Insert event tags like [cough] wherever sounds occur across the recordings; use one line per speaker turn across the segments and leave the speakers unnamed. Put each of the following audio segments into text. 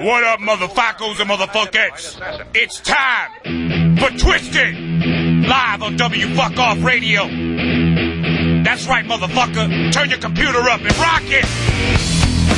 What up, motherfuckers and motherfuckers? It's time for Twisted live on W Fuck Off Radio. That's right, motherfucker. Turn your computer up and rock it.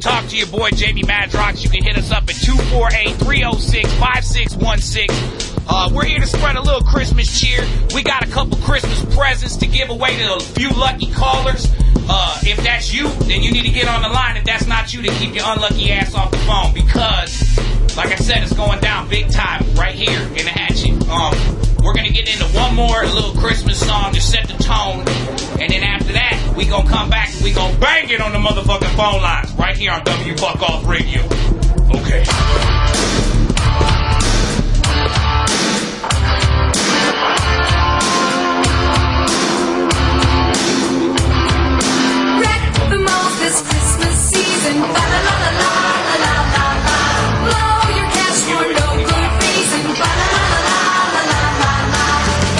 talk to your boy Jamie Madrox. You can hit us up at 248-306-5616. Uh, we're here to spread a little Christmas cheer. We got a couple Christmas presents to give away to a few lucky callers. Uh, if that's you, then you need to get on the line. If that's not you, then keep your unlucky ass off the phone because, like I said, it's going down big time right here in the action. Um, we're gonna get into one more little Christmas song to set the tone, and then after that, we gonna come back and we gonna bang it on the motherfucking phone lines right here on W Fuck Off Radio. Okay.
Wreck the most this Christmas season. La la la la la la la la. Blow your cash for no good reason. La la la la la la la la.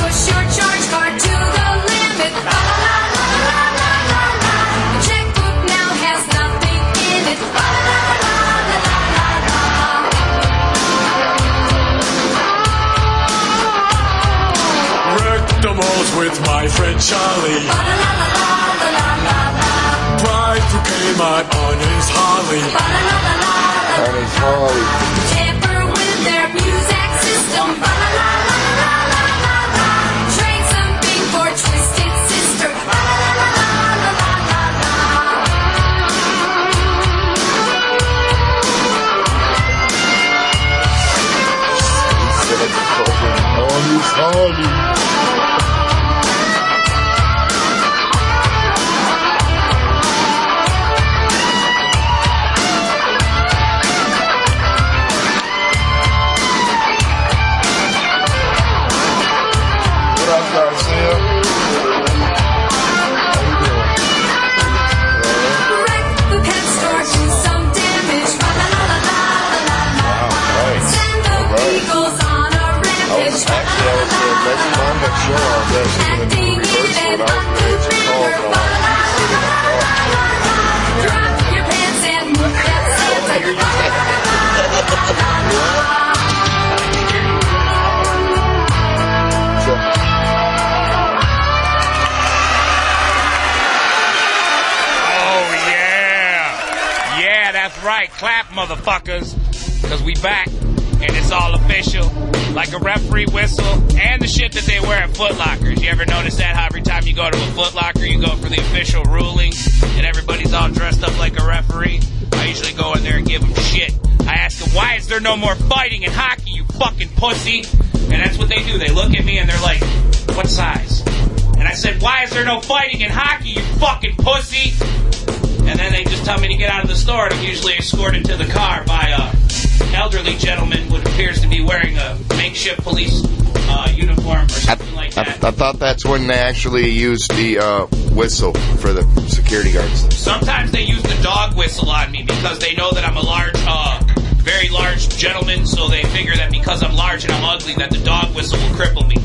Push your charge card to the limit. La la la la la la la.
with my friend Charlie. Drive to Kmart on his Harley.
On his Harley.
Tamper with their music system. Ba la la la la la la la. Trade something for Twisted Sister. Ba la la la la la la la la.
Instead of the culprit, On his Harley. What up, Garcia? How
Wreck the pet store, do some damage. Ba la la la la la la la.
you doing? All right.
Send the Eagles on a
I was
rampage. Ba la
actually I
la la la
was uh, next
la.
my next show I was
Acting
actually gonna do a rehearsal
even up the finger. Ba la la la la la la la. Drop your pants
and I was gonna get some calls on
and move that Santa. Ba la la la
So,
Oh yeah, yeah, that's right. Clap, motherfuckers, because we back and it's all official, like a referee whistle and the shit that they wear at Foot Lockers. You ever notice that? How every time you go to a Foot Locker, you go for the official ruling, and everybody's all dressed up like a referee. I usually go in there and give them shit. I ask them, why is there no more fighting in hockey, you fucking pussy? And that's what they do. They look at me and they're like, what size? And I said, why is there no fighting in hockey, you fucking pussy? and then they just tell me to get out of the store, and I'm usually escorted to the car by a elderly gentleman who appears to be wearing a makeshift police uh, uniform or something like
I,
that.
I thought that's when they actually used the uh, whistle for the security guards.
Sometimes they use the dog whistle on me because they know that I'm a large, uh, very large gentleman, so they figure that because I'm large and I'm ugly, that the dog whistle will cripple me.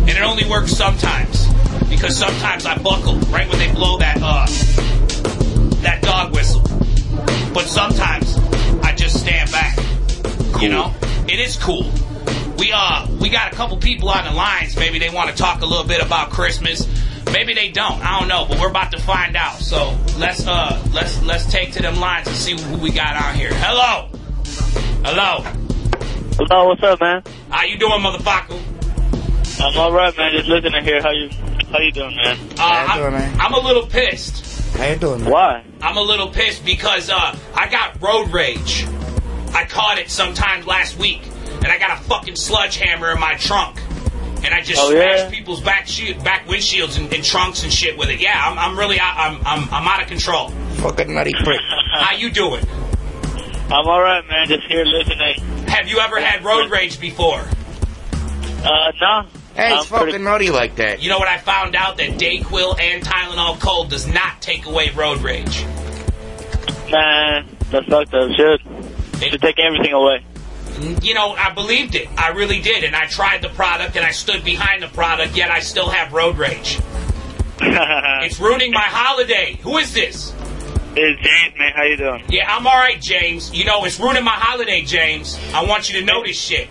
And it only works sometimes because sometimes I buckle right when they blow that uh, that dog whistle. But sometimes I just stand back. You know, it is cool. We uh we got a couple people on the lines. Maybe they want to talk a little bit about Christmas. Maybe they don't. I don't know, but we're about to find out. So let's uh let's let's take to them lines and see who we got on here. Hello, hello.
Hello, what's up, man?
How you doing, motherfucker?
I'm all right, man. Just listening here. How you How you doing, man?
Uh, I'm,
doing, man?
I'm a little pissed.
How you doing? man?
Why?
I'm a little pissed because uh I got road rage. I caught it sometime last week, and I got a fucking sledgehammer in my trunk, and I just
Oh,
smashed
yeah?
people's back shield, back windshields and, and trunks and shit with it. Yeah, I'm, I'm really I, I'm, I'm I'm out of
[laughs]
control.
Fucking nutty prick.
How you doing?
I'm all right, man. Just here listening.
Have you ever had road rage before?
Uh, no.
Hey,
I'm
it's fucking
pretty-
nutty like that.
You know what I found out that Dayquil and Tylenol cold does not take away road rage.
man. That fucked up. Should should take everything away.
you know, I believed it. I really did. And I tried the product and I stood behind the product, yet I still have road rage.
it's
It's ruining my holiday. Who is this?
James, man. How you doing?
Yeah, I'm alright, James. You know, it's ruining my holiday, James. I want you to know this shit.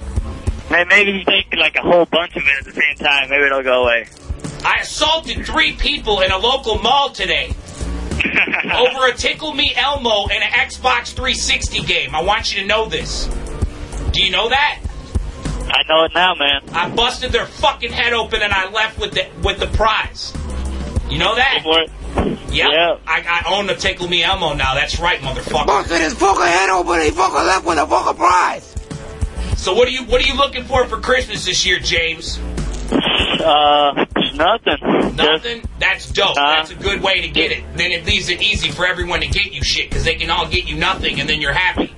Man, maybe if you take like a whole bunch of it at the same time, maybe it'll go away. [laughs]
I assaulted three people in a local mall today over a Tickle Me Elmo and an Xbox 360 game. I want you to know this. Do you know that?
I know it now, man.
I busted their fucking head open and I left with the with the prize. You know that?
Before it.
Yep.
Yeah.
I, I own the Tickle Me Elmo now. That's right, motherfucker.
Busted his fucking head open and he fucking left with a fucking prize.
So what are you what are you looking for for Christmas this year, James?
Uh, nothing.
Nothing. That's dope.
Uh,
That's a good way to get it. Then it leaves it easy for everyone to get you shit because they can all get you nothing and then you're happy.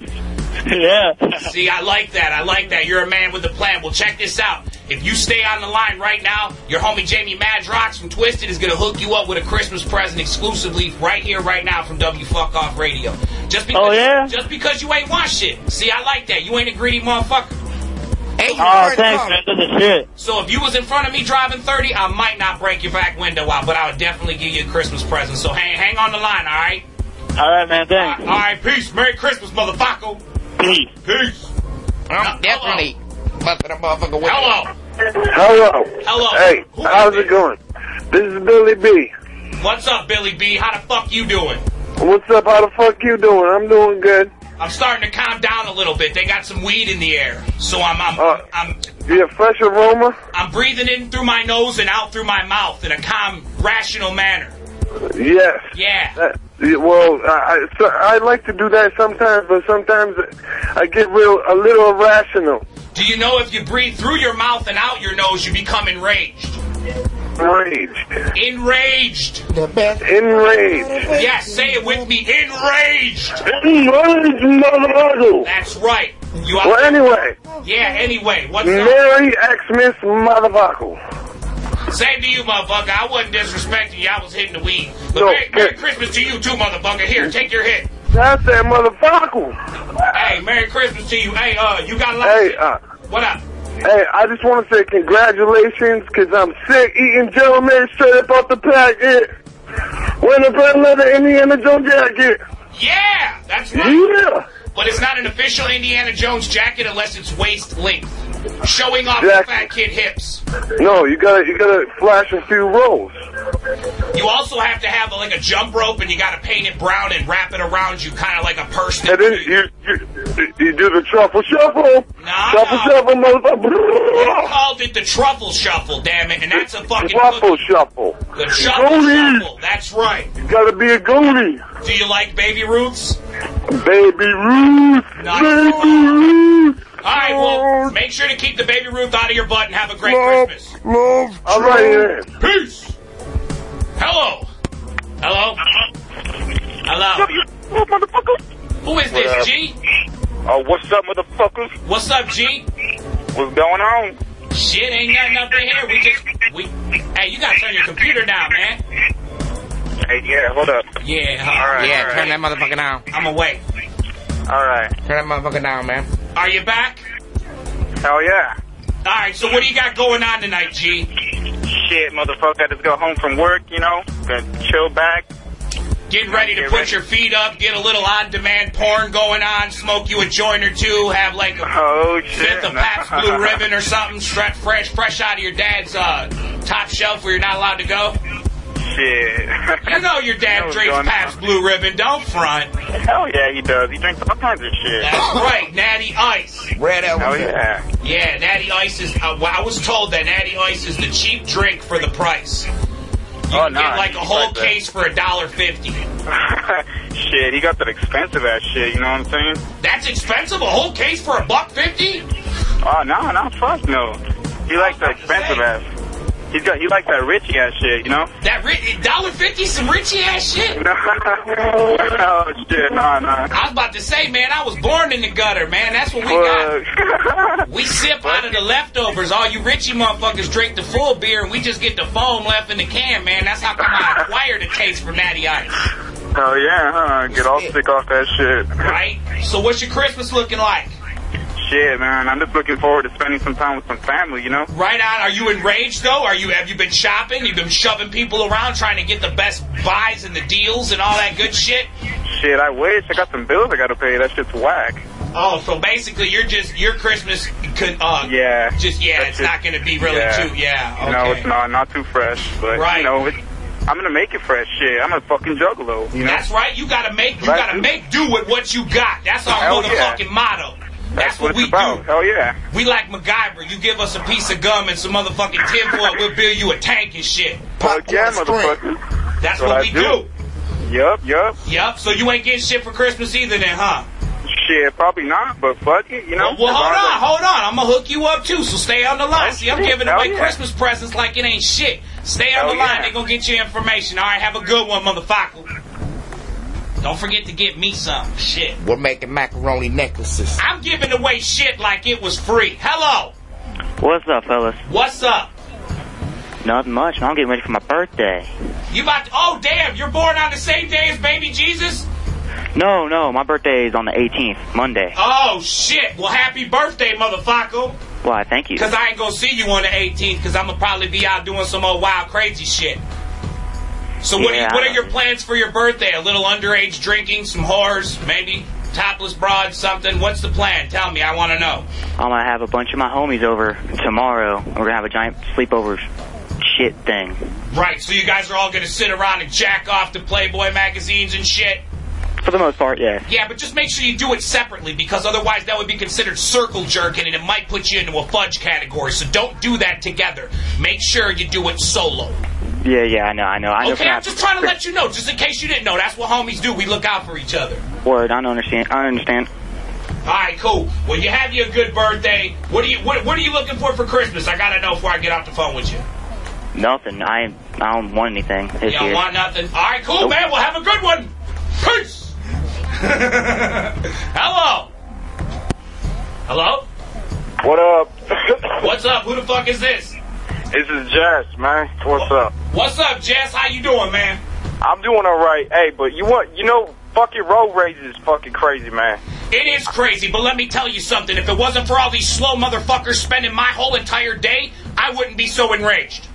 Just, yeah.
See, I like that. I like that. You're a man with a plan. Well, check this out. If you stay on the line right now, your homie Jamie Madrox from Twisted is going to hook you up with a Christmas present exclusively right here, right now from W Fuck Off Radio. Just because,
Oh, yeah?
just because you ain't want shit. See, I like that. You ain't a greedy motherfucker.
Hey, you
Oh,
heard
thanks,
him.
man. This is shit.
So if you was in front of me driving 30, I might not break your back window out, but I would definitely give you a Christmas present. So hang, hang on the line, all right?
All right, man.
All
Thanks.
right, peace. Merry Christmas, motherfucker.
Peace.
Peace.
I'm definitely busting a motherfucker with
Hello.
Hello. Hello. Hey, how's it going? This is Billy B.
What's up, Billy B? How the fuck you doing?
What's up? How the fuck you doing? I'm doing good.
I'm starting to calm down a little bit. They got some weed in the air, so I'm I'm I'm
You have fresh aroma?
I'm breathing in through my nose and out through my mouth in a calm, rational manner.
Yes.
Yeah.
That- yeah, well, I, I, so I like to do that sometimes, but sometimes I get real a little irrational.
Do you know if you breathe through your mouth and out your nose, you become enraged?
Rage.
Enraged.
The best. Enraged.
Yes, say it with me. Enraged.
Enraged, motherfucker.
That's right. You are.
Well, anyway,
Yeah. Anyway, what's up?
Merry Xmas, motherfucker.
Same to you, motherfucker. I wasn't disrespecting you. I was hitting the weed. But Merry, Merry Christmas to you too, motherfucker. Here, take your hit.
That's that motherfucker.
Hey, Merry Christmas to you. Hey, uh, you got a lot.
Hey, uh,
What up?
hey, I just want to say congratulations, cause I'm sick eating Joe Man straight up off the packet. When the bread leather Indiana Jones jacket.
Yeah, that's right.
Yeah.
But it's not an official Indiana Jones jacket unless it's waist length, showing off
Jack-
the fat kid hips.
No, you gotta you gotta flash a few rolls.
You also have to have like a jump rope, and you got to paint it brown and wrap it around you, kind of like a purse.
And then you you, you do the truffle shuffle. Truffle shuffle,
They
motherfucker.
called it the truffle shuffle, damn it, and that's a fucking
Truffle shuffle.
the truffle
Goonies.
shuffle. That's right.
You gotta be a goonie.
Do you like baby roots?
Baby Ruth. Baby Ruth.
All right, well, make sure to keep the baby Ruth out of your butt and have a great Christmas.
Love. All right, yeah.
Peace. Hello. Hello. Hello. Who is
What up?
this, G?
Oh, what's up, motherfuckers?
What's up, G?
What's going on?
Shit, ain't nothing up in here. We just we. Hey, you gotta turn your computer down, man.
Hey, yeah, hold up.
Yeah,
all right.
yeah,
all right.
turn that motherfucker down.
I'm away.
All right.
Turn that motherfucker down, man.
Are you back?
Hell yeah.
All right. So what do you got going on tonight, G?
Shit, motherfucker, I just go home from work, you know? Gonna chill back.
Get ready to put your feet up, get a little on-demand porn going on, smoke you a joint or two, have like a
Oh, shit.
fifth of Pabst Blue Ribbon or something, straight fresh, fresh out of your dad's uh, top shelf where you're not allowed to go.
Shit.
You know your
[laughs]
dad
what's
drinks
going on.
Pabst Blue Ribbon. Don't front.
Hell yeah, he does. He drinks all kinds of shit.
That's right, Natty Ice.
Red
Hell
elephant.
Oh, yeah.
Yeah, Natty Ice is. Uh, well, I was told that Natty Ice is the cheap drink for the price. You
Oh,
can
nah,
get like a
he's
whole
like that.
case for a dollar fifty.
[laughs] shit, he got that expensive ass shit, you know what I'm saying?
That's expensive. A whole case for a buck fifty.
Oh, no, no, fuck no. He likes that expensive ass. He's got, he likes that Richie ass shit, you know?
That dollar fifty, some richy ass shit.
oh, shit, [laughs] nah, nah.
I was about to say, man, I was born in the gutter, man. That's what we got.
[laughs] Fuck.
We sip out of the leftovers. All you Richie motherfuckers drink the full beer, and we just get the foam left in the can, man. That's how come
[laughs]
I acquired a taste for Natty Ice,
Hell Oh, yeah, huh? Get all sick off that shit. [laughs]
right? So, what's your Christmas looking like?
Shit, man. I'm just looking forward to spending some time with some family, you know?
Right on. Are you enraged though? Are you have you been shopping? You've been shoving people around trying to get the best buys and the deals and all that good shit.
Shit, I wish. I got some bills I gotta pay. That shit's whack.
Oh, so basically you're just your Christmas could uh
Yeah.
just yeah,
That's
it's
just-
not going to be really
yeah.
too yeah. Okay.
No, it's not. Not too fresh. But,
Right.
you know, it's, I'm gonna make it fresh. Shit, I'm a fucking juggalo, you know?
That's right. You gotta make you
Right.
gotta make do with what you got. That's our
Hell yeah.
motherfucking motto. That's, what,
it's
we
about.
do.
Hell yeah.
We like MacGyver. You give us a piece of gum and some motherfucking tinfoil, we'll build you a tank and shit.
Fuck yeah,
Popcorn strength.
motherfucker.
That's
What
what
I
we
do.
do.
Yup, yup.
Yup. So you ain't getting shit for Christmas either, then, huh?
Shit, probably not, but fuck it, you know?
Well, well, hold on,
Regardless.
hold on. I'm gonna hook you up too, so stay on the line. See, I'm
shit.
giving
Hell
away
yeah.
Christmas presents like it ain't shit. Stay on
Hell
the line.
yeah.
They gonna get you information. All right, have a good one, motherfucker. Don't forget to get me some shit.
We're making macaroni necklaces.
I'm giving away shit like it was free. Hello,
What's up, fellas?
what's up?
Not much. I'm getting ready for my birthday.
You about? To, oh damn, you're born on the same day as baby Jesus.
No, no, my birthday is on the 18th, Monday.
Oh shit. Well, happy birthday, motherfucker.
Why, thank you.
Cause I ain't gonna see you on the 18th. Cause I'm gonna probably be out doing some old wild crazy shit. So what? Are
Yeah.
you, what are your plans for your birthday? A little underage drinking, some whores, maybe. topless broad, something. What's the plan? Tell me. I want to know.
I'm gonna have a bunch of my homies over tomorrow. We're gonna have a giant sleepover shit thing.
Right. So you guys are all gonna sit around and jack off to Playboy magazines and shit.
For the most part, yeah.
Yeah, but just make sure you do it separately because otherwise that would be considered circle jerking and it might put you into a fudge category. So don't do that together. Make sure you do it solo.
Yeah, yeah, I know, I know. I know
Okay, I'm just trying to let you know, just in case you didn't know. That's what homies do. We look out for each other.
Word, I don't understand. I don't understand.
All right, cool. Well, you have your good birthday. What do you what, what are you looking for for Christmas? I gotta know before I get off the phone with you.
Nothing. I I don't want anything this
You don't
year.
want nothing. All right, cool, man. Well, have a good one. Peace. Hello. Hello.
What up?
What's up? Who the fuck is this?
this is Jess, man. What's up?
What's up, Jess? How you doing, man?
I'm doing all right. Hey, but you want you know fucking road rage is fucking crazy, man.
It is crazy, but let me tell you something. If it wasn't for all these slow motherfuckers spending my whole entire day, I wouldn't be so enraged.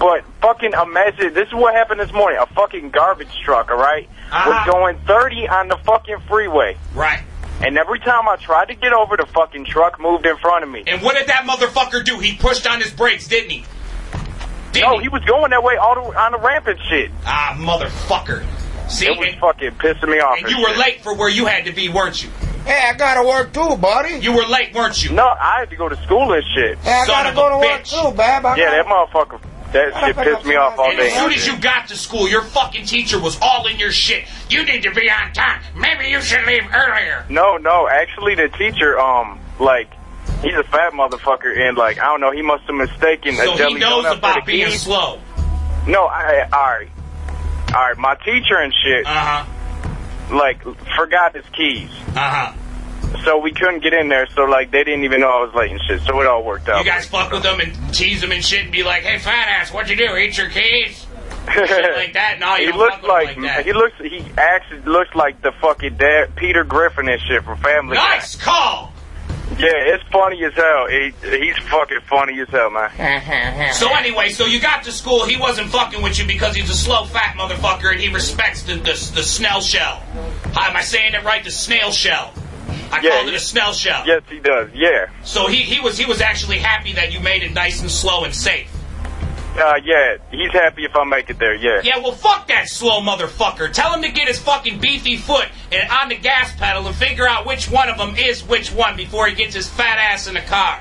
But fucking imagine this is what happened this morning. A fucking garbage truck, all right,
Uh-huh.
was going 30 on the fucking freeway,
Right.
and every time I tried to get over, the fucking truck moved in front of me.
And what did that motherfucker do? He pushed on his brakes, didn't he? Didn't
No, he was going that way all the, on the ramp and shit.
Ah, motherfucker. See,
It was
and,
fucking pissing me off.
and you were
shit.
late for where you had to be, weren't you?
Hey, I gotta work too, buddy.
You were late, weren't you?
No, I had to go to school and shit.
Hey, I
son
gotta
of
go
a
to work
bitch.
too, bab. I
Yeah,
gotta-
that motherfucker. That shit pissed me off all
And as soon
day.
as you got to school, your fucking teacher was all in your shit. You need to be on time. Maybe you should leave earlier.
No, no, actually, the teacher, um, like, he's a fat motherfucker, and like, I don't know, he must have mistaken
So
a
he
jelly
knows
donut for
about
the
being
keys.
slow.
No, I, I- all right, all right, my teacher and shit,
Uh huh.
like, forgot his keys,
Uh
so we couldn't get in there. So like, they didn't even know I was late and shit. So it all worked
huh.
out.
You guys fuck with them and tease them and shit and be like, hey, fat ass, what'd you do? Eat your
[laughs]
keys? Shit like that? No, you
He
don't
looks
fuck with 'em
like,
like that.
he looks he actually looks like the fucking dad Peter Griffin and shit from Family Guy.
Nice call!
Yeah, it's funny as hell. He, he's fucking funny as hell,
[laughs]
man.
So anyway, so you got to school. He wasn't fucking with you because he's a slow, fat motherfucker, and he respects the the, the snail shell. Am I saying it right? The snail shell. I
Yeah,
called it
he-
a snail shell.
Yes, he does. Yeah,
So he, he was he was actually happy that you made it nice and slow and safe.
uh, yeah. He's happy if I make it there. Yeah.
Yeah, well, fuck that slow motherfucker. Tell him to get his fucking beefy foot and on the gas pedal and figure out which one of them is which one before he gets his fat ass in the car.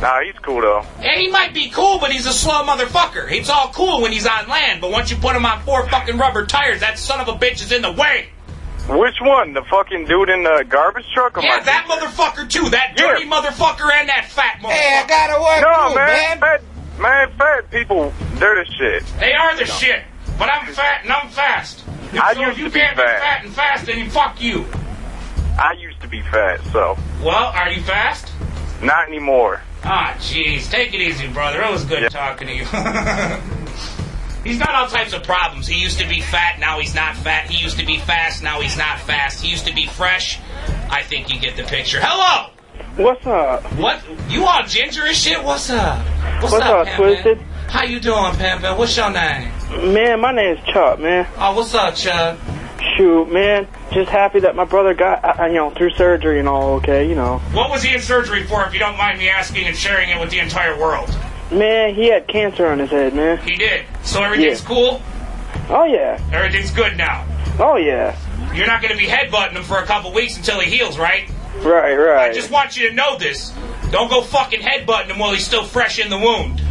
Nah, he's cool though.
Yeah, he might be cool, but he's a slow motherfucker. It's all cool when he's on land, but once you put him on four fucking rubber tires, that son of a bitch is in the way.
Which one? The fucking dude in the garbage truck? Or
Yeah,
my
that motherfucker too. That
Yeah.
dirty motherfucker and that fat
Hey, I
motherfucker.
gotta work
No,
too,
man.
man.
Fat, man, fat people, they're the shit.
They are the shit. But I'm fat and I'm fast. If
I
so
used
if you
to be
can't be
fat.
fat and fast, then fuck you.
I used to be fat, so
Well, are you fast?
not anymore.
Ah, jeez. Take it easy, brother. It was good talking to you. [laughs] he's got all types of problems. He used to be fat, now he's not fat. He used to be fast, now he's not fast. He used to be fresh. I think you get the picture. Hello!
What's up?
What? You all ginger as shit? What's up? What's,
What's
up,
up,
Pimpin'?
Twisted?
How you doing, Pimpin'? What's your name?
Man, my name's Chuck, man.
Oh, what's up, Chuck?
Shoot, man. Just happy that my brother got, uh, uh, you know, through surgery and all okay, you know.
What was he in surgery for, if you don't mind me asking and sharing it with the entire world?
Man, he had cancer on his head, man.
He did. So everything's
Yeah.
cool?
Oh, yeah.
Everything's good now.
Oh, yeah.
You're not going to be headbutting him for a couple weeks until he heals, right?
Right,
I
right.
just want you to know this. Don't go fucking headbutting him while he's still fresh in
[laughs]
the wound.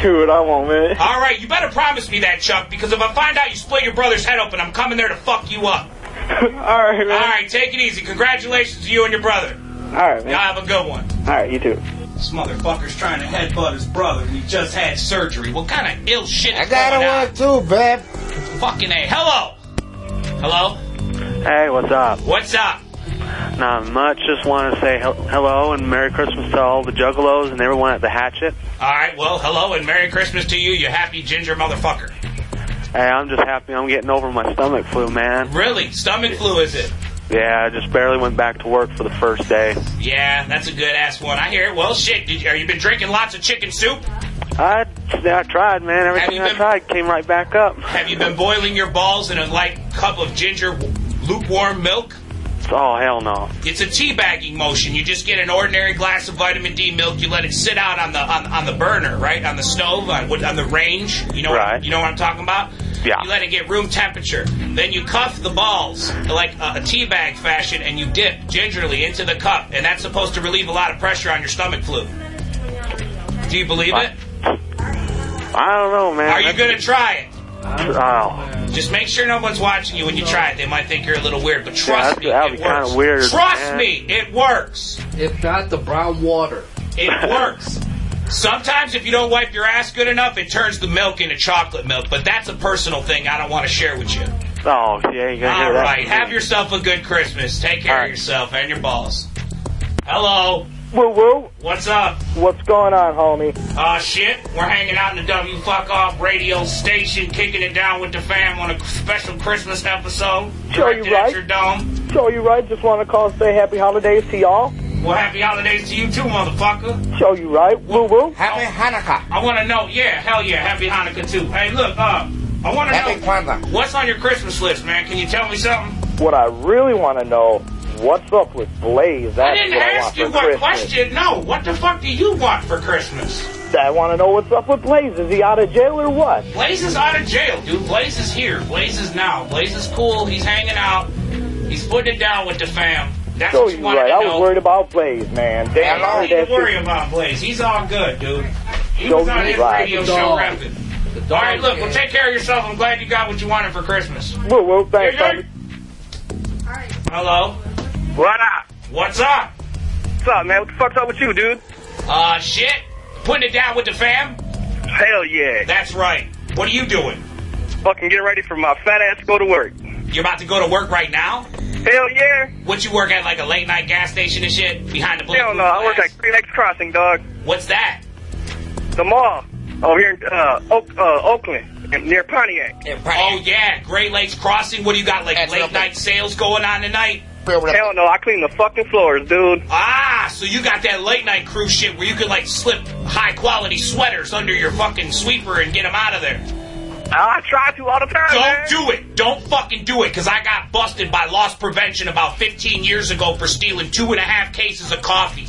Shoot, I won't, man.
All right, you better promise me that, Chuck, because if I find out you split your brother's head open, I'm coming there to fuck you up.
[laughs] all right,
All
man.
right, take it easy. Congratulations to you and your brother.
All right,
Y'all
man.
have a good one.
All right, you too.
This motherfucker's trying to headbutt his brother. He just had surgery. What kind of ill shit
I
is
gotta
going on?
work too, bab.
Fucking a. Hello. Hello.
Hey, what's up?
What's up?
Not much. Just want to say hel- hello and Merry Christmas to all the Juggalos and everyone at the Hatchet.
All right. Well, hello and Merry Christmas to you, you happy ginger motherfucker.
Hey, I'm just happy I'm getting over my stomach flu, man.
Really? Stomach flu is it?
Yeah, I just barely went back to work for the first day.
Yeah, that's a good ass one. I hear it. Well, shit. Did you, have you been drinking lots of chicken soup?
I, I tried, man. Everything
you
I
been-
tried came right back up.
Have you been boiling your balls in a light cup of ginger lukewarm milk?
Oh hell no.
It's a teabagging motion. You just get an ordinary glass of vitamin D milk. You let it sit out on the on, on the burner, right, on the stove, on, what- on the range. You know,
Right.
you know what I'm talking about.
Yeah.
You let it get room temperature. Then you cuff the balls like a, a teabag fashion, and you dip gingerly into the cup, and that's supposed to relieve a lot of pressure on your stomach flu. Do you believe it?
I don't know, man.
Are you gonna try it?
Oh,
Just make sure no one's watching you when you try it. They might think you're a little weird, but trust
that's- that'd
me, it
be kinda
works.
weird,
trust
man.
me, it works.
If not, the brown water.
[laughs]
It works. Sometimes if you don't wipe your ass good enough, it turns the milk into chocolate milk, but that's a personal thing I don't want to share with you.
oh, you ain't gonna
All
hear that.
right, have yourself a good Christmas. Take care
All
of
right.
yourself and your balls. Hello,
Woo woo.
what's up?
What's going on, homie?
Uh, shit, we're hanging out in the W Fuck Off radio station, kicking it down with the fam on a special Christmas episode.
Sure, you
directed at
right.
your dome.
So you right. Just want to call and say happy holidays to y'all.
Well, happy holidays to you too, motherfucker.
So you right. Woo woo.
Happy Hanukkah.
I want to know, yeah, hell yeah, happy Hanukkah too. Hey, look, uh, I want
Happy
to know
Kwanzaa.
what's on your Christmas list, man. Can you tell me something?
What I really want to know, what's up with Blaze?
I
That's
didn't
what I
ask
want
you
for
what
Christmas.
question. No, what the fuck do you want for Christmas?
I want to know what's up with Blaze. Is he out of jail or what?
Blaze is out of jail, dude. Blaze is here. Blaze is now. Blaze is cool. He's hanging out. He's putting it down with the fam. That's
So
what you
you
wanted
right.
to
I
know.
was worried about Blaze, man. Damn,
I
I
don't
heard
need to
that
worry
shit.
about Blaze. He's all good, dude. He
So
was on
you
his
right.
radio
The
show
dog.
rapping. All right, look, well, take care of yourself. I'm glad you got what you wanted for Christmas.
Woo woo. Thanks,
Digger?
homie.
Hello?
What up?
What's up?
What's up, man? What the fuck's up with you, dude?
Uh, shit? Putting it down with the fam?
Hell yeah.
That's right. What are you doing?
Fucking get ready for my fat ass to go to work.
You're about to go to work right now?
Hell yeah.
What you work at, like a late night gas station and shit? Behind the
Hell
bulletproof
no. I work at
glass?
Green X Crossing, dog.
What's that?
The mall over here in uh, Oak, uh, Oakland, near Pontiac.
Oh, yeah. Great Lakes Crossing. What do you got, like
That's
late
lovely.
night sales going on tonight?
Hell no. I clean the fucking floors, dude.
Ah, so you got that late night crew shit where you could, like, slip high quality sweaters under your fucking sweeper and get them out of there.
I try to all the time, man.
Don't do it. Don't fucking do it. Because I got busted by loss prevention about 15 years ago for stealing two and a half cases of coffee.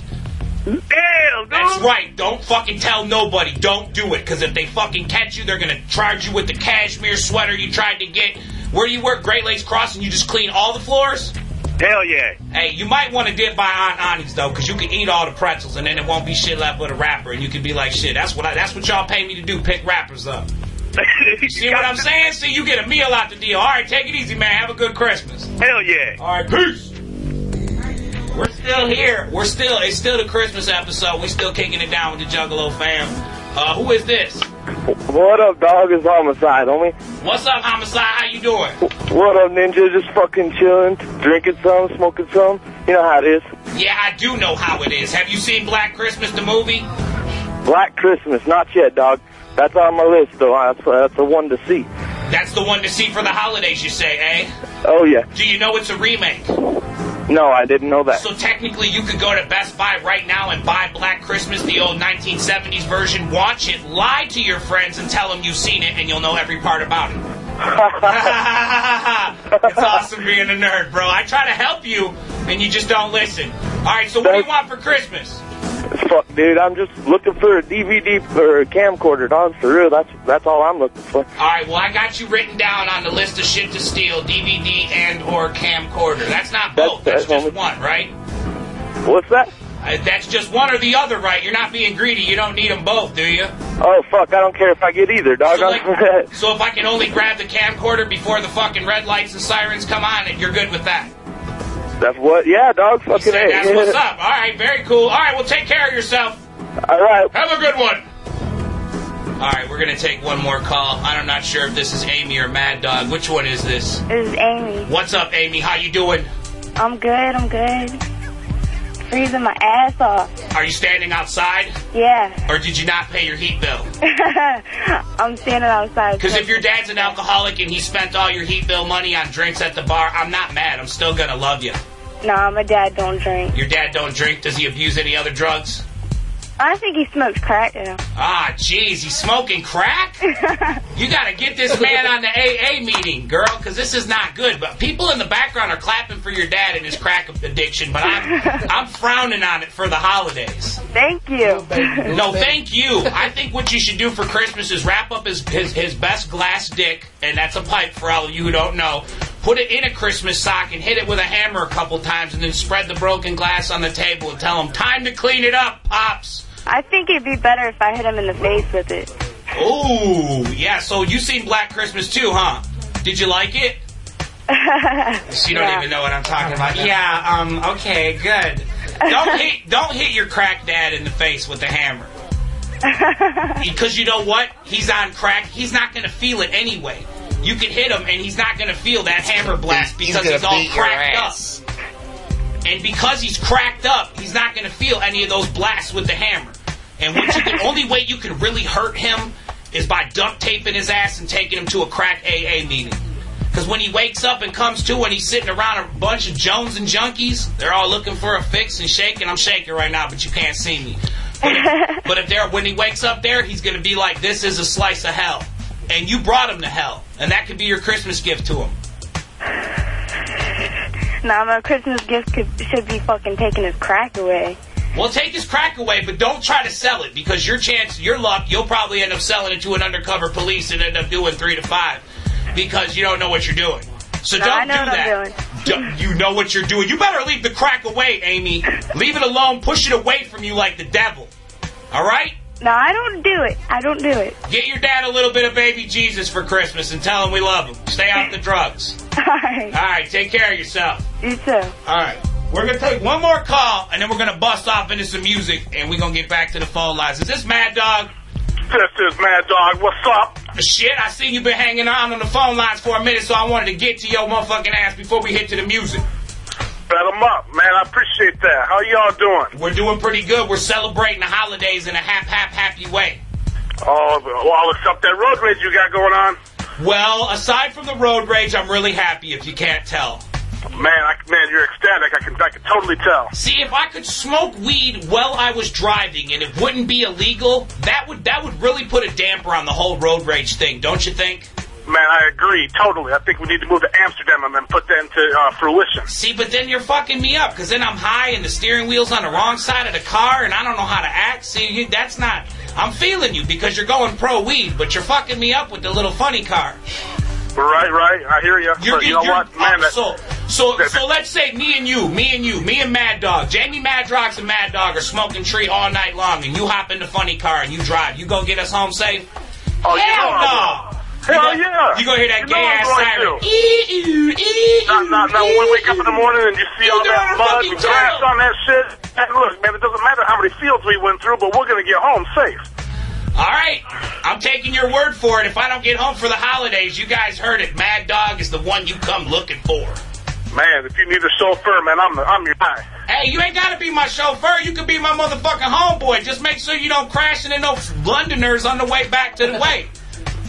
Damn, dude.
That's right. Don't fucking tell nobody. Don't do it. Because if they fucking catch you, they're going to charge you with the cashmere sweater you tried to get. Where you work, Great Lakes Crossing, you just clean all the floors?
Hell yeah.
Hey, you might want to dip by Aunt Annie's though, because you can eat all the pretzels and then it won't be shit left but a wrapper, and you can be like, shit, that's what I, that's what y'all pay me to do, pick rappers
[laughs]
up. See what I'm saying? See, you get a meal out the deal. All right, take it easy, man. Have a good Christmas.
Hell yeah.
All right, peace. We're still here. We're still. It's still the Christmas episode. We're still kicking it down with the Juggalo fam. Uh, who is this?
What up, dog? It's homicide, homie.
What's up, homicide? How you doing?
What up, ninja? Just fucking chilling, drinking some, smoking some. You know how it is.
Yeah, I do know how it is. Have you seen Black Christmas the movie?
Black Christmas, not yet, dog. That's on my list, though. That's, that's the one to see.
That's the one to see for the holidays. You say, eh?
Oh yeah.
Do you know it's a remake?
No, I didn't know that.
So technically, you could go to Best Buy right now and buy Black Christmas, the old 1970s version, watch it, lie to your friends, and tell them you've seen it, and you'll know every part about it. it's awesome being a nerd, bro. I try to help you, and you just don't listen. All right, so what do you want for Christmas?
Fuck, dude. I'm just looking for a DVD or a camcorder, dog. For real, that's that's all I'm looking for.
All right, well, I got you written down on the list of shit to steal, DVD and or camcorder. That's not
That's-
both. That's,
that's
just one, right?
[laughs]
What's that?
Uh, that's just one or the other, right? You're not being greedy. You don't need them both, do you?
Oh fuck, I don't care if I get either, dog.
So,
I'm-
like, so if I can only grab the camcorder before the fucking red lights and sirens come on, and you're good with that.
[laughs] that's what. Yeah, dog.
You
Fucking
said
A. [laughs]
that's what's up. All right, very cool. All right, well, take care of yourself.
All right.
Have a good one. All right, we're gonna take one more call. I'm not sure if this is Amy or Mad Dog. Which one is this?
This is Amy.
What's up, Amy? How you doing?
I'm good, I'm good. Freezing my ass off.
Are you standing outside,
[laughs]
Yeah.
or did you not pay your heat bill?
I'm standing outside.
Because if your dad's an alcoholic and he spent all your heat bill money on drinks at the bar, I'm not mad. I'm still gonna love you.
Nah, my dad don't drink.
Your dad don't drink. Does he abuse any other drugs?
I think he smokes crack now.
Ah, jeez, he's smoking crack? you gotta get this man on the AA meeting, girl, because this is not good. But people in the background are clapping for your dad and his crack addiction, but I'm, I'm frowning on it for the holidays.
Thank you.
No, thank you. I think what you should do for Christmas is wrap up his, his, his best glass dick, and that's a pipe for all of you who don't know. Put it in a Christmas sock and hit it with a hammer a couple times, and then spread the broken glass on the table and tell him, Time to clean it up, Pops.
I think it'd be better if I hit him in the face with it.
Ooh, yeah, so you seen Black Christmas too, huh? Did you like it? She don't
Yeah. [laughs]
even know what I'm talking about. Yeah, um, okay, good. Don't hit, don't hit your crack dad in the face with the hammer. Because you know what? He's on crack. He's not going to feel it anyway. You can hit him, and he's not going to feel that hammer blast
He's
because
gonna
he's, all
beat your
cracked up.
ass.
And because he's cracked up, he's not going to feel any of those blasts with the hammer. And what you can, only way you can really hurt him is by duct taping his ass and taking him to a crack AA meeting. Because when he wakes up and comes to, and he's sitting around a bunch of Jones and junkies, they're all looking for a fix and shaking. I'm shaking right now, but you can't see me. But if, but if there, when he wakes up there, he's gonna be like, "This is a slice of hell," and you brought him to hell, and that could be your Christmas gift to him.
Nah, my Christmas gift could, should be fucking taking his crack away.
Well, take his crack away, but don't try to sell it because your chance, your luck, you'll probably end up selling it to an undercover police and end up doing three to five because you don't know what you're doing. So
No,
don't
I know
do
what
that.
I'm
Don't- you know what you're doing. You better leave the crack away, Amy. Leave it alone. Push it away from you like the devil. All right?
No, I don't do it. I don't do it.
Get your dad a little bit of baby Jesus for Christmas and tell him we love him. Stay off the drugs.
[laughs] Alright,
All right, take care of yourself.
you too.
All right. We're going to take one more call, and then we're going to bust off into some music, and we're going to get back to the phone lines. Is this Mad Dog? This is Mad Dog. What's up? Shit, I seen you been hanging on on the phone lines for a minute, so I wanted to get to your motherfucking ass before we hit to the music.
Bet 'em up, man. I appreciate that. How y'all doing?
We're doing pretty good. We're celebrating the holidays in a hap-hap happy way.
Oh, well, I'll accept that road rage you got going on.
Well, aside from the road rage, I'm really happy if you can't tell.
Man, I, man, you're ecstatic. I can, I can totally tell.
See, if I could smoke weed while I was driving and it wouldn't be illegal, that would that would really put a damper on the whole road rage thing, don't you think?
Man, I agree totally. I think we need to move to Amsterdam and then put that into uh, fruition.
See, but then you're fucking me up because then I'm high and the steering wheel's on the wrong side of the car and I don't know how to act. See, you, that's not. I'm feeling you because you're going pro weed, but you're fucking me up with the little funny car.
Right, right. I hear you.
You're,
but you know
you're-
what, man?
oh, so, so, so let's say me and you, me and you, me and Mad Dog, Jamie Madrox and Mad Dog are smoking tree all night long, and you hop in the funny car and you drive. You gonna get us home safe?
Oh, you
Hell
know I
no!
Hell
you gonna,
yeah.
You gonna hear that
You know
gay
I'm
ass
going
siren?
to.
Not,
not, not. When we wake up in the morning and you see all
doing
that
a
mud
fucking
and grass on that shit. And look, man, it doesn't matter how many fields we went through, but we're gonna get home safe.
All right, I'm taking your word for it. If I don't get home for the holidays, you guys heard it. Mad Dog is the one you come looking for.
Man, if you need a chauffeur, man, I'm the, I'm your guy.
Hey, you ain't gotta be my chauffeur. You can be my motherfucking homeboy. Just make sure you don't crash into no Londoners on the way back to the way.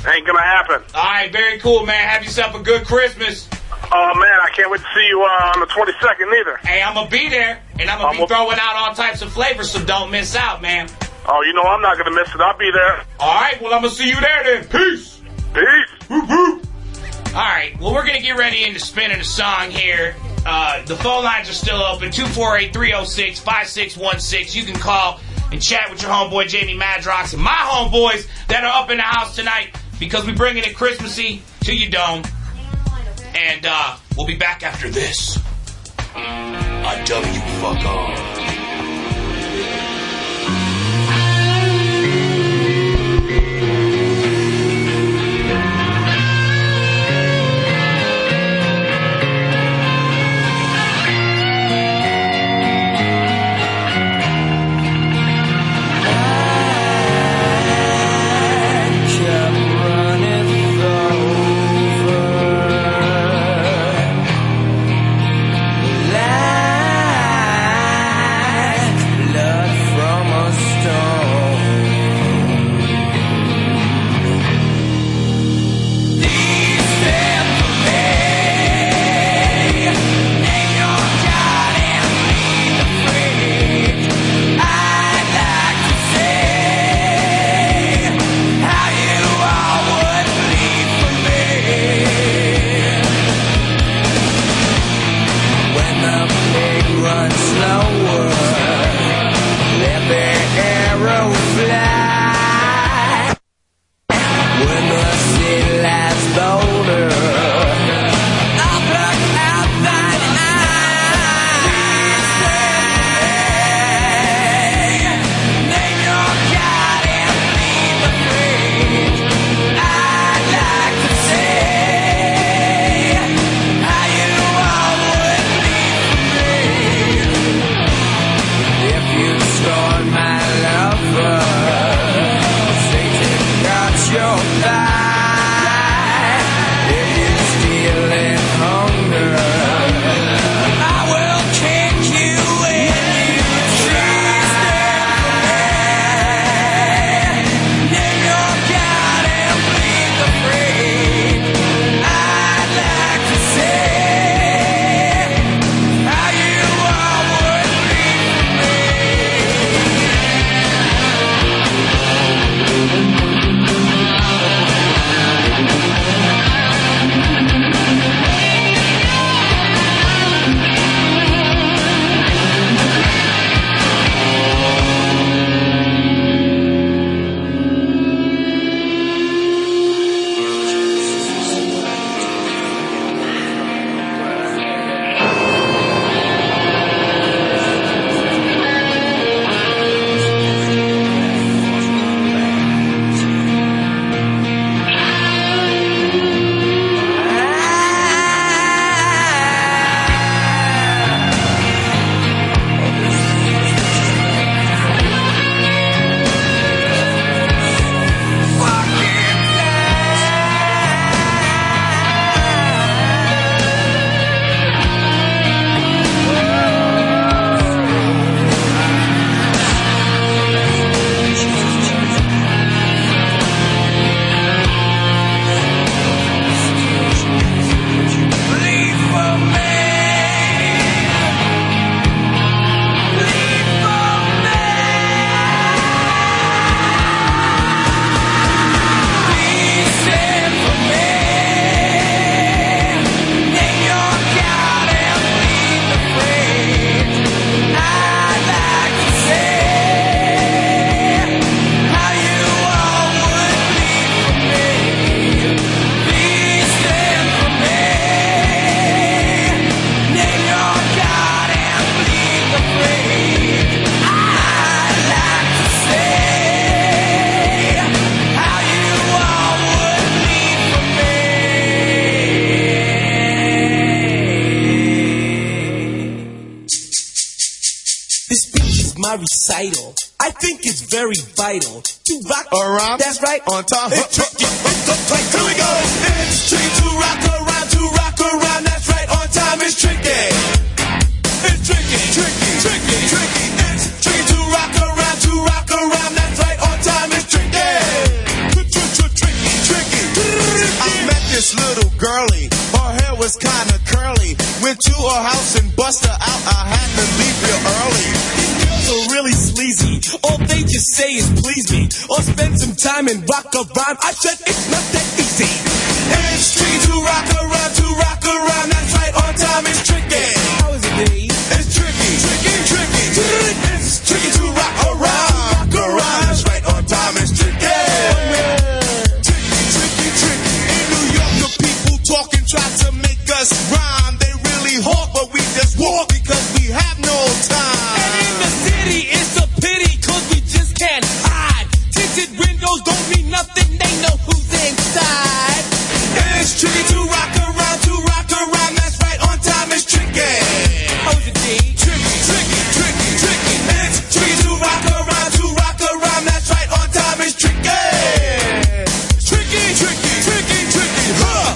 Ain't gonna happen.
All right, very cool, man. Have yourself a good Christmas.
Oh man, I can't wait to see you uh, on the 22nd either.
Hey, I'm gonna be there, and I'm gonna be
I'ma-
throwing out all types of flavors, so don't miss out, man.
Oh, you know I'm not gonna miss it. I'll be there.
All right, well, I'm gonna see you there then. Peace.
Peace.
All right, well, we're gonna get ready into spinning a song here. Uh, the phone lines are still open 248 306 5616. You can call and chat with your homeboy Jamie Madrox and my homeboys that are up in the house tonight because we're bringing it Christmassy to your dome. And uh, we'll be back after this. I W fuck off.
kept running over. Life
my recital. I think it's very vital to rock around. That's right. On time. It's tricky. It's the right. Here we go. It's tricky to rock around. To rock around. That's right. On time is tricky. It's tricky, tricky, tricky, tricky. It's tricky to rock around, to rock around. That's right, on time is tricky. Tricky, tricky. I met this little girlie. Her hair was kinda curly. Went to her house and bust her out. I had to leave real early. These girls are really sleazy. All they just say is please me. Or spend some time and rock a rhyme. I said it's not that easy. It's tricky to rock around, to rock around. That's right, on time is tricky. How is it, Dave? It's tricky, tricky, tricky. It's tricky to rock around, rock around. That's right, on time is tricky. Tricky, tricky, tricky. In New York, the people talking try to make us rhyme. They really hawk, but we just walk because we have no time. And in the city, it's a pity because we just can't hide. Tinted windows don't mean nothing. They know who's inside. It's tricky to rock around, to rock around. That's right, on time is tricky. How is it, D? Tricky, tricky, tricky, tricky. It's tricky to rock around, to rock around. That's right, on time is tricky. Tricky, tricky, tricky, tricky, huh?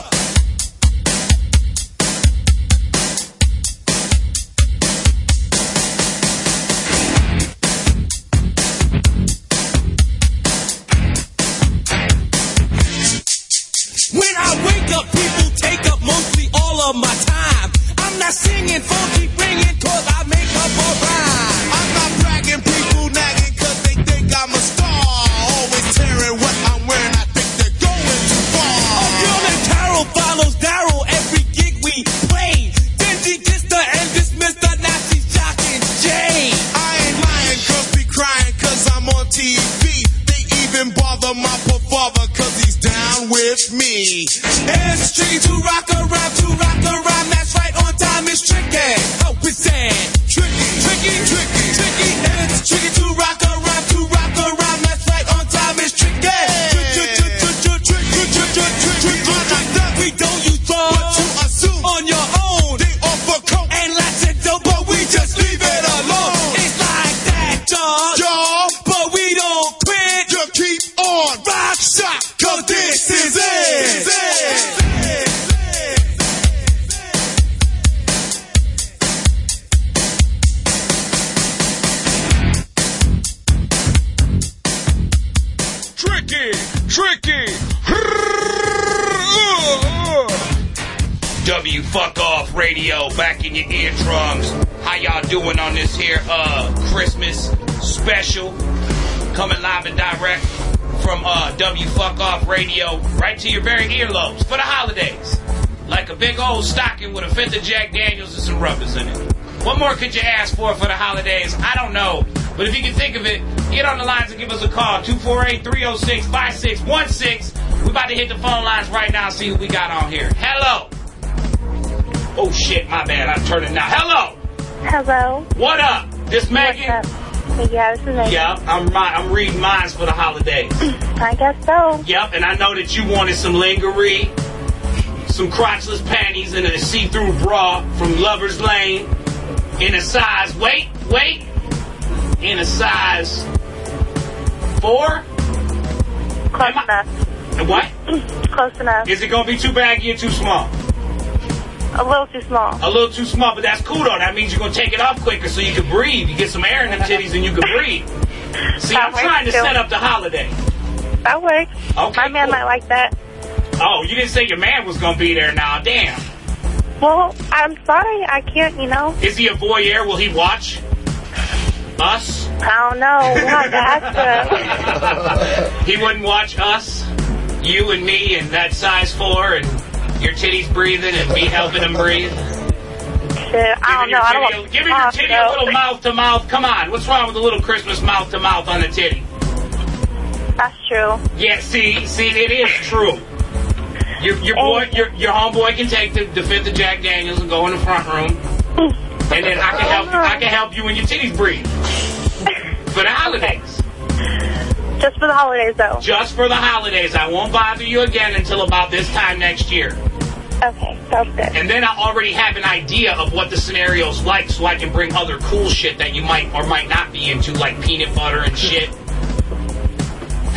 When I wake up, people take up mostly all of my time. I'm not singing funky ringing cause I make up a rhyme. I'm not bragging, people nagging cause they think I'm a star. Always tearing what I'm wearing, I think they're going too far. A girl named Carol follows Daryl every gig we play. Then she gets the and dismiss the Nazi shocking Jay. I ain't lying, girls be crying cause I'm on TV. They even bother my father cause he's down with me. It's tricky to rock around, to rock around. That's right, on time is tricky. How is that? Tricky, tricky, tricky, tricky. It's tricky to rock around, to rock around. That's right, on time is tricky. We don't use thought, but you assume on your own. They offer coke and lots of dope, but we just leave it alone. It's like that, y'all. Y'all, but we don't quit. You keep on rock shot, cause this is it.
Tricky, tricky. W fuck off radio back in your eardrums. How y'all doing on this here uh Christmas special? Coming live and direct from uh W fuck off radio right to your very earlobes for the holidays. Like a big old stocking with a fifth of Jack Daniels and some rubbers in it. What more could you ask for for the holidays? I don't know. But if you can think of it, get on the lines and give us a call. 248 306 5616. We're about to hit the phone lines right now and see who we got on here. Hello. Oh shit, my bad. I'm turning now. Hello.
Hello.
What up? This Megan?
Yeah, this is Megan.
Yeah, I'm mi- I'm reading minds for the holidays.
I guess so.
Yep, and I know that you wanted some lingerie, some crotchless panties, and a see-through bra from Lover's Lane in a size. Wait, wait, in a size four.
Close enough.
And What?
[clears throat] Close enough.
Is it gonna be too baggy or too small?
A little too small.
A little too small, but that's cool though. That means you're gonna take it off quicker so you can breathe. You get some air in them titties and you can
[laughs]
breathe. See, I'm
That
trying to
works,
set
too.
up the holiday.
That works.
Okay,
My man
cool.
might like that.
Oh, you didn't say your man was gonna be there now. Damn.
Well, I'm sorry. I can't, you know.
Is he a voyeur? Will he watch us?
I don't know. We'll have to
[laughs]
ask him.
he wouldn't watch us, you and me, and that size four, and your titties breathing, and me helping him breathe.
Shit, I don't know. I don't want to
Give him your titty a little mouth to mouth. Come on, what's wrong with a little Christmas mouth to mouth on the titty?
That's true.
Yeah, see, see, it is true. Your, your boy, your, your homeboy can take the, the fifth of Jack Daniels and go in the front room, and then I can help. I can help you when your titties breathe for the holidays.
Just for the holidays, though.
Just for the holidays. I won't bother you again until about this time next year.
Okay, sounds good.
And then I already have an idea of what the scenario's like so I can bring other cool shit that you might or might not be into, like peanut butter and
[laughs]
shit.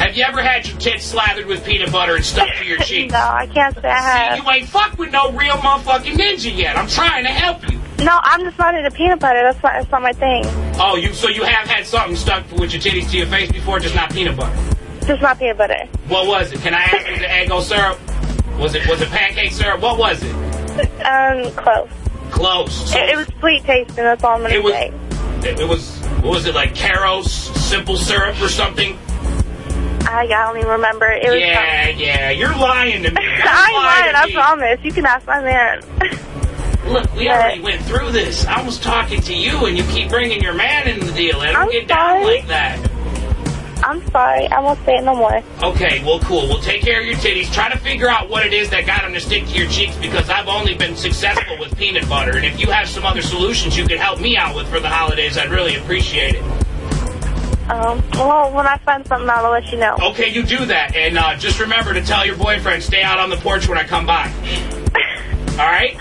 Have you ever had your tits slathered with peanut butter and stuck
[laughs]
to your cheeks?
No, I can't say I have.
You ain't fucked with no real motherfucking ninja yet. I'm trying to help you.
No, I'm just not into peanut butter. That's not, that's not my thing.
Oh, you so you have had something stuck with your titties to your face before, just not peanut butter.
Just not peanut butter.
What was it? Can I ask? Was it egg o syrup? Was it was it pancake syrup? What was it?
Um, close.
Close. So
It, it was sweet tasting. That's all I'm gonna
It was-
say.
It, it was what was it like Caros simple syrup or something?
I, I don't even remember. It was.
yeah, yeah, you're lying to
[laughs]
me. You're
I
lying
lied.
to
I
me.
promise. You can ask my man. [laughs]
Look, we already went through this. I was talking to you, and you keep bringing your man into the deal. I don't
I'm
get down
sorry.
like that.
I'm sorry. I won't say it no more.
Okay, well, cool. We'll take care of your titties. Try to figure out what it is that got them to stick to your cheeks because I've only been successful with peanut butter. And if you have some other solutions you could help me out with for the holidays, I'd really appreciate it.
Um, well, when I find something, I'll let you know.
Okay, you do that. And uh, just remember to tell your boyfriend, stay out on the porch when I come
[laughs]
by. All right?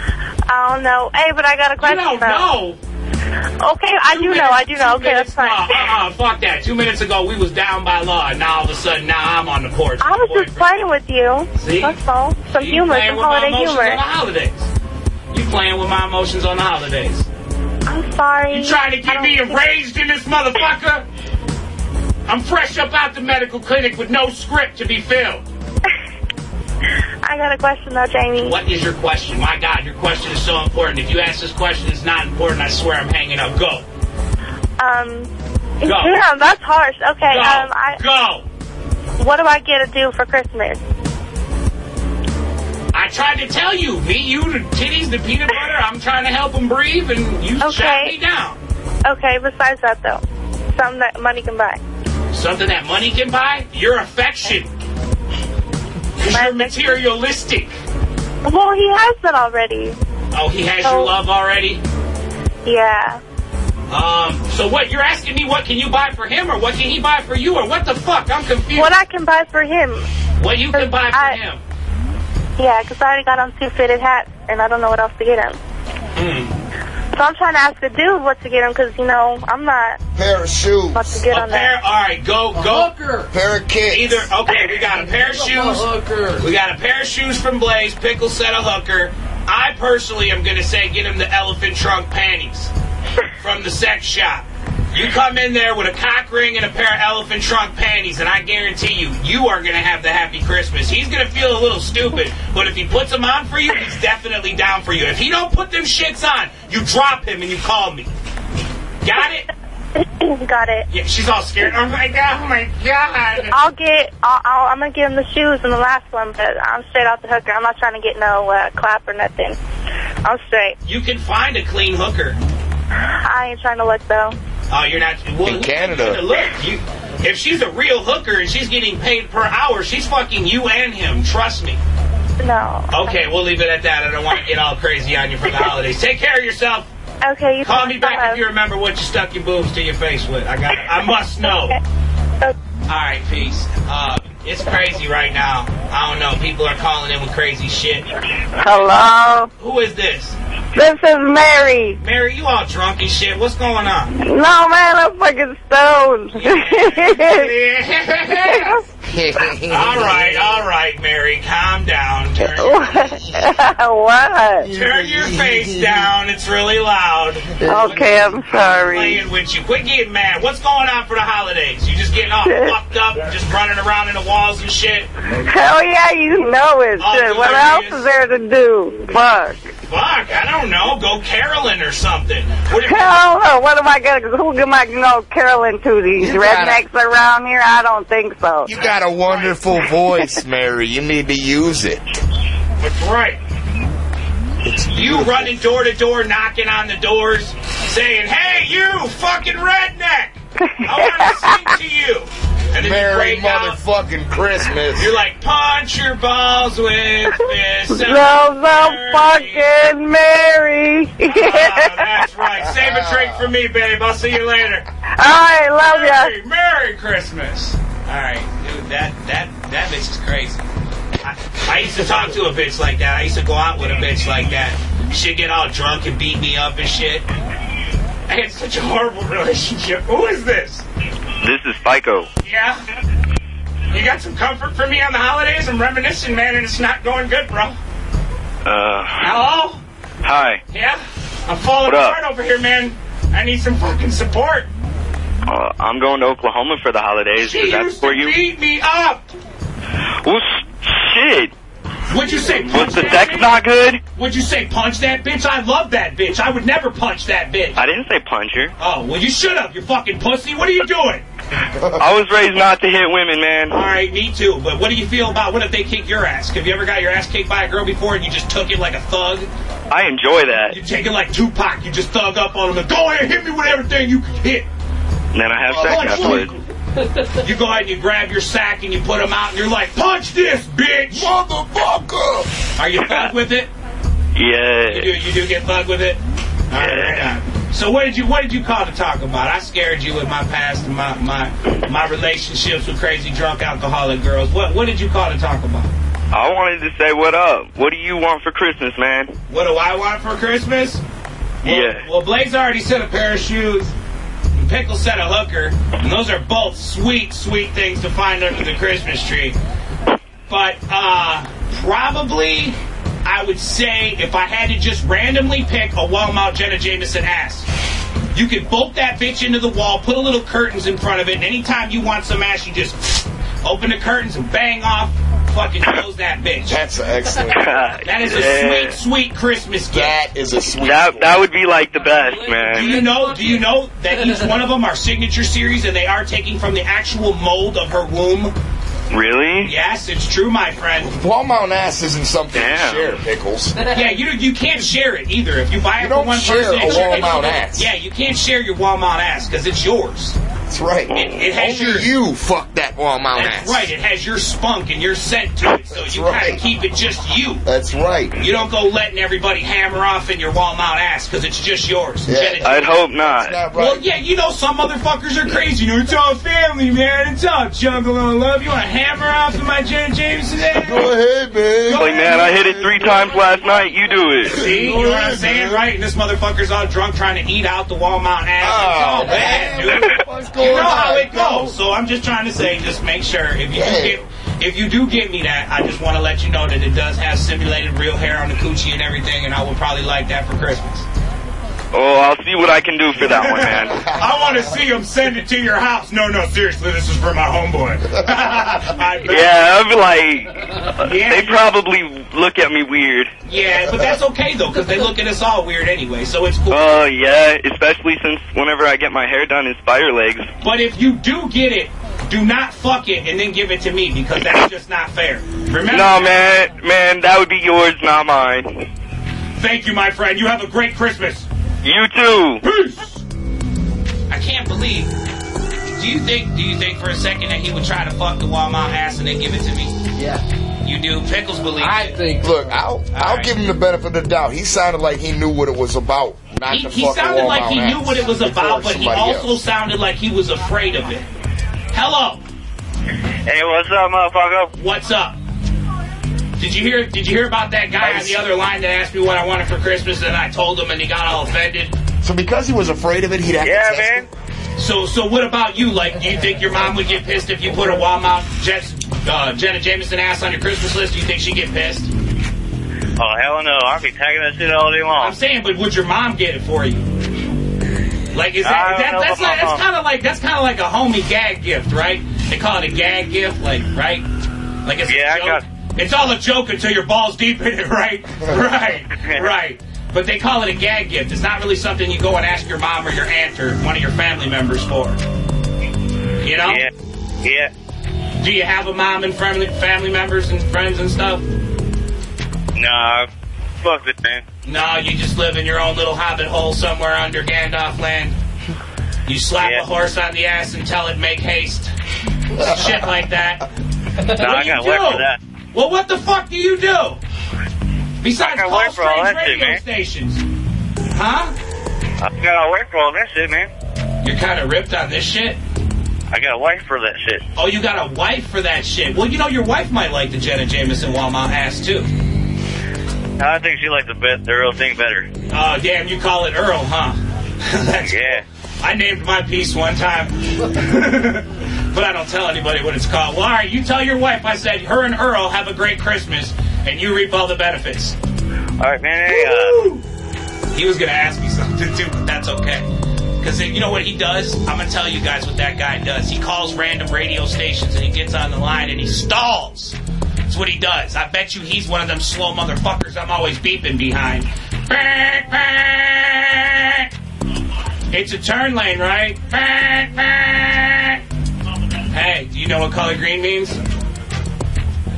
I don't know. Hey, but I got a question.
don't
though.
know.
Okay, I do know. I do know. Okay, that's fine.
Uh uh, fuck that. Two minutes ago, we was down by law, and now all of a sudden, now I'm on the porch.
I was just playing with you.
See?
That's all. Some
You
humor,
playing
some
with my
holiday
emotions
humor.
on the holidays. You playing with my emotions on the holidays.
I'm sorry.
You trying to get me enraged in this motherfucker? I'm fresh up out the medical clinic with no script to be filled.
I got a question though, Jamie.
What is your question? My God, your question is so important. If you ask this question, it's not important. I swear I'm hanging up. Go.
Um, [laughs]
Go.
damn, that's harsh. Okay,
Go.
um, I.
Go.
What do I get to do for Christmas?
I tried to tell you, V, you the titties, the peanut butter. I'm trying to help them breathe, and you shot me down.
Okay, besides that though, something that money can buy.
Something that money can buy? Your affection. 'Cause You're materialistic.
Well, he has that already.
Oh, he has your love already?
Yeah.
Um, so what? You're asking me what can you buy for him, or what can he buy for you, or what the fuck? I'm confused.
What I can buy for him?
What you can buy for
I-
him?
Yeah, 'cause I already got him two fitted hats, and I don't know what else to get him. So I'm trying to ask the dude what to get him 'cause you know I'm not
pair of shoes.
about to get
A
on that.
pair. All right, go, go.
Pair of kicks.
Either okay, we got a pair of
Give him
shoes.
a
We got a pair of shoes from Blaze. Pickle said a hooker. I personally am gonna say get him the elephant trunk panties from the sex shop. You come in there with a cock ring and a pair of elephant trunk panties, and I guarantee you, you are gonna have the happy Christmas. He's gonna feel a little stupid, but if he puts them on for you, he's definitely down for you. If he don't put them shits on, you drop him and you call me. Got it?
[laughs] Got it.
Yeah, she's all scared. I'm like, oh my god.
I'll get. I'll, I'll, I'm gonna give him the shoes and the last one, but I'm straight out the hooker. I'm not trying to get no uh, clap or nothing. I'm straight.
You can find a clean hooker.
I ain't trying to look though.
Oh, you're not well, in Canada. Look, you, if she's a real hooker and she's getting paid per hour, she's fucking you and him. Trust me.
No.
Okay, we'll leave it at that. I don't want to get all crazy on you for the holidays. Take care of yourself.
Okay, you
Call me back if you remember what you stuck your boobs to your face with. I got. I must know. All right, peace. Uh, it's crazy right now. I don't know. People are calling in with crazy shit.
Hello?
Who is this?
This is Mary.
Mary, you all drunk and shit. What's going on?
No, man, I'm fucking stoned. [laughs]
[laughs] all
[laughs]
right, all right, Mary, calm down. Turn,
what?
turn your
[laughs]
face down. It's really loud.
Okay, I'm sorry.
Playing with you. Quit getting mad. What's going on for the holidays? You just getting all fucked up, and just running around in the walls and
[laughs]
shit.
Hell yeah, you know it.
Oh,
Shit, what else is there to do? Fuck.
Fuck, I don't know. Go caroling or something. What if-
Hell no, what am I gonna, who am I gonna go caroling to? These
You gotta-
rednecks around here? I don't think so.
You got a wonderful
[laughs]
voice, Mary. You need to use it.
That's right. You running door to door, knocking on the doors, saying, "Hey, you fucking redneck! I
[laughs]
want to sing to you." And then
Merry
you break out.
motherfucking Christmas.
You're like, punch your balls
[laughs]
with fists.
So, so fucking Mary.
That's right. Save a drink for me, babe. I'll see you later.
I love ya.
Merry, Merry Christmas. All right, dude. That that that bitch is crazy. I, I used to talk to a bitch like that. I used to go out with a bitch like that. She'd get all drunk and beat me up and shit. I had such a horrible relationship. Who is this?
This is FICO.
Yeah? You got some comfort for me on the holidays? I'm reminiscing, man, and it's not going good, bro.
Uh,
Hello?
hi.
Yeah? I'm falling
What up?
apart over here, man. I need some fucking support.
Uh, I'm going to Oklahoma for the holidays.
She
Is that
used
for
to
you?
beat me up.
Well, shit.
What'd you say?
Was the sex not good?
Would you say punch that bitch? I love that bitch. I would never punch that bitch.
I didn't say punch her.
Oh, well, you shut up, you fucking pussy. What are you doing?
[laughs] I was raised not to hit women, man.
All right, me too. But what do you feel about what if they kick your ass? Have you ever got your ass kicked by a girl before and you just took it like a thug?
I enjoy that.
You take it like Tupac. You just thug up on them and go ahead, hit me with everything you can hit.
And then I have
Oh,
sex
punch
afterwards.
you go ahead and you grab your sack and you put them out and you're like, punch this, bitch, motherfucker. Are you thug with it? You do,
Yeah.
you do get thug with it. All right, right on. So what did you what did you call to talk about? I scared you with my past and my my my relationships with crazy drunk alcoholic girls. What what did you call to talk about?
I wanted to say what up. What do you want for Christmas, man?
What do I want for Christmas? Well,
Yeah.
Well, Blaze already said a pair of shoes. and Pickle said a hooker. And those are both sweet, sweet things to find under the Christmas tree. But uh, probably, I would say if I had to just randomly pick a Walmart Jenna Jameson ass, you could bolt that bitch into the wall, put a little curtains in front of it, and anytime you want some ass, you just open the curtains and bang off, fucking close that bitch.
That's an excellent.
That is a sweet, sweet Christmas gift.
That is a sweet.
That that would be like the best,
Do you
man.
know? Do you know
[laughs]
that each one of them are signature series, and they are taking from the actual mold of her womb?
Really?
Yes, it's true, my friend.
Walmart ass isn't something
Damn.
to share, pickles.
Yeah, you you can't share it either. If you buy it
You
for
don't
one
share
person,
a
it's-
Walmart ass.
Yeah, you can't share your Walmart ass because it's yours.
That's right.
It, it has
Only
your
you fuck that Walmart ass.
that's right. It has your spunk and your scent to it, so you
right.
gotta keep it just you.
That's right.
You don't go letting everybody hammer off in your Walmart ass because it's just yours.
Yeah.
Jenna-
I'd hope not.
Not
Well,
right.
yeah, you know some motherfuckers are crazy. You know, it's all family, man. It's all jungle and love. You want to hammer off to my Jen James today?
Go ahead, man.
Like, man, I hit it three times last night. You do it.
See, you know what I'm saying, right? And this motherfucker's all drunk trying to eat out the Walmart ass.
Oh,
it's all bad,
man.
dude.
What's
You
going
know how it
on?
goes. So I'm just trying to say, just make sure if you do
Yeah.
get, if you do get me that, I just want to let you know that it does have simulated real hair on the coochie and everything, and I would probably like that for Christmas.
Oh, I'll see what I can do for that one, man.
[laughs] I want to see him send it to your house. No, no, seriously, this is for my homeboy. [laughs] I bet.
Yeah, I'm like,
Yeah.
they probably look at me weird.
Yeah, but that's okay though, because they look at us all weird anyway, so it's cool.
Oh, yeah, especially since whenever I get my hair done, it's spider legs.
But if you do get it, do not fuck it and then give it to me because that's just not fair. Remember?
No, man, man, that would be yours, not mine.
Thank you, my friend. You have a great Christmas.
You too.
Peace. I can't believe. Do you think? Do you think for a second that he would try to fuck the Walmart ass and then give it to me?
Yeah.
You do. Pickles believe.
I
it.
think.
Look, I'll I'll
right.
give him the benefit of the doubt. He sounded like he knew what it was about. Not
he,
the
he
fucking
sounded like
Walmart
he
ass
knew what it was
before
about, but he
somebody
also
else.
sounded like he was afraid of it. Hello,
Hey, what's up, motherfucker?
what's up? Did you hear? Did you hear about that guy on the other line that asked me what I wanted for Christmas, and I told him, and he got all offended?
So because he was afraid of it, he'd have to test it?
So, so what about you? Like, do you think your mom would get pissed if you put a Walmart Jets, uh, Jenna Jameson ass on your Christmas list? Do you think she'd get pissed?
Oh, hell no. I'll be tagging that shit all day
I'm
long.
saying, but would your mom get it for you? Like, is
I
that,
don't
that
know
that's like
about my
that's
mom.
kind of like that's kind of like a homie gag gift, right? They call it a gag gift, like right? Like it's
Yeah,
a
I
joke.
got-
it's all a joke until your balls deep in it, [laughs] right?
[laughs]
right, right. But they call it a gag gift. It's not really something you go and ask your mom or your aunt or one of your family members for. You know?
Yeah.
Do you have a mom and family family members and friends and stuff?
Nah. Fuck it, man.
No, you just live in your own little hobbit hole somewhere under Gandalf land. You slap
Yeah.
a horse on the ass and tell it make haste. Shit like that.
Nah, I
What do you
gotta work
do?
for that.
Well, what the fuck do you do? Besides
I gotta
call
work for all
strange
that shit,
radio
man.
stations. Huh?
I gotta work for all that shit, man.
You're kind of ripped on this shit.
I got a wife for that shit.
Oh, you got a wife for that shit. Well, you know, your wife might like the Jenna Jameson Walmart ass, too.
I think she liked the best, the real thing better.
Oh, damn, you call it Earl, huh? [laughs] That's yeah. I named my piece one time. [laughs] but I don't tell anybody what it's called. Well, all right, you tell your wife I said her and Earl have a great Christmas, and you reap all the benefits.
All right, man. hey, uh,
He was gonna ask me something [laughs] too, but that's okay. Cause you know what he does? I'm gonna tell you guys what that guy does. He calls random radio stations and he gets on the line and he stalls. That's what he does. I bet you he's one of them slow motherfuckers I'm always beeping behind. It's a turn lane, right? Hey, do you know what color green means?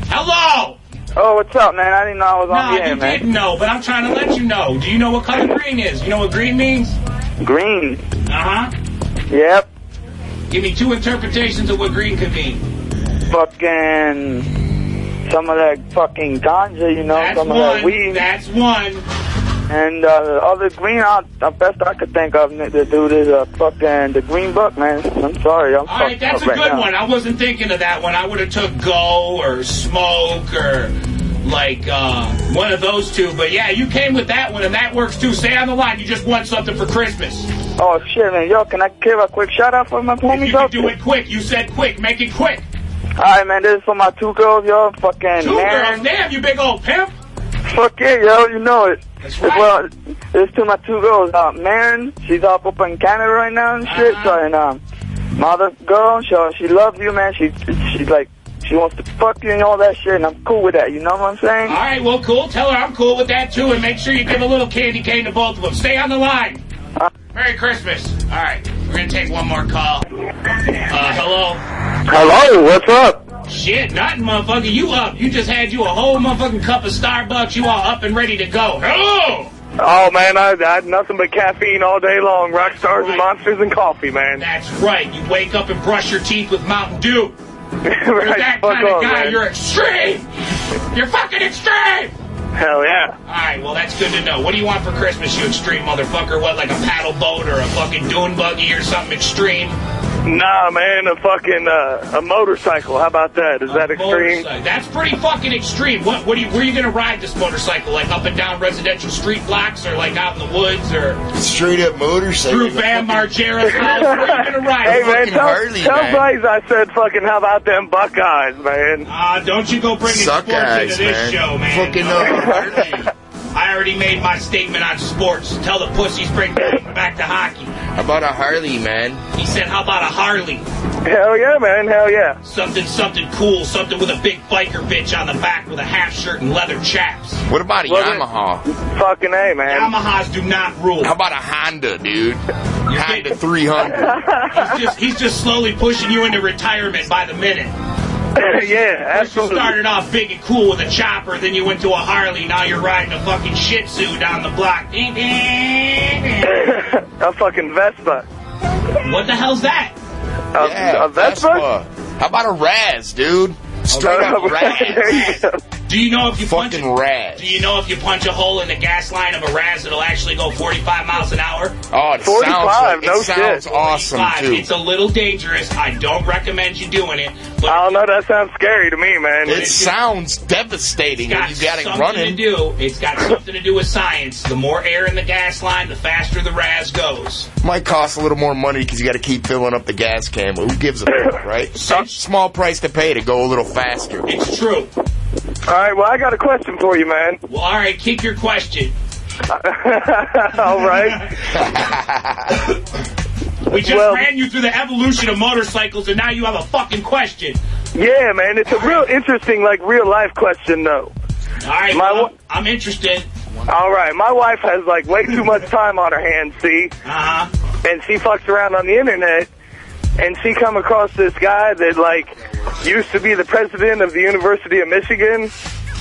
Hello!
Oh, what's up, man? I didn't know I was on
No,
the air,
you
man.
didn't know, but I'm trying to let you know. Do you know what color green is? You know what green means?
Green.
Uh huh.
Yep.
Give me two interpretations of what green could mean.
Fucking some of that fucking ganja, you know, some of
one.
that weed.
That's one.
And uh, the other green, I, the best I could think of, n- the dude is uh, fucking the green buck, man. I'm sorry, I'm
All right,
fucked
that's
up
a
right
good
now.
one. I wasn't thinking of that one. I would have took go or smoke or like uh, one of those two. But yeah, you came with that one, and that works too. Stay on the line. You just want something for Christmas.
Oh shit, man, yo, can I give a quick shout out for my homies
You can do it quick. You said quick. Make it quick.
All right, man, this is for my two girls, yo. Fucking
Two
Mary.
girls. Damn, you big old pimp.
Fuck it, yo, you know it. Well, it's to my two girls. Uh, Marin, she's up up in Canada right now and shit.
Uh-huh.
So, and um, my other girl, she, she loves you, man. She she's like she wants to fuck you and all that shit, and I'm cool with that. You know what I'm saying?
All right, well, cool. Tell her I'm cool with that too, and make sure you give a little candy cane to both of them. Stay on the line. Merry Christmas. All right, we're gonna take one more call. Uh, hello.
Hello, what's up?
Shit, nothing, motherfucker. You up? You just had you a whole motherfucking cup of Starbucks. You all up and ready to go. Hello.
Oh man, I, I had nothing but caffeine all day long. Rock stars and monsters and coffee, man.
That's right. You wake up and brush your teeth with Mountain
[laughs]
Dew. You're that
fuck
kind of
off,
guy.
man.
You're extreme. You're fucking extreme.
Hell yeah.
All right, well that's good to know. What do you want for Christmas, you extreme motherfucker? What, like a paddle boat or a fucking dune buggy or something extreme?
Nah, man, a fucking uh, a motorcycle. How about that? Is that extreme?
Motorcycle. That's pretty fucking extreme. What? What? Are you, where are you gonna ride this motorcycle? Like up and down residential street blocks, or like out in the woods, or
Straight up motorcycle.
through Van Margera's house? Where are you gonna ride?
[laughs] Hey man,
Fucking
tell,
Harley,
tell
man.
Blaze I said fucking how about them Buckeyes, man.
Ah, don't you go bringing
Suck
sports
eyes,
into this
man.
show, man.
Fucking
No.
up
I already made my statement on sports. Tell the pussies bring back to hockey.
How about a Harley, man?
He said, "How about a Harley?
Hell yeah, man. Hell yeah.
Something, something cool. Something with a big biker bitch on the back with a half shirt and leather chaps."
What about a
Well, then-
Yamaha?
Fucking A, man.
Yamahas do not rule.
How about a Honda, dude? Honda 300.
he's just he's just slowly pushing you into retirement by the minute.
[laughs] yeah,
absolutely. You started off big and cool with a chopper, then you went to a Harley. Now you're riding a fucking Shih Tzu down the block. Ding, ding, ding.
[laughs] a fucking Vespa.
What the hell's that?
A,
Yeah,
a Vespa?
How about a Raz, dude? Straight up Raz.
Do you know if you
fucking Raz?
Do you know if you punch a hole in the gas line of a Raz, it'll actually go 45 miles an hour?
Oh, it 45, sounds like- it no sounds shit. awesome,
45.
too.
It's a little dangerous. I don't recommend you doing it. But
I don't know. That sounds scary to me, man.
It
sounds devastating
It's got something to do. It's got something to do with science. The more air in the gas line, the faster the Raz goes.
Might cost a little more money because you got to keep filling up the gas can, but who gives a fuck, right? Some small price to pay to go a little faster.
It's true.
All right, well, I got a question for you, man.
Well, all right, kick your question.
[laughs] all
[laughs]
right.
We just
Well-
ran you through the evolution of motorcycles, and now you have a fucking question.
Yeah, man. It's a real interesting, like, real life question, though.
All right,
My
well,
wa-
I'm interested.
All right, my wife has like way too much time on her hands, see?
Uh-huh.
And she fucks around on the internet, and she come across this guy that like used to be the president of the University of Michigan,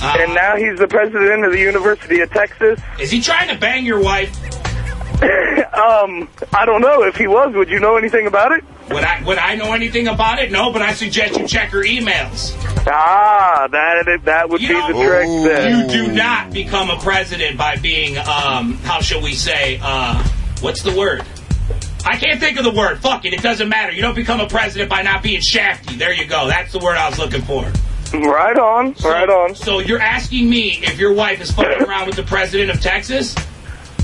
and now he's the president of the University of Texas.
Uh-huh. Is he trying to bang your wife?
[laughs] um, I don't know if he was. Would you know anything about it?
Would I would I know anything about it? No, but I suggest you check her emails.
Ah, that that would be the trick then.
You do not become a president by being um how shall we say uh what's the word? I can't think of the word. Fuck it. It doesn't matter. You don't become a president by not being shafty. There you go. That's the word I was looking for.
Right on. right on.
So you're asking me if your wife is fucking around with the president of Texas?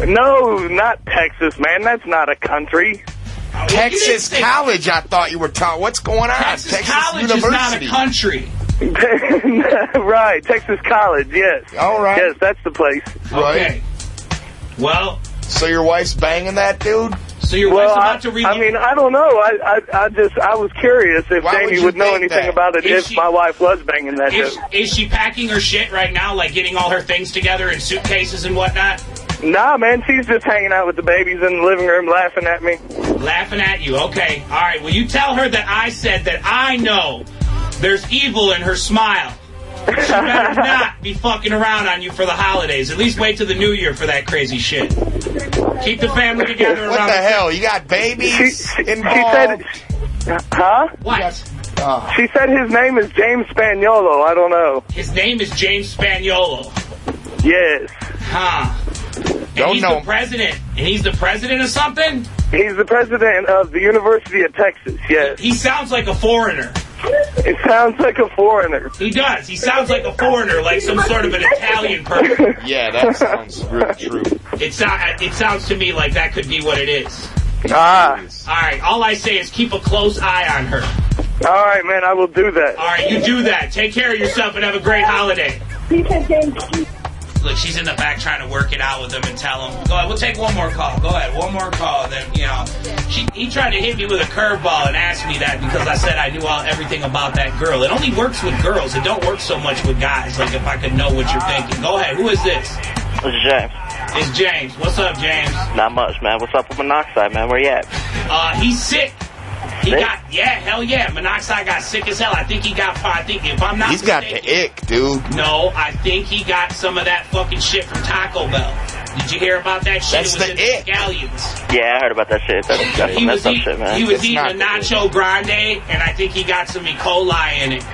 No, not Texas, man. That's not a country.
Texas College, I thought you were taught. What's going on? Texas,
College is not a
University.
country.
[laughs] right, Texas College. Yes. All right. Yes, that's the place.
Okay. Well.
So your wife's banging that dude?
So your
well,
wife's about
I,
to read.
I mean, I don't know. I, I, I just, I was curious if
Why would
Jamie
you
would, know
think
anything
that?
about it
Is
if
she-
my wife was banging that dude.
Is, is she packing her shit right now, like getting all her things together in suitcases and whatnot?
Nah, man, she's just hanging out with the babies in the living room, laughing at me.
Laughing at you. Okay. All right. Well, you tell her that I said that I know there's evil in her smile. She better not be fucking around on you for the holidays. At least wait till the new year for that crazy shit. Keep the family together.
What
around
the hell? You got babies involved?
Huh?
What?
Ah.
She said his name is James Spaniolo. I don't know.
His name is James Spaniolo.
Yes.
Huh. And
Don't
he's
know
the
him.
president. And he's the president of something?
He's the president of the University of Texas. Yes.
He sounds like a foreigner.
It sounds like a foreigner.
He does. He sounds like a foreigner, like some sort of an Italian person.
Yeah, that sounds real true.
[laughs]
It, so- it sounds to me like that could be what it is.
Ah.
All right. All I say is keep a close eye on her.
All right, man. I will do that.
All right. You do that. Take care of yourself and have a great holiday. Look, she's in the back trying to work it out with him and tell him. Go ahead. We'll take one more call. Go ahead. One more call. Then you know, she, he tried to hit me with a curveball and asked me that because I said I knew all everything about that girl. It only works with girls. It don't work so much with guys. Like if I could know what you're thinking. Go ahead. Who is this?
It's James.
It's James. What's up, James?
Not much, man. What's up with monoxide, man? Where you at?
Uh, he's sick. He
Sick?
got yeah, hell yeah. Monoxide got sick as hell. I think he got. I think if I'm not
He's got
mistaken-
the ick, dude.
No, I think he got some of that fucking shit from Taco Bell. Did you hear about that shit?
That's
it was
the
in the scallions.
Yeah, I heard about that shit. That's, that's
He
some messed up
was, eat-
shit, man.
he was eating a nacho grande, and I think he got some E. coli in it.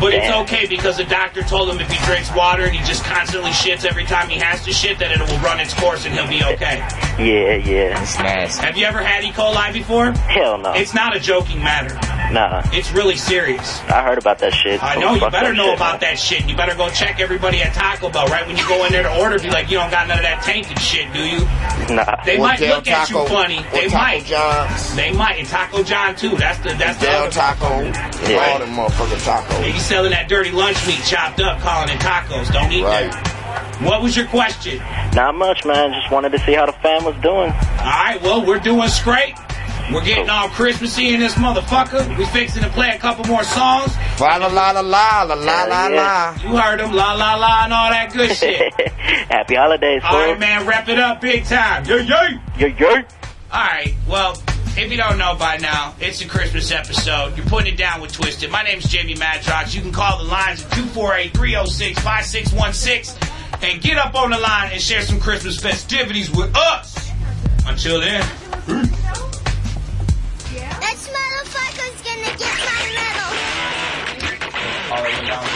But it's
Damn.
okay because the doctor told him if he drinks water and he just constantly shits every time he has to shit, that it will run its course and he'll be okay.
Yeah, yeah. It's
Have you ever had E. coli before?
Hell no.
It's not a joking matter.
Nah.
It's really serious.
I heard about that shit.
I know. You
Oh, Fuck
better
that
know
shit,
about that shit. You better go check everybody at Taco Bell right when you go in there to order. Be like, you don't got none of that tainted shit, do you?
Nah.
They
Or
might
Del
look
Taco-
at you funny.
or
They
Taco
might. They might. And Taco John too. That's the that's
Del
the Taco.
Yeah. All them motherfucking tacos.
He's selling that dirty lunch meat chopped up, calling it tacos. Don't eat that. What was your question?
Not much, man. Just wanted to see how the fam was doing.
All right, well, we're doing straight. We're getting all Christmassy in this motherfucker. We fixing to play a couple more songs.
La la la la la la la la la.
You heard them, la la la, and all that
[laughs]
[laughs]
good shit.
Happy holidays,
All
fool.
right, man, wrap it up big time. Yay, yay.
Yay, yay.
All right, well, if you don't know by now, it's a Christmas episode. You're putting it down with Twisted. My name's Jamie Madrox. You can call the lines at 248-306-5616 and get up on the line and share some Christmas festivities with us. Until then.
This motherfucker's gonna get my medal.
All right, we're down.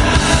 Bring it down.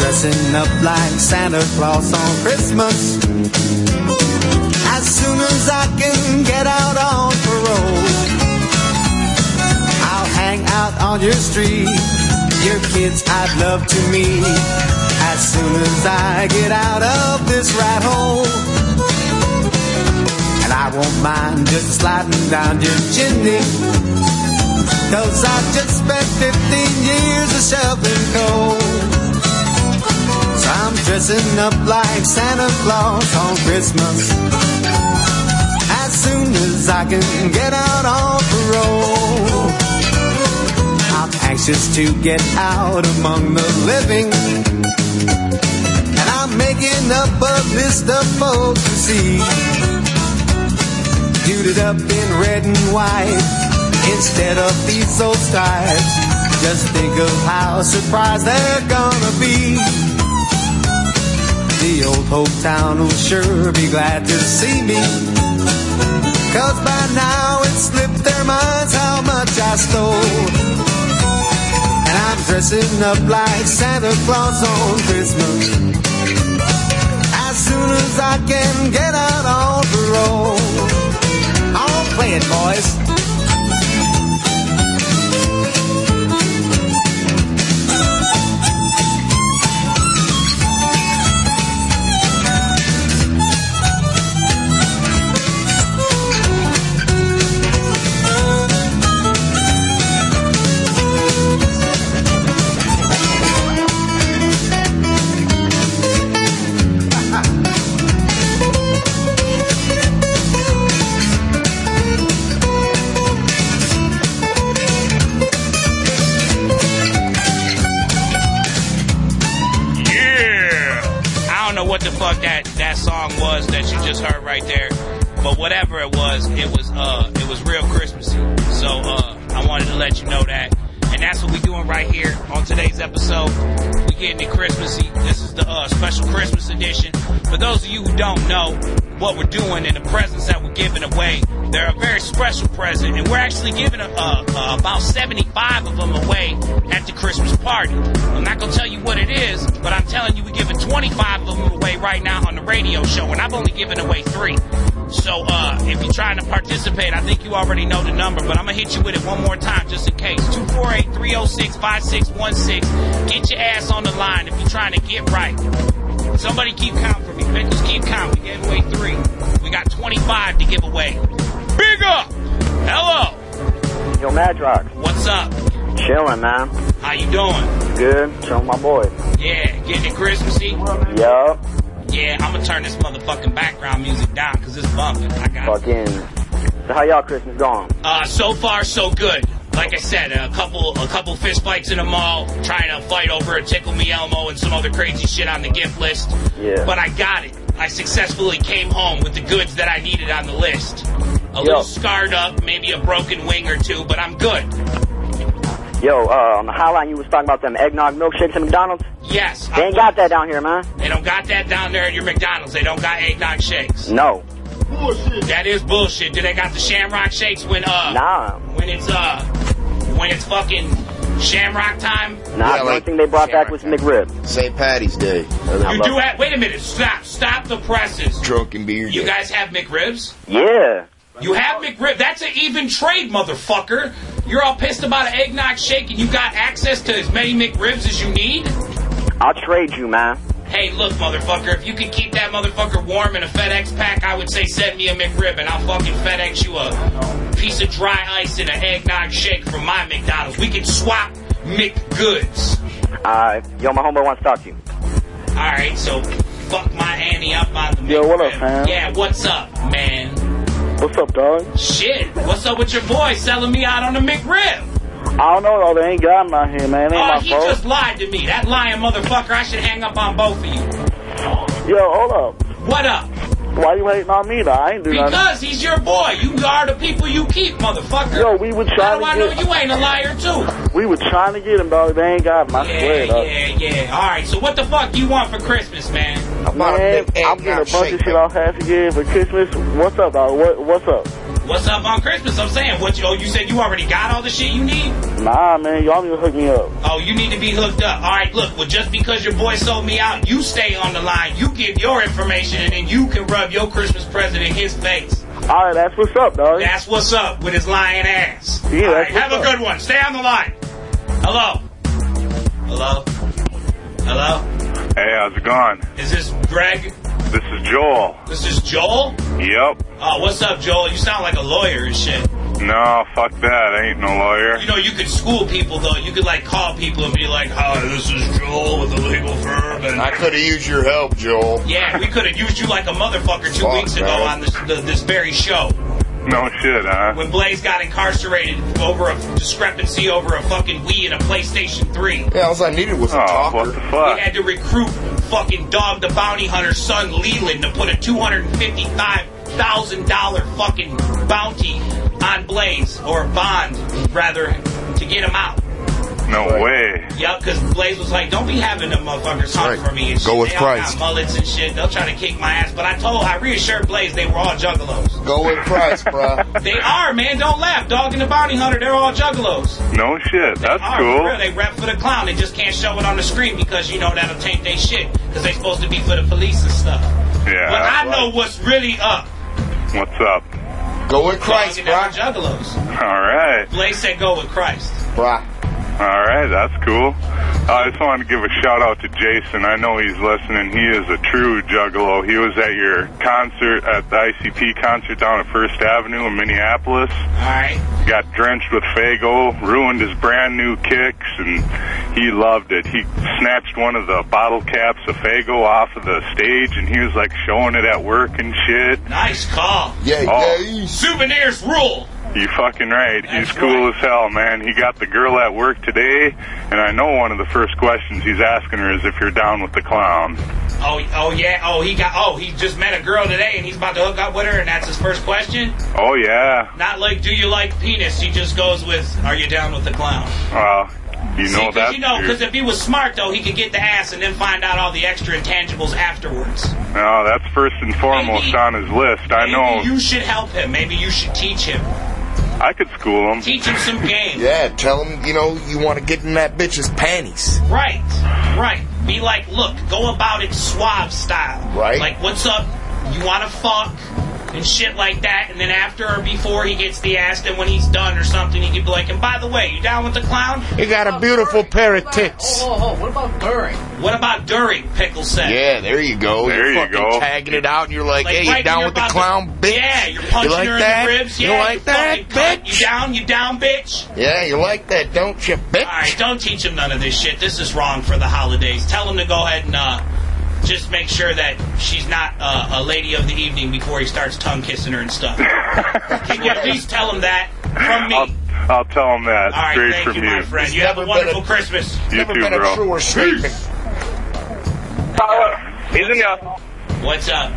dressing up like Santa Claus on Christmas. As soon as I can get out on parole, I'll hang out on your street. Your kids I'd love to meet. As soon as I get out of this rat hole, and I won't mind just sliding down your chimney. Cause I just spent 15 years of shoveling coal. So I'm dressing up like Santa Claus on Christmas. As soon as I can get out on parole, I'm anxious to get out among the living. And I'm making up a list of folks to see. Duded up in red and white instead of these old styles. Just think of how surprised they're gonna be. The old Hope Town will sure be glad to see me. Cause by now it slipped their minds how much I stole. And I'm dressing up like Santa Claus on Christmas. As soon as I can get out on parole. I'll play it, boys.
Yeah. I don't know what the fuck that that song was that you just heard right there, but whatever it was, it was uh it was real Christmassy. So uh I wanted to let you know that, and that's what we doing right here on today's episode. We getting it Christmassy. This is the uh, special Christmas edition. For those of you who don't know what we're doing and the presents that we're giving away, they're a very special present, and we're actually giving a, uh uh about 75 of them away at the Christmas party. I'm not gonna tell you what it is, but I'm telling you we're giving 25 of them away right now on the radio show, and I've only given away three. So uh, if you're trying to participate, I think you already know the number, but I'm gonna hit you with it one more time just in case. 248-306-5616. Get your ass on the line if you're trying to get right. Somebody keep count for me. Bitches keep count. We gave away three. We got 25 to give away. Big up! Hello!
Yo, Madrox.
What's up?
Chilling, man.
How you doing?
Good. Chilling my boy.
Yeah, getting it Christmassy?
Yup.
Yeah, I'm gonna turn this motherfucking background music down because it's bumping. I got
Fucking. So how y'all Christmas going?
Uh, so far, so good. Like I said, a couple a couple fist fights in the mall, trying to fight over a tickle me Elmo and some other crazy shit on the gift list.
Yeah.
But I got it. I successfully came home with the goods that I needed on the list. A little scarred up, maybe a broken wing or two, but I'm good.
Yo, uh, on the highline you was talking about them eggnog milkshakes at McDonald's.
Yes.
They ain't got that down here, man.
They don't got that down there at your McDonald's. They don't got eggnog shakes.
No.
That is bullshit. Do they got the shamrock shakes when uh
Nah.
when it's uh when it's fucking shamrock time?
Nah, the only thing they brought back was McRib.
St. Patty's Day.
You do have wait a minute, stop, stop the presses.
drunken beer.
You
day.
guys have McRibs?
Yeah.
You have McRib. That's an even trade, motherfucker. You're all pissed about an eggnog shake and you got access to as many McRibs as you need?
I'll trade you, man.
Hey, look, motherfucker, if you can keep that motherfucker warm in a FedEx pack, I would say send me a McRib and I'll fucking FedEx you a piece of dry ice and an eggnog shake from my McDonald's. We can swap McGoods.
Uh, yo, my homeboy wants to talk to you.
Alright, so fuck my Annie up on the
Yo, what up,
McRib. Yeah, what's up, man?
What's up, dog?
Shit, what's up with your boy selling me out on the McRib?
I don't know, though. They ain't got none here, man. It ain't
Oh,
my
he
fault.
just lied to me. That lying motherfucker, I should hang up on both of you.
Yo, hold up.
What up?
Why you hating on me, though? I ain't do
Because he's your boy. You are the people you keep, motherfucker.
Yo, we were
How
trying
do
to
I know
get-
you ain't a liar too?
nothing. We were trying to get him, dog. They ain't got him. I
Yeah,
swear, dog.
yeah, yeah. All right. So what the fuck you want for Christmas, man?
Man, I'm getting a bunch of shit off half again for Christmas. What's up, dog? What, what's up?
What's up on Christmas? I'm saying, what? You, oh, you said you already got all the shit you need.
Nah, man, y'all need to hook me up.
Oh, you need to be hooked up. All right, look. Well, just because your boy sold me out, you stay on the line. You give your information, and then you can rub your Christmas present in his face.
All right, that's what's up, dog.
That's what's up with his lying ass.
Yeah,
All
that's
right, have a
what's up.
good one. Stay on the line. Hello. Hello. Hello.
Hey, how's it going?
Is this Greg?
This is Joel.
This is Joel.
Yep.
Oh, what's up, Joel? You sound like a lawyer and shit.
No, fuck that. I ain't no lawyer.
You know, you could school people though. You could like call people and be like, "Hi, this is Joel with the legal
[laughs]
firm." And
I could have used your help, Joel.
yeah, we could have used you like a motherfucker two
Fuck,
weeks ago
man.
on this the, this very show
No shit, huh?
when Blaze got incarcerated over a discrepancy over a fucking Wii and a PlayStation Three.
Yeah, all I needed
Oh,
was a talker. What the
We had to recruit fucking Dog the Bounty Hunter's son Leland to put a two hundred and fifty-five thousand dollar fucking bounty on Blaze or bond rather to get him out.
No way.
Yeah, because Blaze was like, "Don't be having them motherfuckers hunt
Right.
for me and
Go
shit.
with
they all
Christ.
got mullets and shit. They'll try to kick my ass." But I told, I reassured Blaze they were all juggalos.
Go with Christ, bro.
They are, man. Don't laugh. Dog and the Bounty Hunter, they're all juggalos.
[laughs] No shit. That's
Are, for real.
cool.
They rap for the clown. They just can't show it on the screen because you know that'll taint they shit. Because they supposed to be for the police and stuff.
Yeah.
But I know what's really up.
What's up?
Go with
Christ, bro. Juggalos.
All right.
Blaze said, "Go with Christ."
Bruh.
All right, that's cool. I just wanted to give a shout out to Jason. I know he's listening. He is a true juggalo. He was at your concert at the ICP concert down at First Avenue in Minneapolis.
Alright.
Got drenched with Fago, ruined his brand new kicks, and he loved it. He snatched one of the bottle caps of Fago off of the stage, and he was like showing it at work and shit.
Nice call.
Yeah, Oh. yeah.
Souvenirs rule.
You fucking right. he's cool as hell, man. He got the girl at work today, and I know one of the first questions he's asking her is if you're down with the clown.
Oh, oh yeah. Oh, he got. Oh, he just met a girl today, and he's about to hook up with her, and that's his first question.
Oh yeah.
Not like, do you like penis? He just goes with, are you down with the clown?
Well, you know
Because
that.
you know, because if he was smart though, he could get the ass and then find out all the extra intangibles afterwards.
No, that's first and foremost on his list. I know.
Oh. You should help him. Maybe you should teach him.
I could school him.
Teach him some game.
Yeah, tell him, you know, you want to get in that bitch's panties.
Right, right. Be like, look, go about it suave style.
Right.
Like, what's up? You want to fuck and shit like that, and then after or before he gets the ass, then when he's done or something, he could be like, and by the way, you down with the clown?
You got a beautiful pair of tits.
Oh, oh, what about during?
What about during pickle sex?
Yeah, there you go.
There
you're
Oh, you
fucking
go.
tagging it out, and you're like, hey, you
right
down
when
with the
you're
clown,
about to-
bitch?
Yeah, you're punching
you like
her in
that?
the ribs.
You
Yeah,
like that,
fucking cunt. You down? You down, bitch?
Yeah, you like that, don't you, bitch?
All right, don't teach him none of this shit. This is wrong for the holidays. Tell him to go ahead and uh, just make sure that she's not uh, a lady of the evening before he starts tongue kissing her and
[laughs]
stuff. Can you at least tell him that from me?
I'll tell him that
All right,
straight
thank
from
you,
you.
my friend. You have a wonderful Christmas.
You Never too, been a bro. truer
statement.
He's in What's up?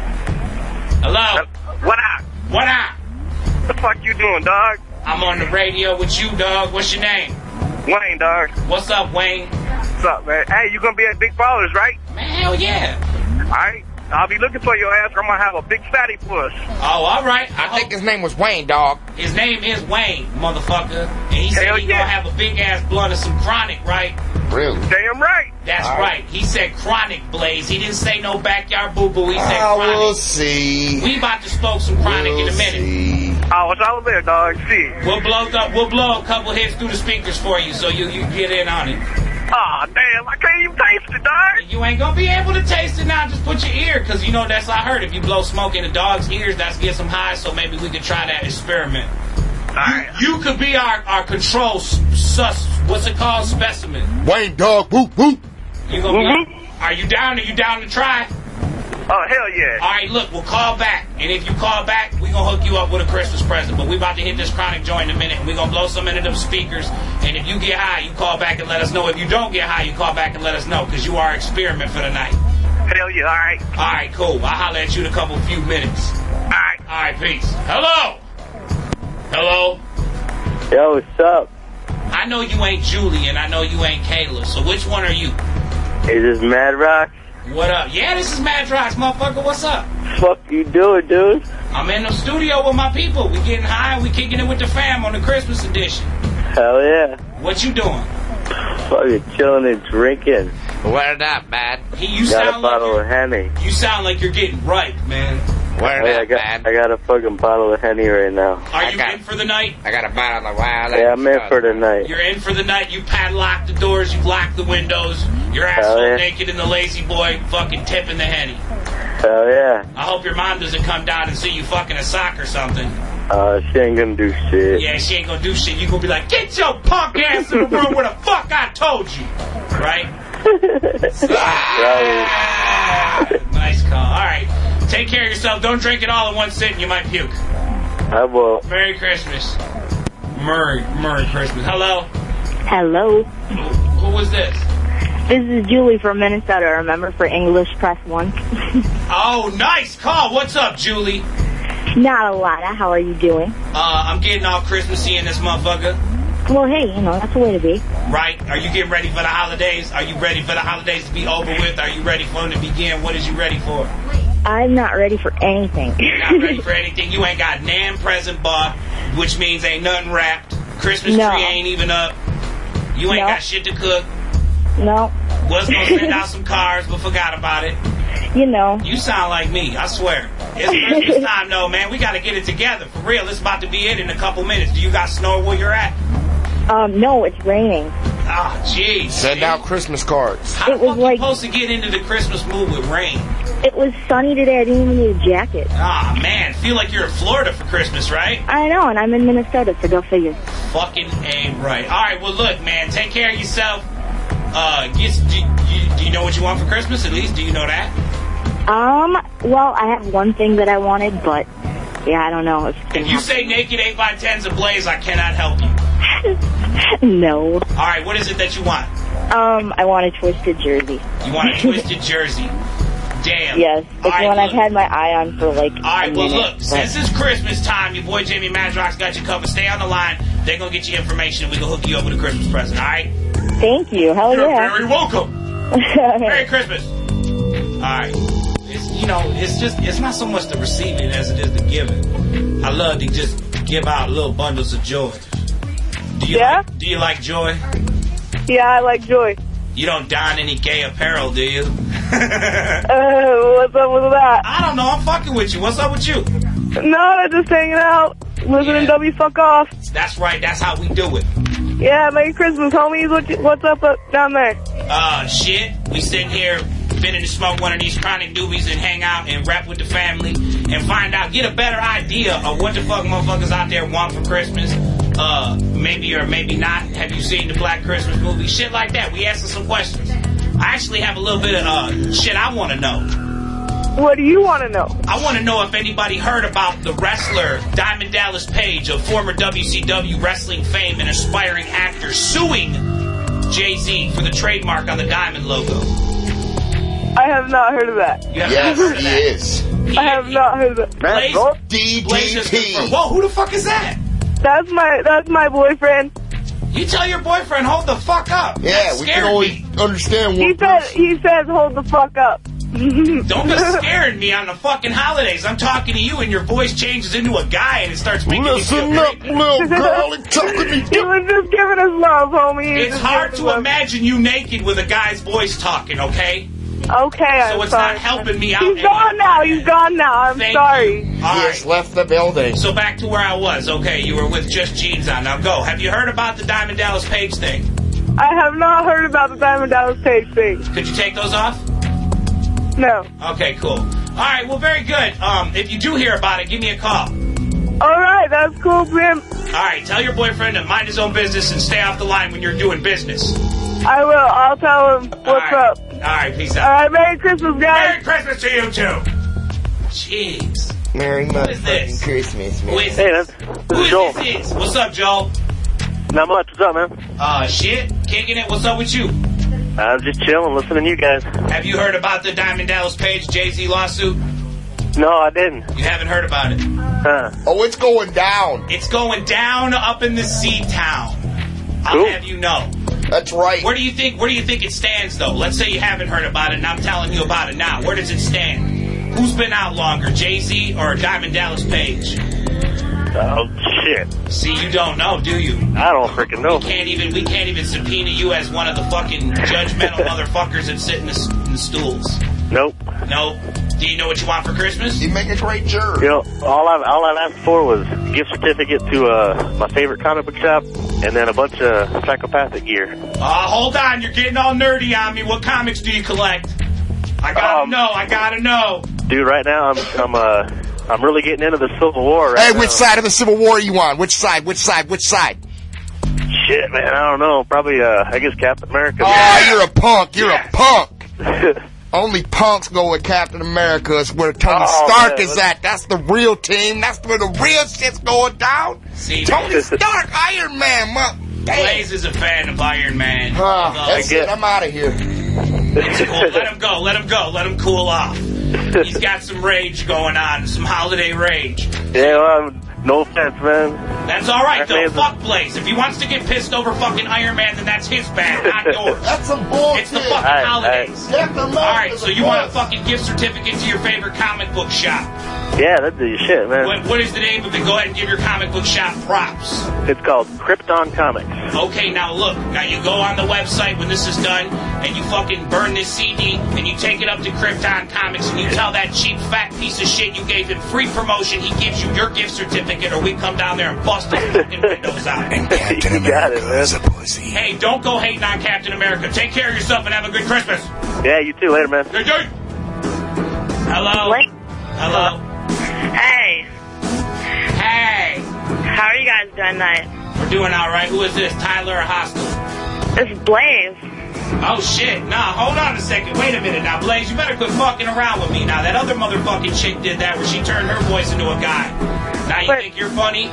Hello. What up? What up? What the fuck you doing, dog? I'm on the radio with you, dog. What's your name? Wayne, dog. What's up, Wayne?
What's up, man? Hey, you gonna be at Big Ballers, right?
Man, hell yeah.
All right. I'll be looking for your ass. I'm gonna have a big fatty puss.
Oh, all right. I,
think his name was Wayne, dog.
His name is Wayne, motherfucker. And he said he's gonna have a big ass blunt and some chronic, right?
Really?
Damn right. That's
All right.
right. He said chronic blaze. He didn't say no backyard boo boo. He said
Ah,
chronic.
we'll see.
We about to smoke some chronic in a minute.
Oh, it's all there, dog. See.
We'll blow th- we'll blow a couple hits through the speakers for you, so you you get in on it.
Aw, damn, I can't even taste it, dog.
You ain't gonna be able to taste it now. Just put your ear, cause you know that's what I heard. If you blow smoke in a dog's ears, that's get some high. So maybe we could try that experiment. You, you could be our our control s- sus. What's it called? Specimen.
Wayne, dog, whoop, whoop.
You gonna be, Are you down? Are you down to try? Mm-hmm. Oh hell yeah! All right, look, we'll call back, and if you call back, we gonna hook you up with a Christmas present. But we about to hit this chronic joint in a minute. We gonna blow some into them speakers, and if you get high, you call back and let us know. If you don't get high, you call back and let us know, cause you are our experiment for the night. Hell yeah! All right. All right, cool. I'll holler at you in a couple few minutes. All right. All right, peace. Hello. Hello.
Yo, what's up?
I know you ain't Julie, and I know you ain't Kayla. So which one are you?
Is this Mad Rock?
What up? Yeah, this is Mad Rocks, motherfucker. What's up?
fuck you doing, dude?
I'm in the studio with my people. We getting high and we kicking it with the fam on the Christmas edition.
Hell yeah.
What you doing?
Fucking chilling and drinking.
Word up, man. He, you
got a
sound like
bottle of Henny.
you sound like you're getting ripe, man.
Hey, I, got, I got a fucking bottle of Henny right now.
Are you in for the night? I got a bottle of wild.
Yeah, I'm in for tonight.
You're in for the night. You padlock the doors. You lock the windows. Your
Hell
asshole
yeah.
naked in the lazy boy, fucking tipping the henny.
Hell yeah.
I hope your mom doesn't come down and see you fucking a sock or something.
Uh, she ain't gonna do shit.
Yeah, she ain't gonna do shit. You gonna be like, get your punk ass in the room where the fuck I told you, right? nice call. All right, take care of yourself. Don't drink it all in one sitting. You might puke.
I will.
Merry Christmas. Merry Merry Christmas. Hello.
Hello.
Who was this?
This is Julie from Minnesota. Remember for English, press one.
Oh, nice call. What's up, Julie?
Not a lot. How are you doing?
Uh, I'm getting all Christmassy in this motherfucker.
Well, hey, you know that's the way to be.
Right? Are you getting ready for the holidays? Are you ready for the holidays to be over with? Are you ready for them to begin? What is you ready for?
I'm not ready for anything.
Not ready for anything. You ain't got nan present bar, which means ain't nothing wrapped. Christmas
No.
tree ain't even up. You ain't
No.
got shit to cook.
no,
Was gonna send out some cards, but forgot about it.
you know.
You sound like me, I swear. It's
[laughs]
Christmas time though, man. We gotta get it together. For real, it's about to be it in a couple minutes. Do you got snow where you're at?
Um, no, it's raining.
Ah, jeez.
Send out Christmas cards.
How the fuck you supposed to get into the Christmas mood with rain?
It was sunny today. I didn't even need a jacket.
Ah, man, feel like you're in Florida for Christmas, right?
I know, and I'm in Minnesota, so go figure.
Fucking A right. All right, well, look, man, take care of yourself. Uh, get, do, you, do you know what you want for Christmas? At least, do you know that?
Um, well, I have one thing that I wanted, but yeah, I don't know.
If you say naked 8x10s ablaze, I cannot help you.
It's, no.
All right, what is it that you want?
Um, I want a twisted jersey.
You want
[laughs]
a
[laughs]
twisted jersey. Damn.
Yes, it's
All right,
one I've
look.
had my eye on for like.
All right,
a
well,
minute,
look, since it's Christmas time, your boy Jimmy Mazrock's got you covered. Stay on the line. They're going to get you information, and we're going to hook you up with a Christmas present, all right?
but Thank you. Hell
You're
yeah.
very welcome. Merry Christmas. All right. It's, you know, it's just, it's not so much the receiving as it is the giving. I love to just give out little bundles of joy. Do you
Yeah?
Like, do you like joy?
[laughs] Yeah, I like joy.
You don't don any gay apparel, do you? [laughs]
Uh, what's up with that?
I don't know. I'm fucking with you. What's up with you?
No, I'm just hanging out, listening to W Fuck Off.
That's right. That's how we do it.
Yeah, Merry Christmas, homies. What you, what's up, up down there?
Uh, shit. We sitting here finna smoke one of these chronic doobies and hang out and rap with the family and find out, get a better idea of what the fuck motherfuckers out there want for Christmas. Uh, maybe or maybe not. Have you seen the Black Christmas movie? Shit like that. We asking some questions. I actually have a little bit of uh, shit I want to know.
What do you want to know?
I want to know if anybody heard about the wrestler Diamond Dallas Page, a former WCW wrestling fame and aspiring actor, suing Jay Z for the trademark on the Diamond logo.
I have not heard of that.
You haven't Yes, heard of he that?
is. I have not heard of that.
Blaze- Blaze is confirmed. Whoa, who the fuck is that?
That's my that's my boyfriend.
You tell your boyfriend, hold the fuck up.
Yeah,
That
we can
scared
always
me.
Understand
He said he says hold the fuck up.
Don't be scaring me on the fucking holidays. I'm talking to you, and your voice changes into a guy, and it starts making me feel great.
[laughs] He was just giving us love, homie. He was
It's
just
hard
giving
to imagine you naked with a guy's voice talking. Okay.
us- Okay, I'm
So it's
sorry.
not helping me out.
He's
in
gone
my-
now. He's gone now. I'm
Thank
sorry.
you. All right.
left the building.
So back to where I was. Okay, you were with just jeans on. Now go. Have you heard about the Diamond Dallas Page thing?
I have not heard about the Diamond Dallas Page thing.
Could you take those off?
No.
Okay, cool. All right, well, very good. Um, if you do hear about it, give me a call.
[laughs] All right, that's cool, Pim.
All right, tell your boyfriend to mind his own business and stay off the line when you're doing business.
I will. I'll tell him what's up.
All right, peace
All
out.
right, Merry Christmas, guys.
Merry Christmas to you too. Jeez.
Merry
is this?
motherfucking Christmas, man.
Who is this? Who is this? What's up, Joel?
Not much. What's up, man?
Uh, shit, kicking it. What's up with you?
I'm just chilling, listening to you guys.
Have you heard about the Diamond Dallas Page Jay Z lawsuit?
No, I didn't.
You haven't heard about it.
Huh.
Oh, it's going down.
It's going down up in the sea town. I'll have you know.
That's right.
Where do you think? Where do you think it stands, though? Let's say you haven't heard about it, and I'm telling you about it now. Where does it stand? Who's been out longer, Jay Z or Diamond Dallas Page? Oh shit! See, you don't know, do you? I don't freaking know. We can't even we can't even subpoena you as one of the fucking [laughs] judgmental motherfuckers that sit in the, s- in the stools.
Nope.
Nope. Do you know what you want for Christmas? You make a great jerk.
You know, all I've all I've asked for was a gift certificate to uh, my favorite comic book shop, and then a bunch of psychopathic gear.
Uh, hold on, you're getting all nerdy on me. What comics do you collect? I gotta know. I gotta know.
Dude, right now I'm I'm uh I'm really getting into the Civil War. Right
Hey,
now.
which side of the Civil War you on? Which side? Which side? Which side?
Shit, man, I don't know. Probably uh, I guess Captain America.
Oh,
Ah, you're a punk. You're a
[laughs]
punk. Only punks go with Captain America. It's where Tony
Oh,
Stark
man,
is
what-
at. That's the real team. That's where the real shit's going down.
See,
[laughs]
Tony Stark, Iron Man, mu-
Blaze is a fan of Iron Man.
Ah,
Love
that's it. I'm out of here.
It's cool. Let him go. Let him go. Let him cool off. He's got some rage going on, some holiday rage.
Yeah, well, I'm- no offense, man.
That's all right,
Iron
though.
Man's a-
Fuck Blaze. If he wants to get pissed over fucking Iron Man, then that's his bad, not yours.
That's some bullshit.
It's the fucking
Alright,
holidays.
Captain America's
all right, so
a
you want a
boss.
fucking gift certificate to your favorite comic book shop?
Yeah, that'd be shit, man.
What, what is the name of it? Go ahead and give your comic book shop props.
It's called Krypton Comics. [laughs]
Okay, now look. Now you go on the website when this is done, and you fucking burn this CD, and you take it up to Krypton Comics, and you tell that cheap fat piece of shit you gave him free promotion. He gives you your gift certificate, or we come down there and bust his fucking windows out.
Captain America is a pussy.
Hey, don't go hating on Captain America. Take care of yourself and have a good Christmas.
Yeah, you too. Later, man.
Good day. Hello. Hello.
Hey.
Hey.
How are you guys doing tonight?
We're doing all right. Who is this? Tyler or Hostel?
It's Blaze.
Oh shit! Nah, hold on a second. Wait a minute now, Blaze. You better quit fucking around with me. Now that other motherfucking chick did that, where she turned her voice into a guy. Now you think you're funny?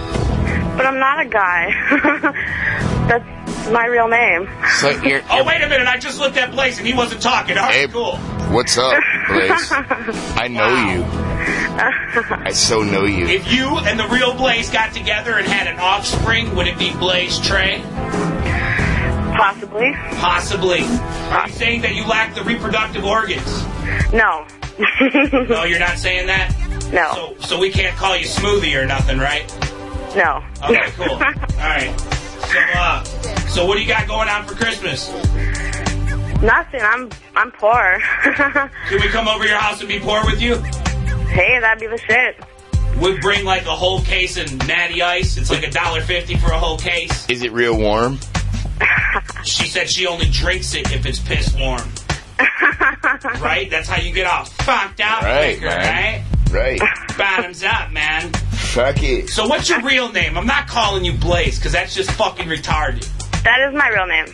But I'm not a guy. [laughs] That's my real name.
So you're,
Oh wait a minute! I just looked at Blaze and he wasn't talking. All right,
Hey.
cool.
[laughs]
What's up, Blaze? I know you. I so know
[laughs]
you.
If you and the real Blaze got together and had an offspring, would it be Blaze Trey?
Possibly.
Possibly. Are you saying that you lack the reproductive organs?
No.
no, you're not saying that.
[laughs] No.
So, so we can't call you Smoothie or nothing, right?
No.
Okay, cool. All right. So, uh, so what do you got going on for Christmas?
[laughs] Nothing. I'm I'm poor.
Can we come over to your house and be poor with you?
hey, that'd be the shit.
We'd bring like a whole case of natty ice. It's like a dollar fifty for a whole case.
Is it real warm?
She said she only drinks it if it's piss
[laughs]
warm. right? That's how you get off. Fucked out
Right,
liquor,
man. Right.
right? Bottoms up, man.
Fuck it.
So what's your real name? I'm not calling you Blaze, because that's just fucking retarded.
[laughs] That is my real name.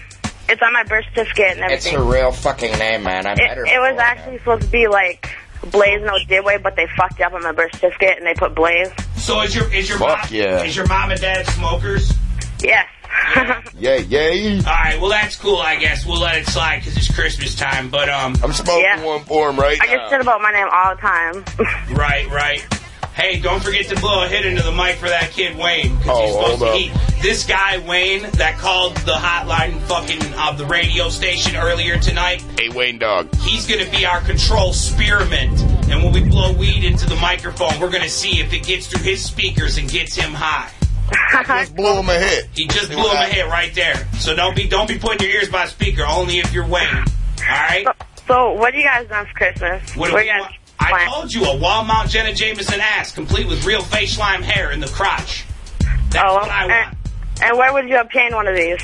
It's on my birth certificate and
It's
everything.
a real fucking name, man. I
it,
met her.
it was actually supposed to be like Blaze No Didway, but they fucked up on my birth certificate and they put Blaze.
So is your is your
Fuck
mom,
yeah.
is your mom and dad smokers?
Yes.
Yeah, yeah.
All right, well that's cool. I guess we'll let it slide because it's Christmas time. But um,
I'm smoking
Yeah.
one for him right
I
now.
uh,
get shit about my name all the time. [laughs]
Right, right. Hey, don't forget to blow a hit into the mic for that kid Wayne. 'cause
Oh,
he's supposed
hold
to
up.
eat. This guy Wayne that called the hotline fucking of the radio station earlier tonight.
Hey,
[laughs]
Wayne dog.
He's gonna be our control spearmint, and when we blow weed into the microphone, we're gonna see if it gets through his speakers and gets him high.
I just blew him a hit.
He just blew him a hit right there. So don't be don't be putting your ears by speaker. Only if you're Wayne. All right.
so what do you guys want for Christmas?
What do
Where
we
you guys
want? I told you a Walmart Jenna Jameson ass, complete with real face slime hair in the crotch. That's what I want.
Oh, and where would you obtain one of these?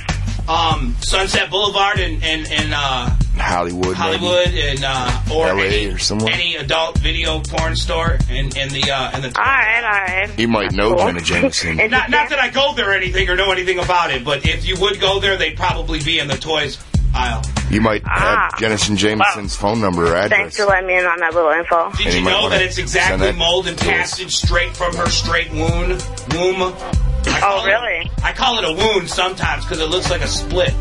Um, Sunset Boulevard and and, and uh,
Hollywood.
Hollywood and uh, or
LA
any,
or somewhere.
any adult video porn store and and the uh, and the.
All right, all right.
Maybe. You might
Oh.
know Jenna Jameson.
Not, not that I go there or anything or know anything about it, but if you would go there, they'd probably be in the toys aisle.
You might
Ah.
have Jenison Jameson's phone number or address.
Thanks for letting me in on that little info.
Did you
Anybody
know
wanna
that it's
send
exactly
that
molded
to us?
passage straight from her straight wound womb? oh, really? I call it a wound sometimes because it looks like a split.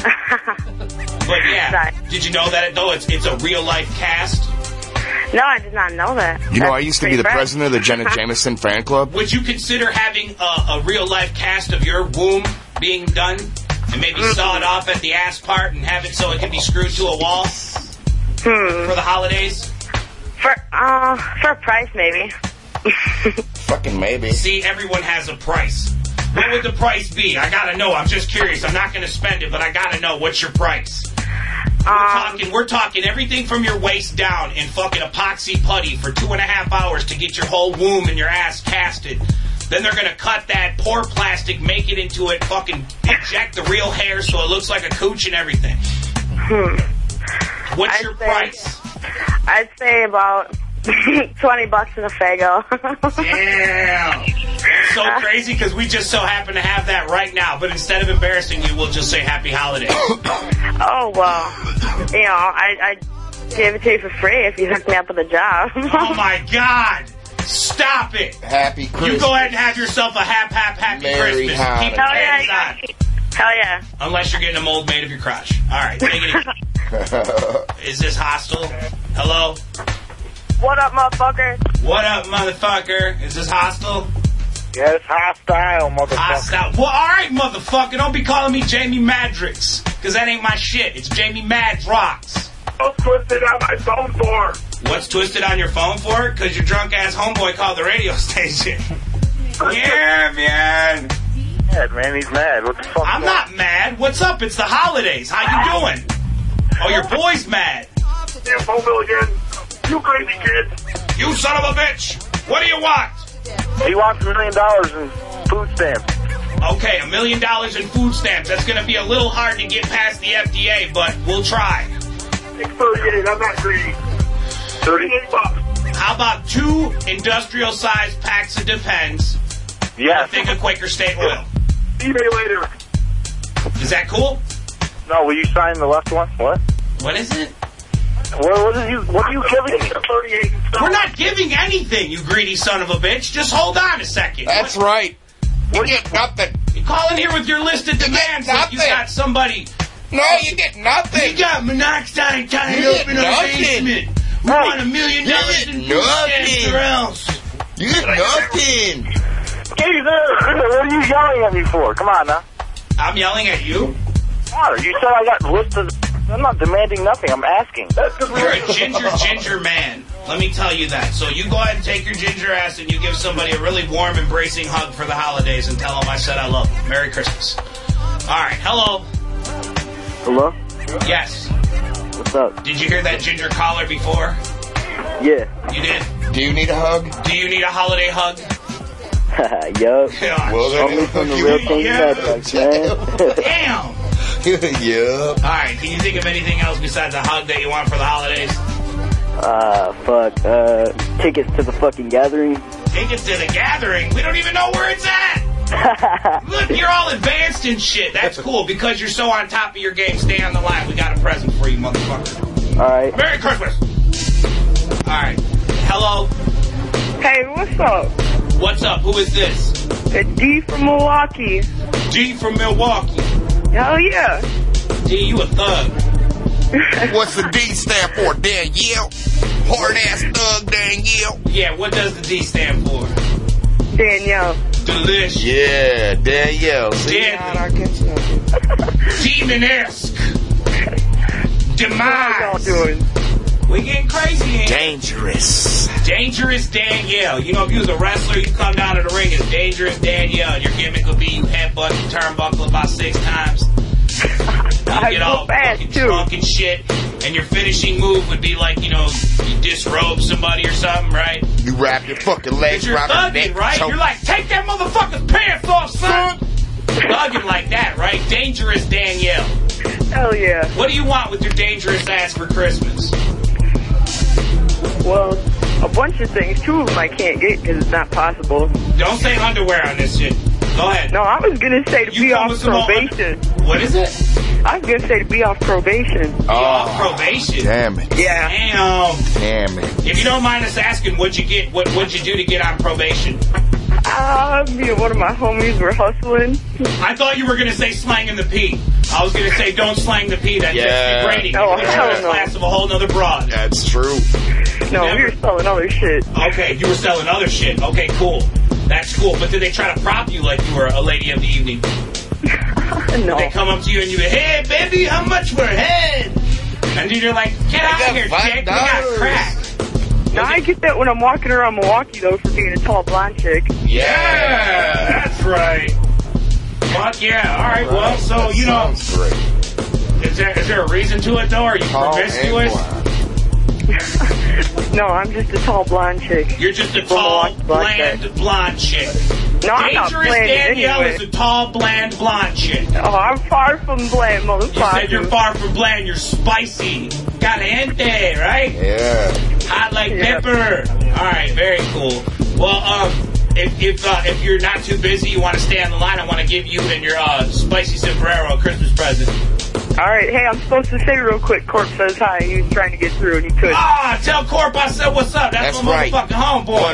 but yeah, did you know that? It, though it's it's a real life cast.
No, I did not know that.
You know,
That's
I used to be
pretty
the
fresh.
president of the Jenna
[laughs]
Jameson fan club.
Would you consider having a, a real life cast of your womb being done, and maybe saw it off at the ass part and have it so it can be screwed to a wall for the holidays?
For uh, for a price maybe.
Fucking maybe.
See, everyone has a price. What would the price be? I gotta know. I'm just curious. I'm not gonna spend it, but I gotta know. What's your price? We're talking. We're talking everything from your waist down in fucking epoxy putty for two and a half hours to get your whole womb and your ass casted. Then they're gonna cut that poor plastic, make it into it, fucking eject the real hair so it looks like a cooch and everything.
Hmm.
What's your price?
I'd say about [laughs] twenty bucks in a fago.
Damn. So crazy because we just so happen to have that right now. But instead of embarrassing you, we'll just say happy holiday.
oh well. You know, I I gave it to you for free if you hooked me up with a job.
oh my god. Stop it.
Happy
You go ahead and have yourself a hap hap happy
Merry
Christmas. Keep
holiday.
it
Hell yeah,
inside.
Hell yeah.
Unless you're getting a mold made of your crotch. All right, take it easy. Is this hostile? Hello?
What up, motherfucker?
What up, motherfucker? Is this hostile?
Yes, hostile, motherfucker.
Hostile. Well, all right, motherfucker. Don't be calling me Jamie Madrix, because that ain't my shit. It's Jamie Mads Rocks.
Don't twist it on my phone for.
What's twisted on your phone for? Because your drunk ass homeboy called the radio [laughs] station. yeah, man.
Mad, man, he's mad. What the fuck?
I'm not mad. What's up? It's the holidays. How you doing? Oh, your boy's mad.
Damn phone bill again. You crazy kid.
You son of a bitch. What do you want?
He wants a million dollars in food stamps.
Okay, a million dollars in food stamps. That's going to be a little hard to get past the FDA, but we'll try.
It's 38. I'm not greedy. 38 bucks.
How about two industrial sized packs of Depends? Yeah. I think of Quaker State Oil.
eBay later.
Is that cool?
No, Oh, will you sign the left one? What?
What is it?
What, what, are, you, what are you giving me?
38.
We're not giving anything, you greedy son of a bitch. Just hold on a second.
That's right. You get nothing.
You call in here with your list of demands like you
nothing.
got somebody.
No, you get nothing.
You got monoxide tying
You
up
get
in our
nothing.
basement. We
Right.
want a million
You
dollars
get
in food stamps
nothing.
or else.
You get nothing.
Hey there, what are you yelling at me for? Come on now.
I'm yelling at you.
Water, you said I got listed. I'm not demanding nothing, I'm asking. That's just
You're a ginger, ginger man. Let me tell you that. So you go ahead and take your ginger ass and you give somebody a really warm, embracing hug for the holidays and tell them I said I love them. Merry Christmas. All right. Hello.
Hello?
Yes.
What's up?
Did you hear that ginger collar before?
Yeah.
You did.
Do you need a hug?
Do you need a holiday hug?
[laughs] yup.
Yeah.
Well, there
Only
you
from the
go.
real thing
Yeah.
project, man.
Damn. [laughs]
yup.
All right. Can you think of anything else besides a hug that you want for the holidays?
Ah, fuck. Uh, tickets to the fucking gathering.
Tickets to the gathering. We don't even know where it's
[laughs]
at. Look, you're all advanced and shit. That's cool because you're so on top of your game. Stay on the line. We got a present for you, motherfucker.
Alright.
Merry Christmas. All right. Hello.
Hey, what's up?
What's up? Who is this?
It's D from Milwaukee.
D from Milwaukee.
Hell yeah.
D, you
[laughs]
a thug.
What's the D stand for? Damn, yeah. Hard ass thug, damn, yeah.
Yeah. What does the D stand for?
Danielle.
Delicious.
Yeah, damn, yeah. See?
Deadly. Demonesque. Demise. We getting crazy in here.
Dangerous.
Dangerous Danielle. You know, if you was a wrestler, you come down to the ring as Dangerous Danielle, and your gimmick would be you headbutt the turnbuckle about six times. You get all fucking drunk and shit, and your finishing move would be like, you know, you disrobe somebody or something, right?
You wrap your fucking legs
But you're
around the
thugging,
neck.
right?
choke.
You're like, take that motherfucker's pants off, son! thugging like that, right? Dangerous Danielle.
Hell yeah.
What do you want with your dangerous ass for Christmas?
Well, a bunch of things. Two of them I can't get because it's not possible.
Don't say underwear on this shit. Go ahead.
No, I was gonna say to
You
be
come
off
with some more-
probation.
What is it?
I was gonna say to be off probation.
off probation.
Ah, Damn it.
Yeah.
Damn.
Damn it.
If you don't mind us asking, what'd you get? What What'd you do to get on probation?
Uh, me and one of my homies were hustling.
I thought you were gonna say slang in the pee. I was gonna say don't slang the pee. That's
Yeah.
just degrading.
Oh,
That's
hell
a
no.
class of a whole nother broad.
That's true.
No, we were selling other shit.
Okay, you were selling other shit. Okay, cool. That's cool. But did they try to prop you like you were a lady of the evening?
[laughs] No.
They come up to you and you go, hey, baby, how much for a head? And then you're like, get
I
out
got
of here,
five
Jake. We got
dollars.
crack.
No, I get that when I'm walking around Milwaukee, though, for being a tall blonde chick.
Yeah, that's right. Fuck yeah. All right, well, so, you know. Is there, is there a reason to it, though? Are you promiscuous?
[laughs] No, I'm just a tall blonde chick.
You're just a tall, bland, blonde chick.
No, I'm not
Dangerous
bland in any
Danielle
way.
is a tall, bland, blonde chick.
Oh, I'm far from bland,
You said
motherfucker.
you're far from bland. You're spicy. Caliente, right?
Yeah.
Hot like pepper. All right, very cool. Well, um, if if uh, if you're not too busy, you want to stay on the line. I want to give you and your uh, spicy sombrero a Christmas present.
All right, hey, I'm supposed to say real quick. Corp says hi. He was trying to get through, and he couldn't.
Ah, tell Corp I said what's up. That's, my motherfucking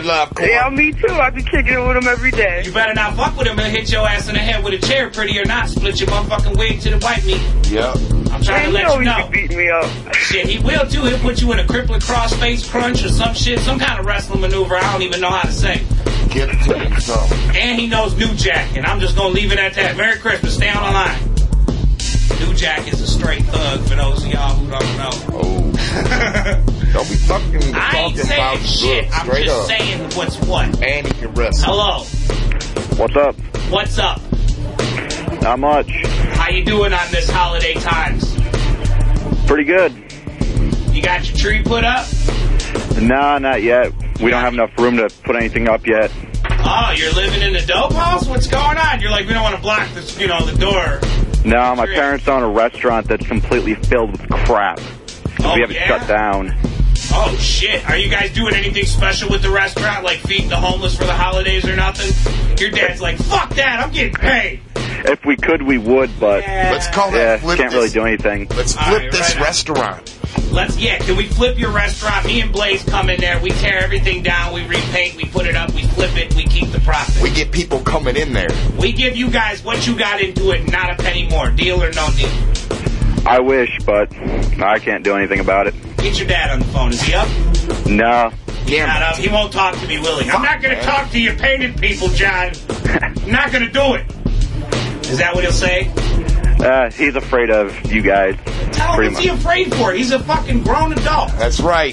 homeboy.
Yeah, me too. I've been kicking it with him every day.
You better not fuck with him and hit your ass in the head with a chair, pretty or not. Split your motherfucking wig to the white meat.
Yep.
I'm trying to
Man, you
let
know
you
he
know.
could beat me up.
Shit, he will too. He'll put you in a crippling crossface crunch or some shit, some kind of wrestling maneuver. I don't even know how to say.
Get it to himself.
And he knows New Jack, and I'm just gonna leave it at that. Merry Christmas. Stay on the line. New Jack is a straight thug for those of y'all who don't know.
Oh. [laughs] Don't be fucking
I ain't
talking about
saying shit.
good,
I'm
straight
just
up.
saying what's what.
And he can wrestle.
Hello.
What's up?
What's up?
Not much.
How you doing on this holiday times?
Pretty good.
You got your tree put up?
Nah, not yet. We don't have enough room to put anything up yet.
Oh, you're living in the dope house? What's going on? You're like, we don't want to block this, you know, the door.
No, my parents own a restaurant that's completely filled with crap.
Oh,
we have it
yeah?
shut down.
Oh shit! Are you guys doing anything special with the restaurant, like feeding the homeless for the holidays or nothing? Your dad's like, fuck that! I'm getting paid.
If we could, we would, but
Let's call
yeah,
that flip
can't
this-
really do anything.
Let's
All flip right, this right.
restaurant.
Let's yeah. Can we flip your restaurant? Me and Blaze come in there. We tear everything down. We repaint. We put it up. We flip it. We keep the profit.
We get people coming in there.
We give you guys what you got into it, not a penny more. Deal or no deal.
I wish, but I can't do anything about it.
Get your dad on the phone. Is he up?
No.
He's not up. He won't talk to me, will he? I'm not going to talk to you painted people,
[laughs]
John. I'm not going to do it. Is that what he'll say?
Uh, he's afraid of you guys.
Tell him
pretty
what's he
much.
afraid for? He's a fucking grown adult.
That's right.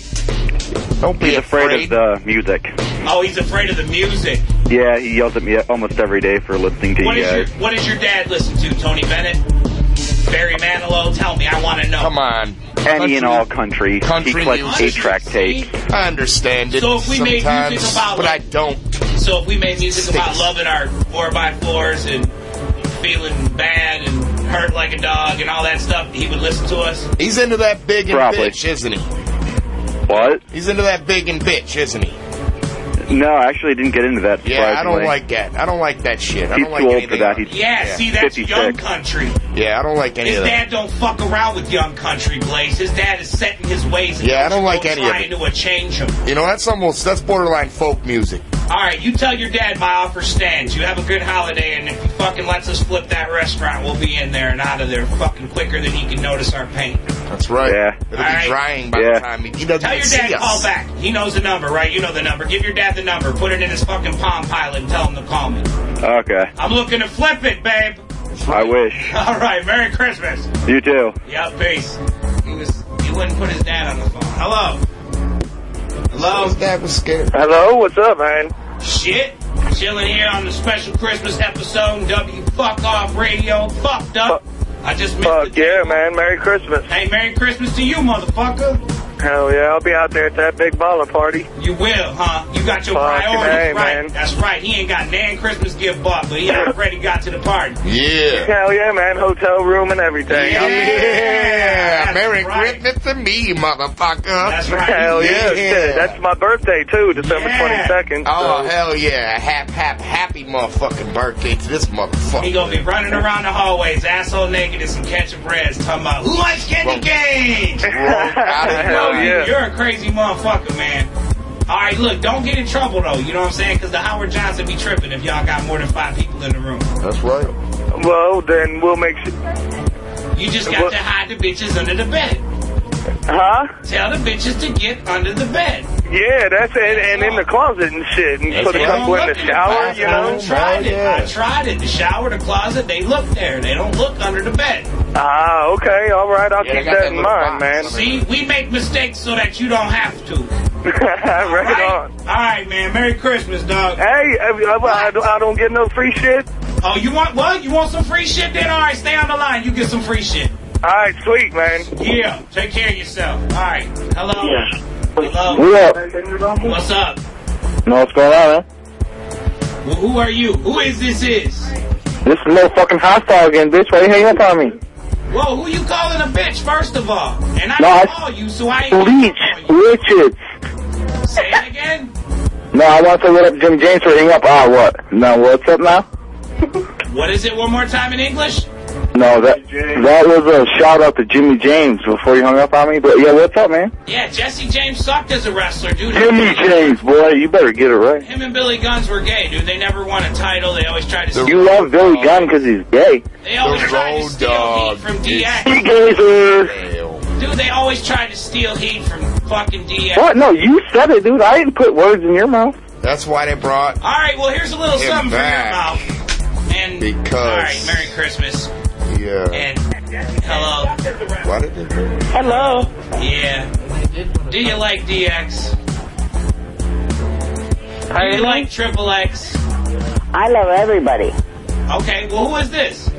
Don't
He's afraid, of the music.
Oh, he's afraid of the music.
Yeah, he yells at me almost every day for listening to
What
you
is your
guys.
What does your dad listen to? Tony Bennett, Barry Manilow. Tell me, I want to know.
Come on.
Any and all country. he collects eight track tapes.
I understand it.
So if we made
sometimes,
music about
but I
like-
don't.
So if we made music about loving our four by fours and feeling bad and hurt like a dog and all that stuff, he would listen to us.
He's into that big and
Probably.
bitch, isn't he?
What?
He's into that big and bitch, isn't he?
No, I actually didn't get into that.
Yeah, I don't
surprisingly.
like that. I don't like that shit. I
He's
don't like
too old
anything.
for that. He's
Yeah, see, that's young
56.
country.
Yeah, I don't like any
His
of that.
dad don't fuck around with young country, Blaze. His dad is set in his ways. and
Yeah, I don't like any of
trying
it.
to uh, change him.
You know, that's almost that's borderline folk music.
All right, you tell your dad my offer stands. You have a good holiday, and if he fucking lets us flip that restaurant, we'll be in there and out of there fucking quicker than he can notice our paint.
That's right.
Yeah.
It'll
All
be
right.
drying by the
Yeah.
time he, he doesn't
Tell your
even see
dad
us.
call back. He knows the number, right? You know the number. Give your dad the number. Put it in his fucking palm pilot and tell him to call me.
Okay.
I'm looking to flip it, babe. [laughs]
I wish.
All right, Merry Christmas.
You too.
Yup, peace. He was. He wouldn't put his dad on the phone. Hello. Hello.
Oh, That was scary.
Hello, what's up, man?
Shit. Chilling here on the special Christmas episode of W Fuck Off Radio. Fucked up. I just missed
Fuck yeah, man. Merry Christmas.
Hey, Merry Christmas to you, motherfucker.
Hell yeah, I'll be out there at that big baller party.
You will, huh? You got your
Fucking
priorities
A,
right.
man.
That's right. He ain't got nan Christmas gift bought, but
[laughs]
he already got to the party.
Yeah.
Hell yeah, man. Hotel room and everything. I'll be there.
Yeah. Merry Christmas to me, motherfucker. That's
Hell yeah, shit. That's my birthday too, December twenty second.
Oh hell yeah! Hap hap happy motherfucking birthday to this motherfucker.
He gonna be running around the hallways, asshole naked, and some ketchup breads, talking about who likes candy
Well,
canes. [laughs]
out of
Well,
line.
you- You're a crazy motherfucker, man. All right, look, don't get in trouble though. You know what I'm saying? Because the Howard Johnson be tripping if y'all got more than five people in the room.
That's right.
Well, then we'll make. Sure.
You just got
What?
to hide the bitches under the bed. Huh? Tell the bitches to get under the bed.
Yeah, that's it, and in the closet and shit, and put a
They
couple
don't
in the
look
shower, you know.
I tried it. I tried it. The shower, the closet, they look there. They don't look under the bed.
Ah, okay, all right, I'll keep that in mind, man.
See, we make mistakes so that you don't have to.
[laughs] right, on.
All right, man. Merry Christmas, dog.
Hey, I, I, I don't- I don't get no free shit.
Oh, you want what? You want some free shit? Then all right, stay on the line. You get some free shit.
All right, sweet man.
Yeah, take care of yourself. All right. Hello. Hello.
What up?
What's up?
Know what's going on, man?
Wh- Who are you? Who is this? Is
This little fucking hostile again, bitch. Why you hanging up on me?
whoa? Who you calling a bitch? First of all, and I
No,
didn't
I-
call you, so I ain't.
Leech. Richards.
Say it again.
No, I want to let up Jim James for hang up. Ah, what? No, what's up now?
What is it? One more time in English.
No, that that was a shout out to Jimmy James before you hung up on me. But yeah, what's up, man?
Yeah, Jesse James sucked as a wrestler, dude.
Jimmy James, boy, you better get it right.
Him and Billy Guns were gay, dude. They never won a title. They always tried to.
You love Billy Gunn because he's gay.
They always tried to steal heat from
He
DX.
gazer.
Dude, they always tried to steal heat from fucking DX.
What? No, you said it, dude. I didn't put words in your mouth.
That's why they brought.
All right, well, here's a little
Him
something
back.
for your mouth. And
Because-
all right, Merry Christmas.
Yeah.
And hello.
Why did they bring
Hello. Yeah. Do you like DX? Do you like Triple X?
I love everybody.
Okay. Well, who is this?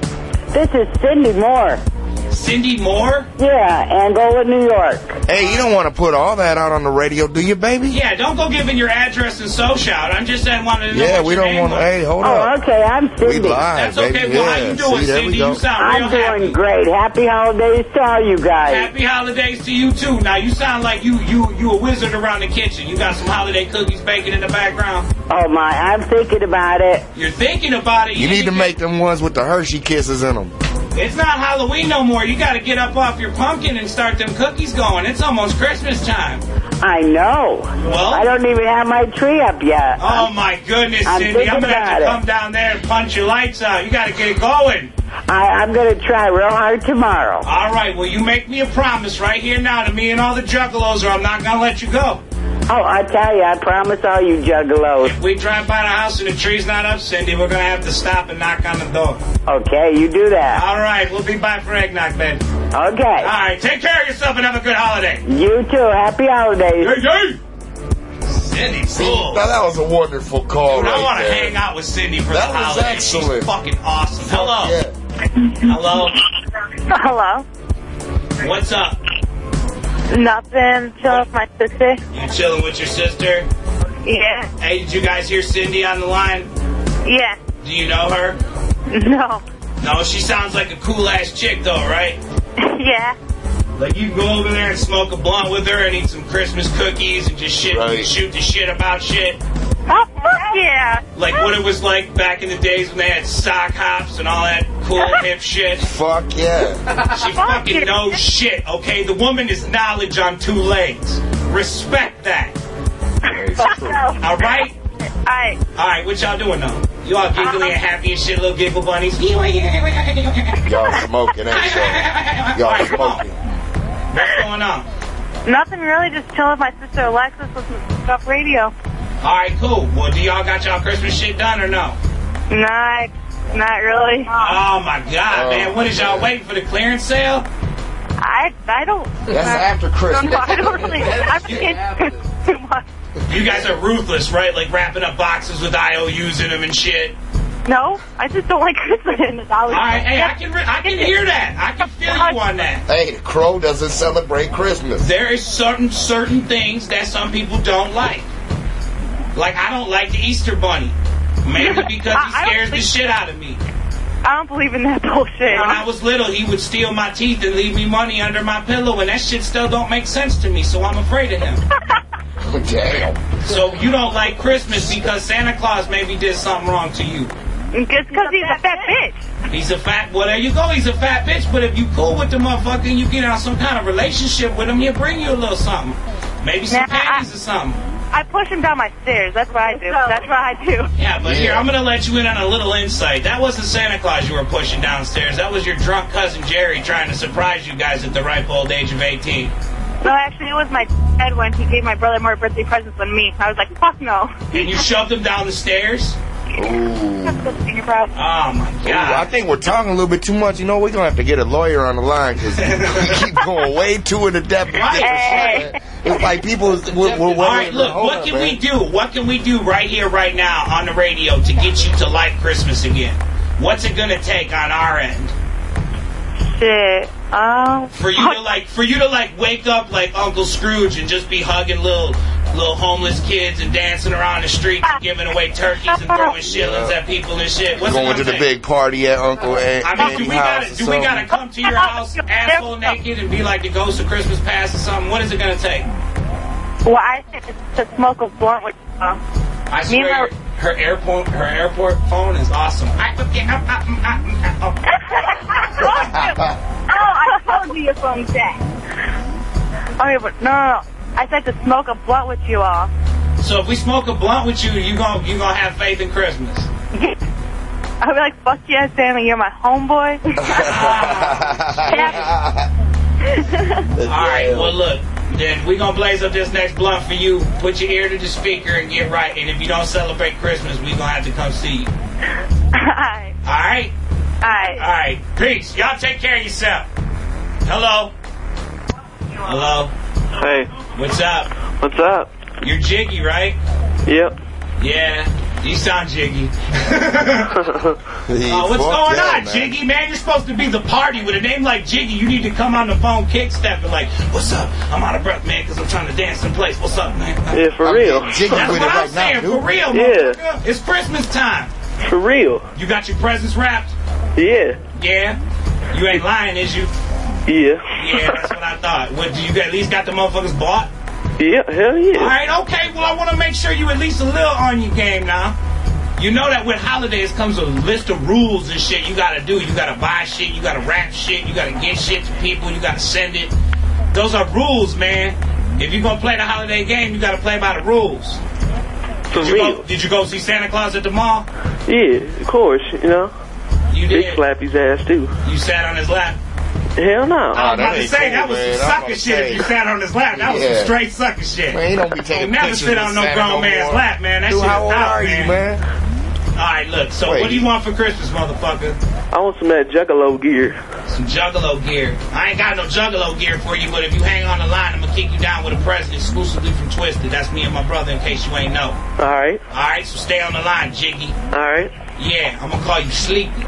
This is Cindy Moore.
Cindy Moore?
Yeah, Angola, New York.
Hey, you don't want to put all that out on the radio, do you, baby?
Yeah. Don't go giving your address and social. out. I'm just saying, wanted to know.
Yeah,
what
we
your
don't
name
want.
was.
Hey, hold
oh,
up.
okay. I'm Cindy.
We live,
That's okay.
baby.
Well,
yeah.
how you doing,
See, there
Cindy?
We go.
You sound
I'm
real
doing great. Happy holidays to all you guys.
Happy holidays to you too. Now you sound like you you you a wizard around the kitchen. You got some holiday cookies baking in the background.
Oh my, I'm thinking about it.
You're thinking about it.
You need to make them ones with the Hershey kisses in them.
It's not Halloween no more. You got to get up off your pumpkin and start them cookies going. It's almost Christmas time.
I know.
Well?
I don't even have my tree up yet.
Oh my goodness,
I'm
Cindy! I'm
thinking
gonna have
about
to
it.
come down there and punch your lights out. You got to get it going.
I, I'm gonna try real hard tomorrow.
All right. Well, you make me a promise right here now to me and all the juggalos, or I'm not gonna let you go.
Oh, I tell you, I promise all you juggalos.
We drive by the house and the tree's not up, Cindy. We're gonna have to stop and knock on the door.
Okay, you do that.
All right, we'll be by for eggnog, then. Okay.
All
All right, take care of yourself and have a good holiday.
You too. Happy holidays.
Cindy, cool.
Now that was a wonderful call
Dude,
right
I want to
there.
hang out with Cindy for
That
the
was
holiday. She's
excellent.
fucking awesome. Hello. Hello.
Hello.
What's up?
Nothing. Chill with my sister.
You chilling with your sister?
Yeah.
Hey, did you guys hear Cindy on the line?
Yeah.
Do you know her?
No.
No, she sounds like a cool ass chick though, right?
yeah.
Like you can go over there and smoke a blunt with her and eat some Christmas cookies and just shit, shoot the shit about shit.
Oh fuck yeah.
Like what it was like back in the days when they had sock hops and all that cool hip shit.
Fuck yeah.
She fucking knows shit, okay? The woman is knowledge on two legs. Respect that. Alright?
Alright.
Alright, what y'all doing though? You all giggly and happy and shit, little giggle bunnies.
Y'all smoking, ain't y'all? Y'all smoking.
What's going on?
Nothing really. Just chill with my sister Alexis with some stuff radio.
Alright, cool. Well, do y'all got y'all Christmas shit done or no?
Not. Not really.
Oh my god, man. What is y'all waiting for the clearance sale?
I I don't.
That's after Christmas.
I don't really. I'm kidding. Too much.
You guys are ruthless, right? Like wrapping up boxes with IOUs in them and shit.
No, I just don't like Christmas. All
right, hey, I can re- I can hear that. I can feel you on that.
Hey, the crow doesn't celebrate Christmas.
There is certain certain things that some people don't like. Like I don't like the Easter bunny,
[laughs]
mainly because he scares the shit out of me.
I don't believe in that [laughs] bullshit.
When I was little, he would steal my teeth and leave me money under my pillow, and that shit still don't make sense to me. So I'm afraid
[laughs]
of him.
Damn.
So you don't like Christmas because Santa Claus maybe did something wrong to you.
Just because he's a fat bitch.
He's a fat. Well, there you go. He's a fat bitch. But if you cool with the motherfucker and you get on some kind of relationship with him, he'll bring you a little something. Maybe some
Nah, I-
panties or something.
I push him down my stairs. That's what I do. That's what I do.
Yeah, but here, I'm going to let you in on a little insight. That wasn't Santa Claus you were pushing downstairs. That was your drunk cousin Jerry trying to surprise you guys at the ripe old age of 18.
No, actually, it was my dad when he gave my brother more birthday presents than me. I was like, fuck no.
And you shoved him down the stairs? Oh my
Ooh, I think we're talking a little bit too much. You know, we're gonna have to get a lawyer on the line [laughs] because you keep going way too into depth.
Right.
It's like people. We're,
All
we're,
right, look, what can we do? What can we do right here, right now, on the radio to get you to like Christmas again? What's it gonna take on our end
Shit. Um.
for you to like, for you to like, wake up like Uncle Scrooge and just be hugging little, little homeless kids and dancing around the street, and giving away turkeys and throwing shillings at people and shit? What's it
going
gonna
to the
take?
big party at Uncle An-
I mean, do we
Andy's house.
gotta
or
do we
something.
gotta come to your house asshole naked and be like the ghost of Christmas past or something? What is it gonna take?
Well, I think it's to smoke a blunt with uh,
I swear, her airport her airport phone is awesome. I,
Oh, I told you your phone's dead. Okay, but no, no, no. I said to smoke a blunt with you all.
so if we smoke a blunt with you, you gonna you gonna have faith in [laughs] Christmas.
I'd be like, fuck yeah, Stanley, you're my homeboy. [laughs]
All right, well look, then we gonna blaze up this next blunt for you. Put your ear to the speaker and get right. And if you don't celebrate Christmas, we gonna have to come see you.
Alright.
Alright?
Alright.
Alright. Peace. Y'all take care of yourself. Hello. Hello.
Hey.
What's up?
What's up?
You're jiggy, right?
Yep.
Yeah. You sound
[laughs]
jiggy.
[laughs]
Oh, what's going on, Jiggy? Man, you're supposed to be the party with a name like Jiggy. You need to come on the phone, kick step, and like, what's up? I'm out of breath, man, because I'm trying to dance in place. What's up, man?
Yeah, for real.
That's what I'm saying, for real,
Yeah,
motherfucker. It's Christmas time.
for real.
You got your presents wrapped?
Yeah,
Yeah. You ain't lying, is you?
yeah,
Yeah, that's what I thought. What, do you at least got the motherfuckers bought?
yeah. Hell yeah.
All right, okay. Well, I want to make sure you at least a little on your game now. You know that with holidays comes a list of rules and shit you gotta do. You gotta buy shit, you gotta wrap shit, you gotta get shit to people, you gotta send it. Those are rules, man. If you're gonna play the holiday game, you gotta play by the rules.
For
did, you
real.
go, did you go see Santa Claus at the mall?
Yeah, of course. You know.
oh. You
did. Big slap his ass too.
You sat on his lap.
Hell no.
I was about to say Uh, that was some sucker shit if you sat on his lap. That was
Yeah.
some straight sucker shit.
Man, he don't be
taking
Don't never
pictures
sit
of
on no
Santa
grown
no
man's
more.
lap, man. That
Dude,
shit
how
is
old
out,
are you,
man? All right, look. So
Wait.
what do you want for Christmas, motherfucker?
I want some of that juggalo gear.
Some juggalo gear. I ain't got no juggalo gear for you, but if you hang on the line, I'm gonna kick you down with a present exclusively from Twisted. That's me and my brother, in case you ain't know.
All right.
All right, so stay on the line, Jiggy.
All right.
Yeah, I'm gonna call you Sleepy.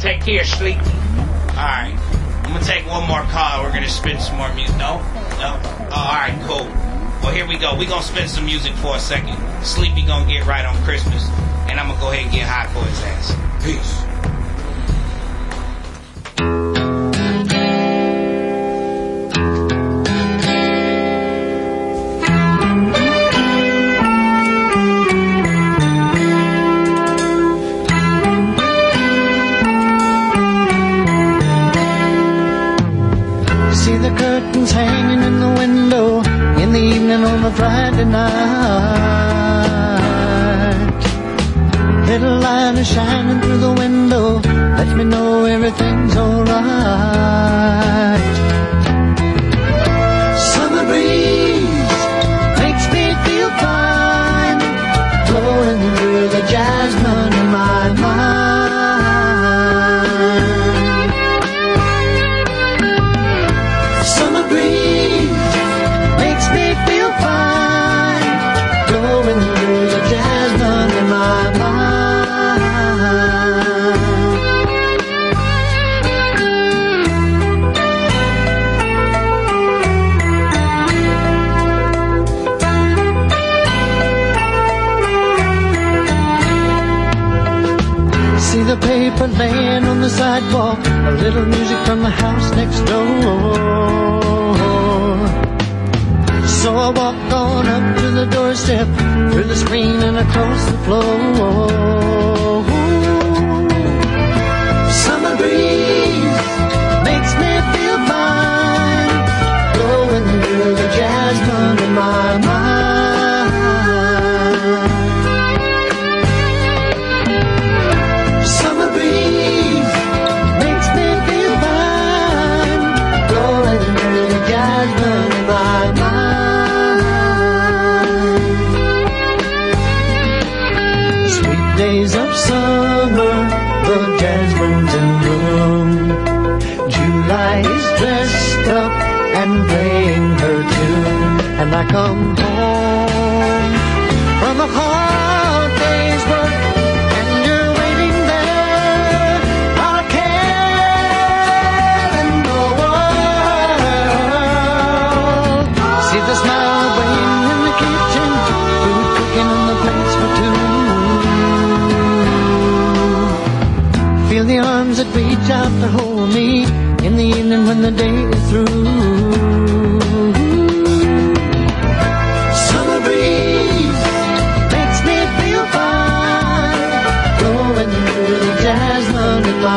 take care, Sleepy. All right, I'm gonna take one more call. We're gonna spin some more music. No, no. Oh, all right, cool. Well, here we go. We gonna spin some music for a second. Sleepy gonna get right on Christmas, and I'm gonna go ahead and get hot for his ass. Peace.
See the curtains hanging in the window in the evening on a Friday night. Little light is shining through the window, lets me know everything's alright. Summer breeze makes me feel fine, blowing through the jasmine in my mind. Summer breeze makes me feel fine. Blowing through the jasmine in my mind. See the paper laying on the sidewalk, a little music from the house next door. So I walk on up to the doorstep, through the screen and across the floor. Summer breeze makes me feel fine, blowing through the jasmine in my mind. Summer breeze makes me feel fine, blowing through the jasmine. burning my mind. Sweet days of summer, the jasmine's in bloom. July is dressed up and playing her tune, and I come home from a hard day's work. and you're waiting there, our care in the world. See the smile waiting in the kitchen, food cooking on the plates for two. Feel the arms that reach out to hold me in the evening when the day is through. Summer breeze makes me feel fine, blowing through the jasmine in my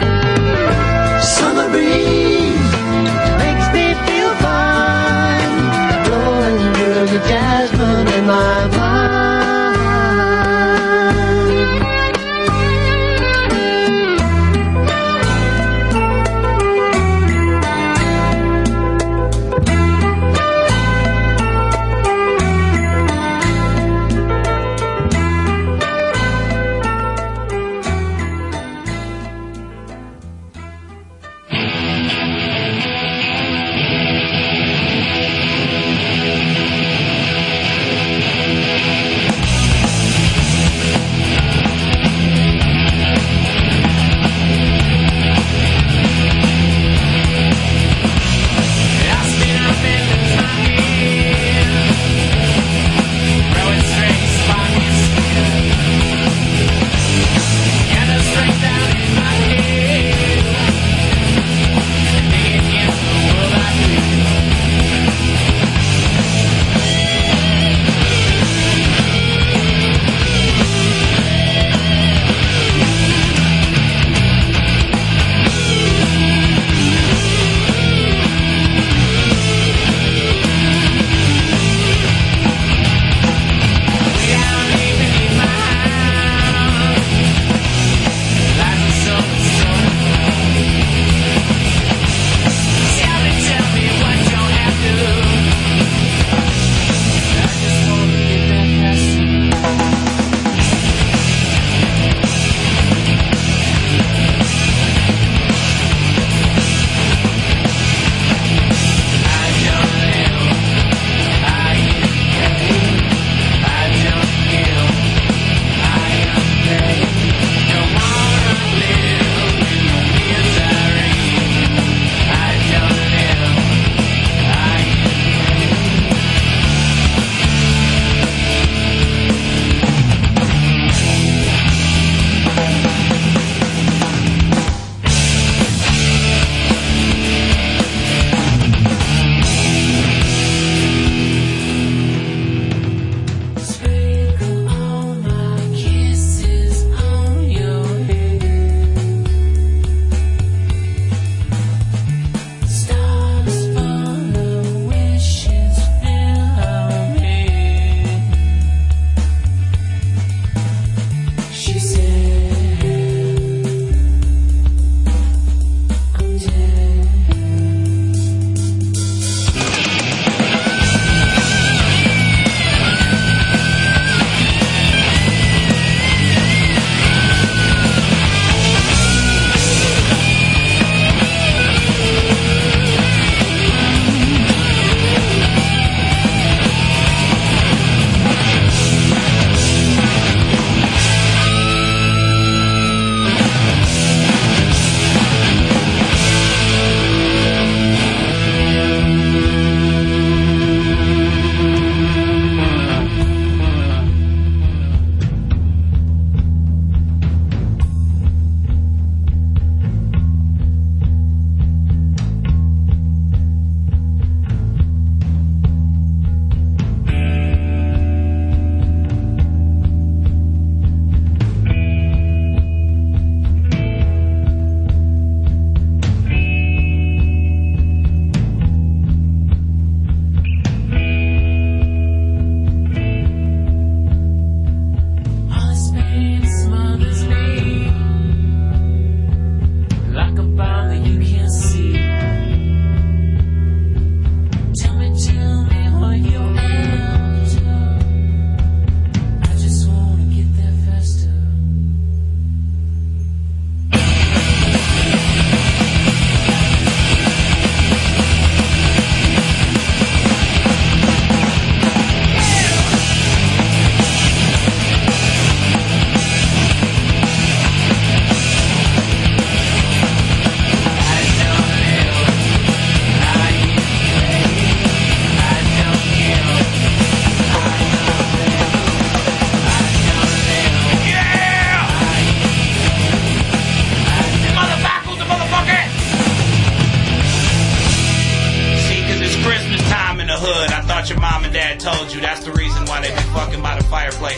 mind. Summer breeze makes me feel fine, blowing through the jasmine in my mind.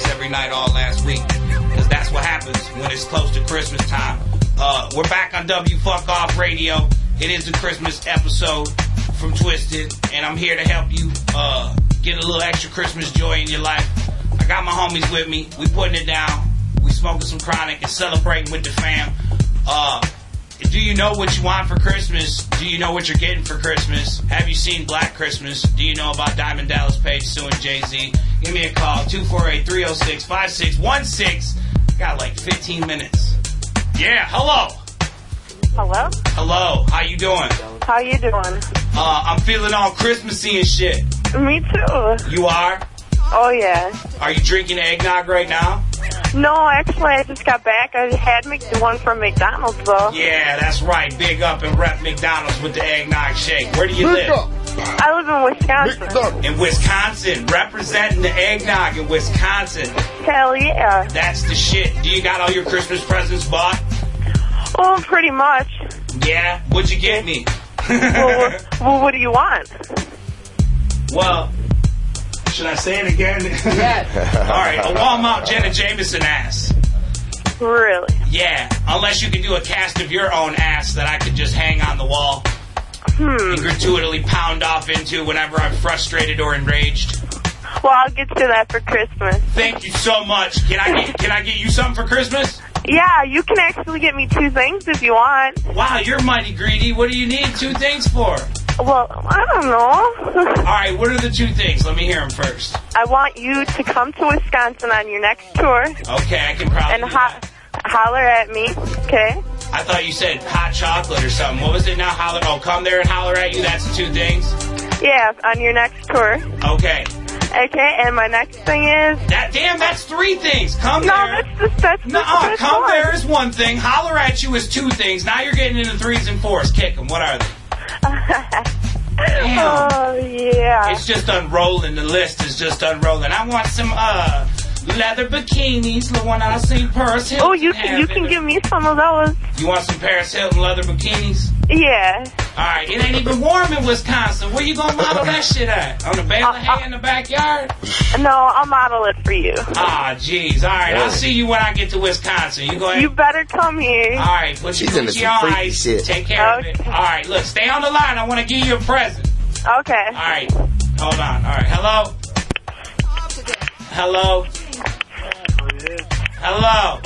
every night all last week. Because that's what happens when it's close to Christmas time. Uh, we're back on W Fuck Off Radio. It is a Christmas episode from Twisted, and I'm here to help you uh, get a little extra Christmas joy in your life. I got my homies with me. We putting it down. We smoking some chronic and celebrating with the fam. Uh, do you know what you want for Christmas? Do you know what you're getting for Christmas? Have you seen Black Christmas? Do you know about Diamond Dallas Page suing Jay Z? Give me a call 248 306 5616. Got like 15 minutes. Yeah, hello.
Hello?
Hello, how you doing?
How you doing?
Uh, I'm feeling all Christmassy and shit.
Me too.
You are?
Oh yeah.
Are you drinking eggnog right now?
No, actually, I just got back. I had Mc- one from McDonald's though.
Yeah, that's right. Big up and rep McDonald's with the eggnog shake. Where do you live?
I live in Wisconsin.
In Wisconsin, representing the eggnog in Wisconsin.
Hell yeah.
That's the shit. Do you got all your Christmas presents bought?
Well, pretty much.
Yeah. What'd you get me? [laughs]
well, what, well, what do you want?
Well, should I say it again? [laughs] All right, a Walmart Jenna Jameson ass.
Really?
Yeah, unless you can do a cast of your own ass that I could just hang on the wall
Hmm.
and gratuitously pound off into whenever I'm frustrated or enraged.
Well, I'll get to that for Christmas.
Thank you so much. Can I get can I get you something for Christmas?
Yeah, you can actually get me two things if you want.
Wow, you're mighty greedy. What do you need two things for?
Well, I don't know.
[laughs] All right, what are the two things? Let me hear them first.
I want you to come to Wisconsin on your next tour
Okay, I can probably.
and ho- holler at me, okay?
I thought you said hot chocolate or something. What was it now? Holler! Oh, come there and holler at you. That's the two things.
Yeah, on your next tour.
Okay.
Okay, and my next thing is
That damn, that's three things. Come
No,
there.
that's just that's
No,
just- that's
come
one.
there is one thing. Holler at you is two things. Now you're getting into threes and fours. Kick them. What are
[laughs]
they?
Oh yeah.
It's just unrolling. The list is just unrolling. I want some uh leather bikinis. The one I seen Paris Hilton.
Oh, you can you
have.
can give me some of those.
You want some Paris Hilton leather bikinis?
Yeah.
All right. It ain't even warm in Wisconsin. Where you gonna model [laughs] that shit at? On the bale of hay in the backyard?
No, I'll model it for you.
Ah, jeez. All right. I'll see you when I get to Wisconsin. You go ahead.
You better come here.
All right, put
She's
your
into
Gucci
some
on
freaky
ice.
shit.
Take care of it. All right, look, stay on the line. I want to give you a present.
Okay.
All right, hold on. All right, hello. Hello. Hello.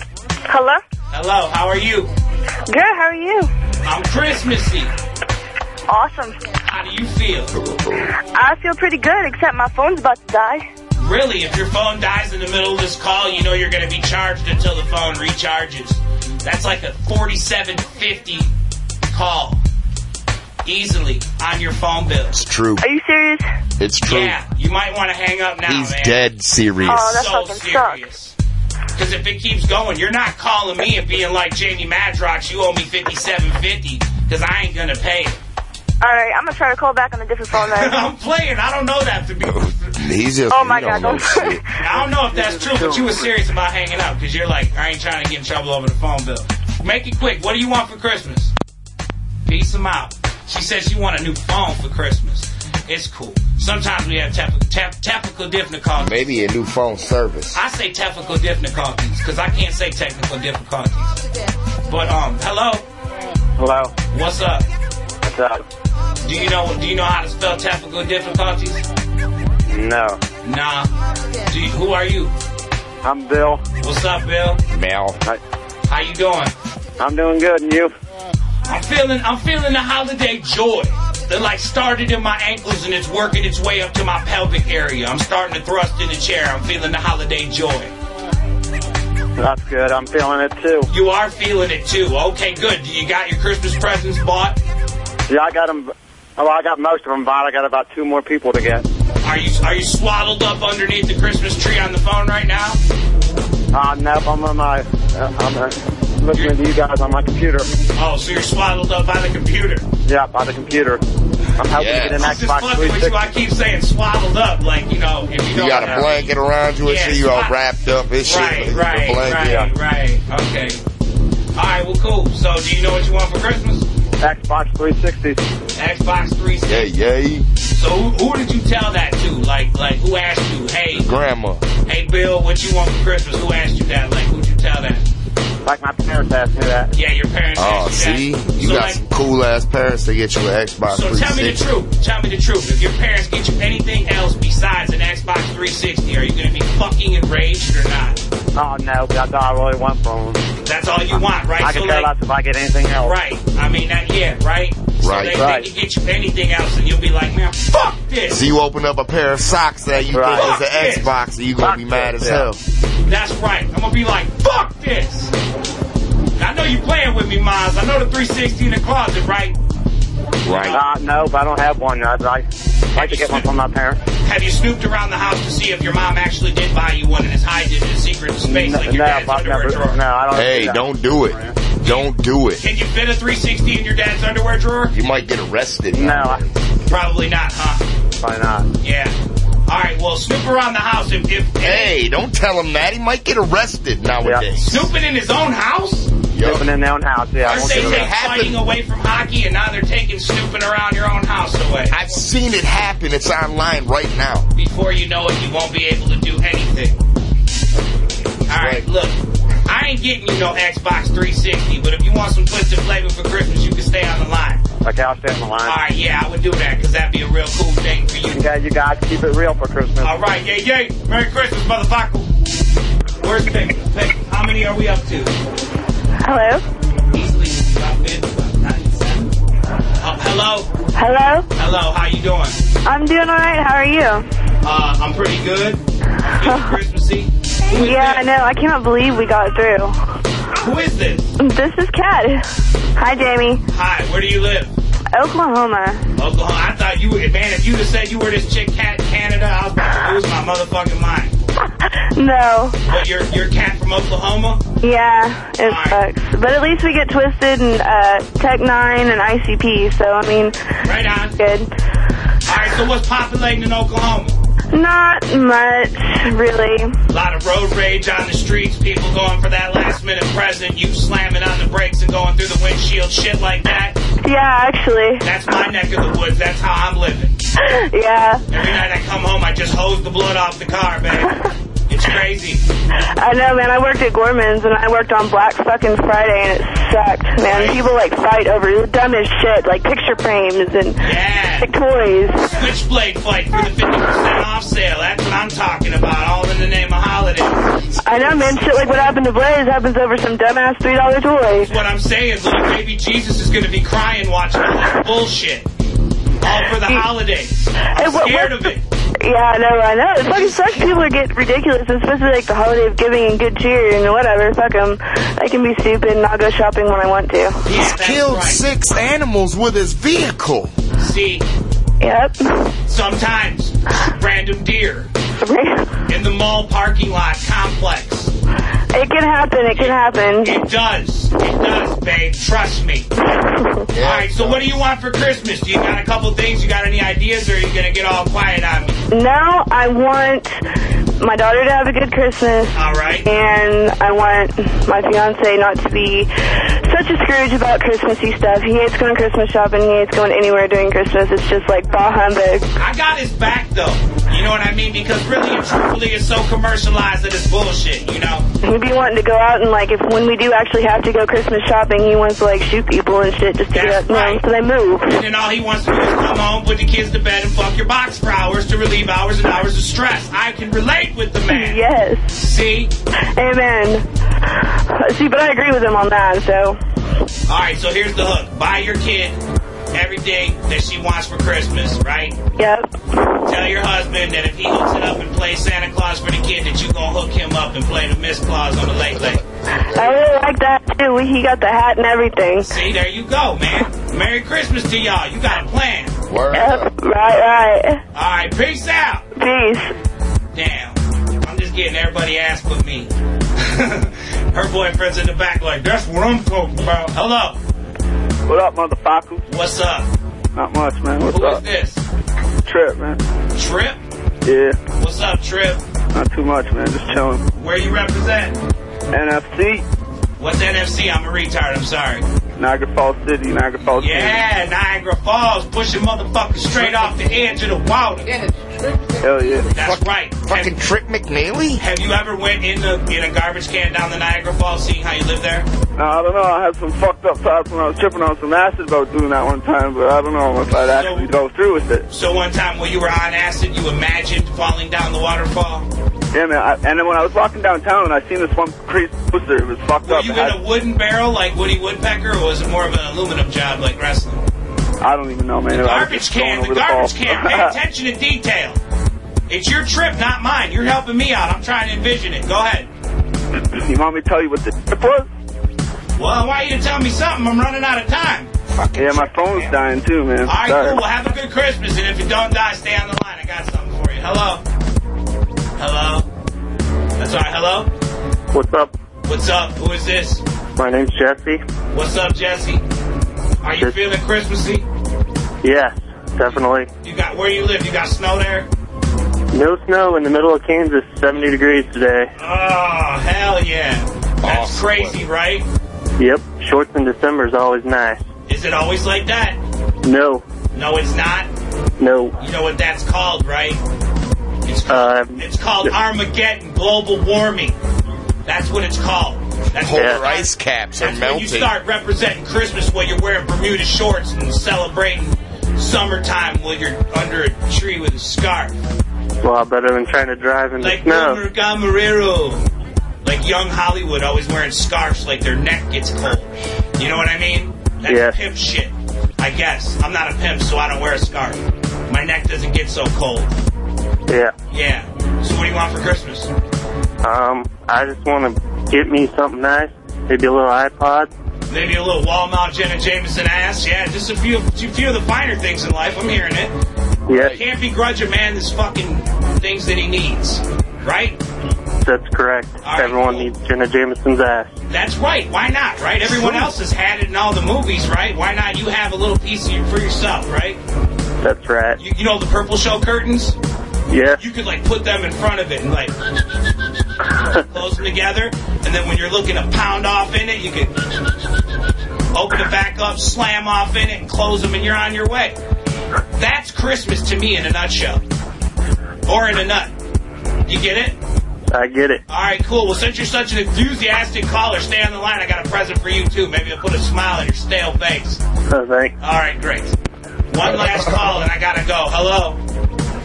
Hello.
Hello. How are you? Ah.
Good. How are you?
I'm Christmassy.
Awesome.
How do you feel?
I feel pretty good, except my phone's about to die.
Really, if your phone dies in the middle of this call, you know you're going to be charged until the phone recharges. That's like a 4750 call easily on your phone bill.
It's true.
Are you serious?
It's true.
Yeah, you might want to hang up now,
He's
man.
dead serious.
Oh, that
so
fucking
serious. Because if it keeps going, you're not calling me and being like Jamie Madrox, you owe me fifty-seven fifty because I ain't gonna pay it.
All right, I'm gonna try to call back on a different
[laughs]
phone
I'm
then.
playing. I don't know that to be.
He's just.
Oh my
he
God,
don't know
don't-
shit.
[laughs] I don't know if that's true, but you were serious about hanging up because you're like, I ain't trying to get in trouble over the phone bill. Make it quick. What do you want for Christmas? Peace 'em out. She says she want a new phone for Christmas. It's cool. Sometimes we have tep- tep- technical difficulties.
Maybe a new phone service.
I say technical difficulties because I can't say technical difficulties. But um, hello.
Hello.
What's up?
What's up?
Do you know Do you know how to spell technical difficulties?
No.
Nah. Do you, who are you?
I'm Bill.
What's up, Bill?
Mel.
How you doing?
I'm doing good, and you?
I'm feeling I'm feeling the holiday joy. That like started in my ankles and it's working its way up to my pelvic area. I'm starting to thrust in the chair. I'm feeling the holiday joy.
That's good. I'm feeling it too.
You are feeling it too. Okay, good. You got your Christmas presents bought.
Yeah, I got them. Oh, I got most of them bought. I got about two more people to get.
Are you are you swaddled up underneath the Christmas tree on the phone right now?
Uh, no, I'm on my. Uh, I'm uh, listening to you guys on my computer.
Oh, so you're swaddled up by the computer.
Yeah, by the computer. I'm helping to get an
I'm just
Xbox
fucking with you. I keep saying swaddled up, like you know, if you,
You
don't
got a
know.
blanket around you and
Yeah,
shit. You all
spot-
wrapped up. It's
Right,
shit.
right,
the blanket.
right, right. Okay. All right, well, cool. So, do you know what you want for Christmas? Xbox 360. Xbox 360.
Yay, yay.
So who, who did you tell that to? Like, like who asked you? Hey,
Grandma.
hey, Bill, what you want for Christmas? Who asked you that? Like, who'd you tell that?
Like my parents asked me that.
Yeah, your parents.
Oh,
asked you
see?
That.
You
so
got
like,
some cool ass parents to get you an Xbox
So tell me the
360.
truth. Tell me the truth. If your parents get you anything else besides an Xbox 360, are you going to be fucking enraged or not?
Oh no, that's all I really want from them.
That's all you want, right?
I can
So,
care
like-
less if I get anything else.
Right. I mean, not yet, right? So
Right.
they,
Right.
they can get you anything else, and you'll be like, man, fuck this.
So you open up a pair of socks that you
Right.
think is an
Fuck
Xbox, and you gonna be mad as hell.
That's right. I'm gonna be like, fuck this. I know you playing with me, Miles. I know the 360 in the closet, right?
Right.
Uh, no, but I don't have one. I'd like, like to get one from my parents.
Have you snooped around the house to see if your mom actually did buy you one and has hiding it in a secret space like your dad's underwear drawer?
Hey, don't do it. Don't do it.
Can you fit a 360 in your dad's underwear drawer?
You might get arrested.
No, Probably not, huh?
Why not?
Yeah. All right. Well, snoop around the house if, if
Hey, don't tell him that. He might get arrested nowadays.
snooping in his own house.
Living in their own house, yeah. I
First
won't
they
give
take
it up.
fighting away from hockey, and now they're taking snooping around your own house away.
I've seen it happen. It's online right now.
Before you know it, you won't be able to do anything. All right, look, I ain't getting you no Xbox 360, but if you want some twisted flavor for Christmas, you can stay on the line.
Okay, I'll stay on the
All
line.
right, yeah, I would do that because that'd be a real cool thing for you.
Yeah, you guys keep it real for Christmas.
All right, yay, yay, Merry Christmas, motherfucker. Where's Pick? Pick, how many are we up to?
Hello?
Easily about 50, about 97. Uh, hello,
Hello?
hello, how you doing?
I'm doing alright. How are you?
Uh, I'm pretty good. Feeling Christmassy.
Yeah, I know. I cannot believe we got through.
Who is this?
This is Kat. Hi, Jamie.
Hi, where do you live?
Oklahoma.
Oklahoma. I thought you were, man, if you'd have said you were this chick cat in Canada, I was about to lose my motherfucking mind.
No.
But you're, you're a cat from Oklahoma?
Yeah, it sucks. But at least we get Twisted and uh, Tech 9 and ICP, so I mean,
right on.
good.
Alright, so what's populating in Oklahoma?
Not much, really.
A lot of road rage on the streets, people going for that last minute present, you slamming on the brakes and going through the windshield, shit like that.
Yeah, actually. [laughs]
That's my neck of the woods, that's how I'm living.
Yeah,
Every night I come home, I just hose the blood off the car, man. It's crazy.
I know, man. I worked at Gorman's and I worked on Black fucking Friday, and it sucked, man. People like fight over dumbest shit, like picture frames and
yeah.
toys.
Switchblade fight for the 50% off sale, that's what I'm talking about, all in the name of holidays.
I know, man. Shit like what happened to Blaze happens over some dumbass three dollar toy.
What I'm saying is, little baby Jesus is going to be crying watching all this bullshit. All for the holidays. I'm
what-
scared of it.
Yeah, I know, I know. It fucking sucks. People get ridiculous, especially like the holiday of giving and good cheer and whatever. Fuck them. I can be stupid and I'll go shopping when I want to.
He's killed six animals with his vehicle.
See?
Yep.
Sometimes, random deer. In the mall parking lot complex.
It can happen. It can happen.
It does. It does, babe. Trust me. all right, so what do you want for Christmas? Do you got a couple things? You got any ideas, or are you going to get all quiet on me?
Now I want my daughter to have a good Christmas.
All right.
And I want my fiance not to be such a Scrooge about Christmassy stuff. He hates going Christmas shopping. He hates going anywhere during Christmas. It's just like bah humbug.
I got his back though. You know what I mean? Because really and truthfully, it's so commercialized that it's bullshit. You know?
He'd be wanting to go out and like if when we do actually have to go Christmas shopping, he wants to like shoot people and shit just to get out. Right. So they move.
And then all he wants to do is come home, put the kids to bed, and fuck your box for hours to relieve hours and hours of stress. I can relate with the man.
Yes.
See?
Amen. Uh, See, but I agree with him on that. So
All right, so here's the hook: buy your kid everything that she wants for Christmas, right?
Yep.
Tell your husband that if he hooks it up and plays Santa Claus for the kid, that you gonna hook him up and play the Miss Claus on the late late.
I really like that too. He got the hat and everything.
See, there you go, man. Merry Christmas to y'all. You got a plan.
Yep. Right, right.
All right, peace out.
Peace.
Damn, I'm just getting everybody ass but me. [laughs] Her boyfriend's in the back, like that's what I'm talking about. Hello.
What up, motherfucker?
What's up?
Not much, man. What's
Who is
up?
this?
Trip, man.
Trip.
Yeah,
What's up, Trip?
not too much, man. Just chilling.
Where you represent?
NFC.
What's NFC? I'm a retard. I'm sorry.
Niagara Falls City, Niagara Falls
Yeah, Niagara Falls, pushing motherfuckers straight off the edge of the water.
City. Hell yeah.
That's right. Fucking
Trick McNally?
Have you ever went in the in a garbage can down the Niagara Falls, seeing how you live there?
No, I don't know. I had some fucked up thoughts when I was tripping on some acid about doing that one time, but I don't know if I'd actually go through with it.
So one time when you were on acid, you imagined falling down the waterfall.
Yeah, man. I, and then when I was walking downtown, I seen this one crazy poster. It was fucked
Were
up.
you
It
in a
had-
wooden barrel like Woody Woodpecker, or was it more of an aluminum job like wrestling?
I don't even know, man. I
The
was
garbage
just
can,
going over
the garbage
ball. [laughs]
can. Pay attention to detail. It's your trip, not mine. You're helping me out. I'm trying to envision it. Go ahead.
you want me to tell you what the trip was?
Well, why you to tell me something? I'm running out of time.
yeah, my phone's dying too, man.
All right,
Sorry.
cool. Well, have a good Christmas, and if you don't die, stay on the line. I got something for you. Hello. Hello. That's all right. Hello.
What's up?
What's up? Who is this?
My name's Jesse.
What's up, Jesse? Are you feeling Christmassy?
Yes, definitely.
You got where you live? You got snow there?
No snow in the middle of Kansas, 70 degrees today.
Oh hell yeah! That's crazy, right?
Yep, shorts in December is always nice.
Is it always like that?
No,
No, it's not.
no.
You know what that's called, right?
Uh,
It's called Armageddon, global warming. That's what it's called. That's
Polar
when you start-
ice caps are
that's
melting.
When you start representing Christmas while you're wearing Bermuda shorts and celebrating summertime while you're under a tree with a scarf.
a lot better than trying to drive in
Like
the snow.
Wilmer Gamarero. Like young Hollywood always wearing scarves like their neck gets cold. You know what I mean? That's
Yeah.
pimp shit. I guess. I'm not a pimp, so I don't wear a scarf. My neck doesn't get so cold.
Yeah.
Yeah. So what do you want for Christmas?
Um, I just want to get me something nice, maybe a little iPod.
Maybe a little Walmart Jenna Jameson ass. Yeah, just a few, a few of the finer things in life. I'm hearing it.
Yes,
Can't begrudge a man this fucking things that he needs, right?
that's correct. Everyone needs Jenna Jameson's ass.
That's right. Why not, right? Everyone else has had it in all the movies, right? Why not you have a little piece of it for yourself, right?
That's right.
You, you know the purple shell curtains?
Yeah.
You could like put them in front of it and like close them together, and then when you're looking to pound off in it, you could open it back up, slam off in it, and close them, and you're on your way. That's Christmas to me in a nutshell, or in a nut. You get it?
I get it.
All right, cool. Well, since you're such an enthusiastic caller, stay on the line. I got a present for you too. Maybe it'll put a smile on your stale face.
Oh, thanks.
All right, great. One last call, and I gotta go. Hello.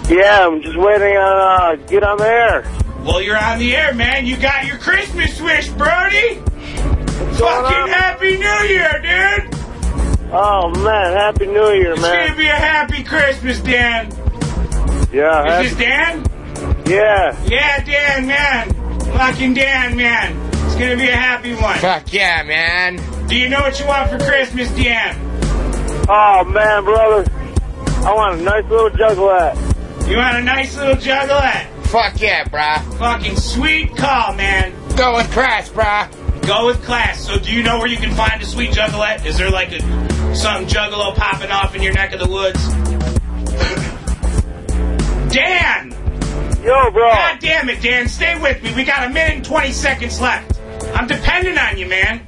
Yeah, I'm just waiting on uh, get on the air.
Well, you're on the air, man. You got your Christmas wish, Brody. Fucking Happy New Year, dude.
Oh man, Happy New Year,
It's gonna be a happy Christmas, Dan.
Yeah,
Is this Dan?
yeah.
Yeah, Dan, man. Fucking Dan, man. It's gonna be a happy one.
Fuck yeah, man.
Do you know what you want for Christmas, Dan?
Oh man, brother, I want a nice little juggalette.
You want a nice little juggalette?
Fuck yeah, bruh.
Fucking sweet call, man.
Go with class, bruh.
Go with class. So, do you know where you can find a sweet juggalette? Is there like a some juggalo popping off in your neck of the woods? [laughs] Dan!
Yo, bro.
God damn it, Dan. Stay with me. We got a minute and 20 seconds left. I'm depending on you, man.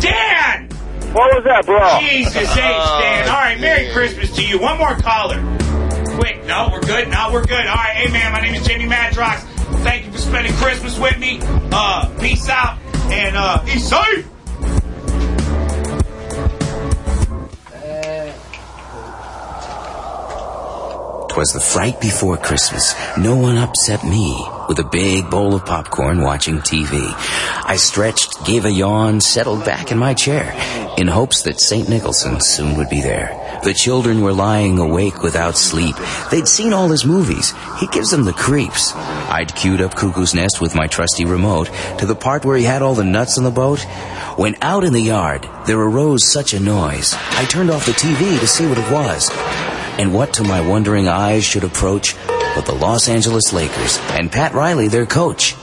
Dan!
What was that, bro?
Jesus H,
Oh,
Dan. All right, Merry Christmas to you. One more caller. Quick. No, we're good. No, we're good. All right, hey, man, my name is Jimmy Madrox. Thank you for spending Christmas with me. Uh, peace out and uh, be safe.
Twas the fright before Christmas. No one upset me with a big bowl of popcorn watching TV. I stretched, gave a yawn, settled back in my chair in hopes that St. Nicholson soon would be there. The children were lying awake without sleep. They'd seen all his movies. He gives them the creeps. I'd queued up Cuckoo's Nest with my trusty remote to the part where he had all the nuts on the boat. When out in the yard, there arose such a noise. I turned off the TV to see what it was and what to my wondering eyes should approach but the Los Angeles Lakers and Pat Riley, their coach.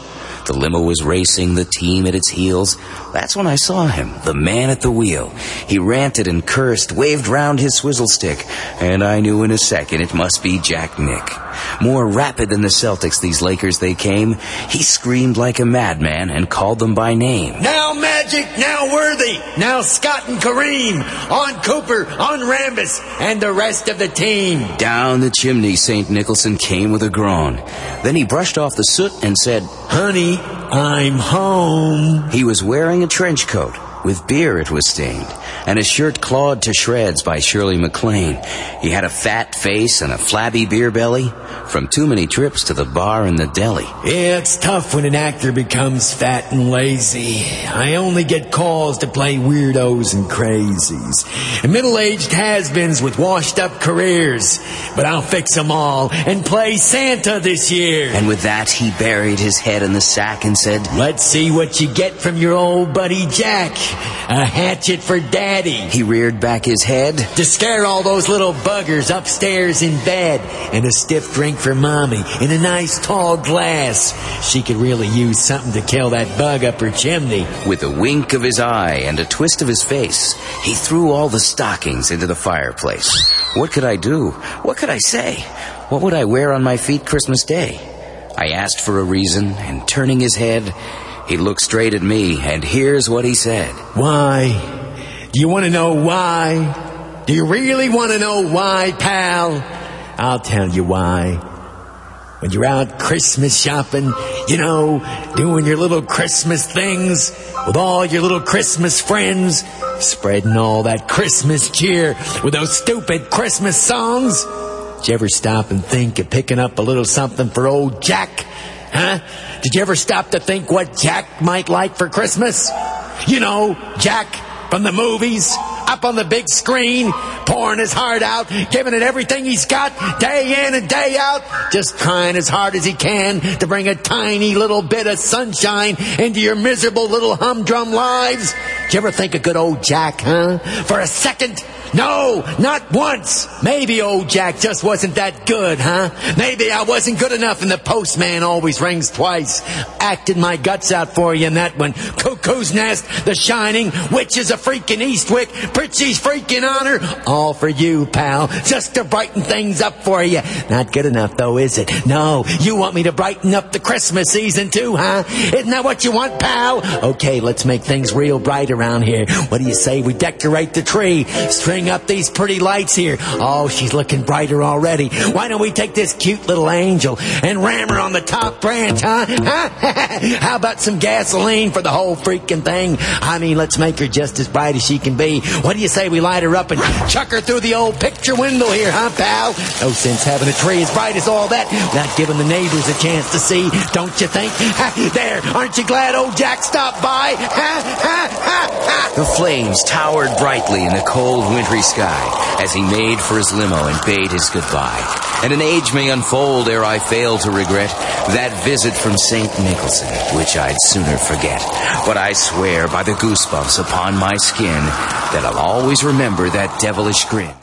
The limo was racing, the team at its heels. That's when I saw him, the man at the wheel. He ranted and cursed, waved round his swizzle stick, and I knew in a second it must be Jack Nick. More rapid than the Celtics, these Lakers they came. He screamed like a madman and called them by name.
Now Magic, now Worthy, now Scott and Kareem, on Cooper, on Rambus, and the rest of the team.
Down the chimney, St. Nicholson came with a groan. Then he brushed off the soot and said, Honey, I'm home. He was wearing a trench coat. With beer it was stained, and his shirt clawed to shreds by Shirley MacLaine. He had a fat face and a flabby beer belly from too many trips to the bar and the deli.
It's tough when an actor becomes fat and lazy. I only get calls to play weirdos and crazies. And middle-aged has-beens with washed-up careers. But I'll fix them all and play Santa this year.
And with that, he buried his head in the sack and said,
Let's see what you get from your old buddy Jack. A hatchet for daddy. He
reared back his head.
To scare all those little buggers upstairs in bed. And a stiff drink for mommy in a nice tall glass. She could really use something to kill that bug up her chimney.
With a wink of his eye and a twist of his face, he threw all the stockings into the fireplace. What could I do? What could I say? What would I wear on my feet Christmas Day? I asked for a reason, and turning his head, he looked straight at me, and here's what he said.
Why? Do you want to know why? Do you really want to know why, pal? I'll tell you why. When you're out Christmas shopping, you know, doing your little Christmas things with all your little Christmas friends, spreading all that Christmas cheer with those stupid Christmas songs. Did you ever stop and think of picking up a little something for old Jack? Huh? Did you ever stop to think what Jack might like for Christmas? You know, Jack from the movies, up on the big screen, pouring his heart out, giving it everything he's got, day in and day out, just trying as hard as he can to bring a tiny little bit of sunshine into your miserable little humdrum lives. Did you ever think of good old Jack, huh? For a second? No, not once. Maybe old Jack just wasn't that good, huh? Maybe I wasn't good enough and the postman always rings twice. Acted my guts out for you in that one. Cuckoo's Nest, The Shining, Witches of Freaking Eastwick, Pritchie's Freaking Honor. All for you, pal. Just to brighten things up for you. Not good enough though, is it? No, you want me to brighten up the Christmas season too, huh? Isn't that what you want, pal? Okay, let's make things real bright around here. What do you say we decorate the tree? String up these pretty lights here. Oh, she's looking brighter already. Why don't we take this cute little angel and ram her on the top branch, huh? [laughs] Huh? How about some gasoline for the whole freaking thing? I mean, let's make her just as bright as she can be. What do you say we light her up and chuck her through the old picture window here, huh, pal? No sense having a tree as bright as all that. Not giving the neighbors a chance to see, don't you think? Huh? There, aren't you glad old Jack stopped by? Huh? Huh?
The flames towered brightly in the cold wintry sky as he made for his limo and bade his goodbye. And an age may unfold ere I fail to regret that visit from St. Nicholson, which I'd sooner forget. But I swear by the goosebumps upon my skin that I'll always remember that devilish grin.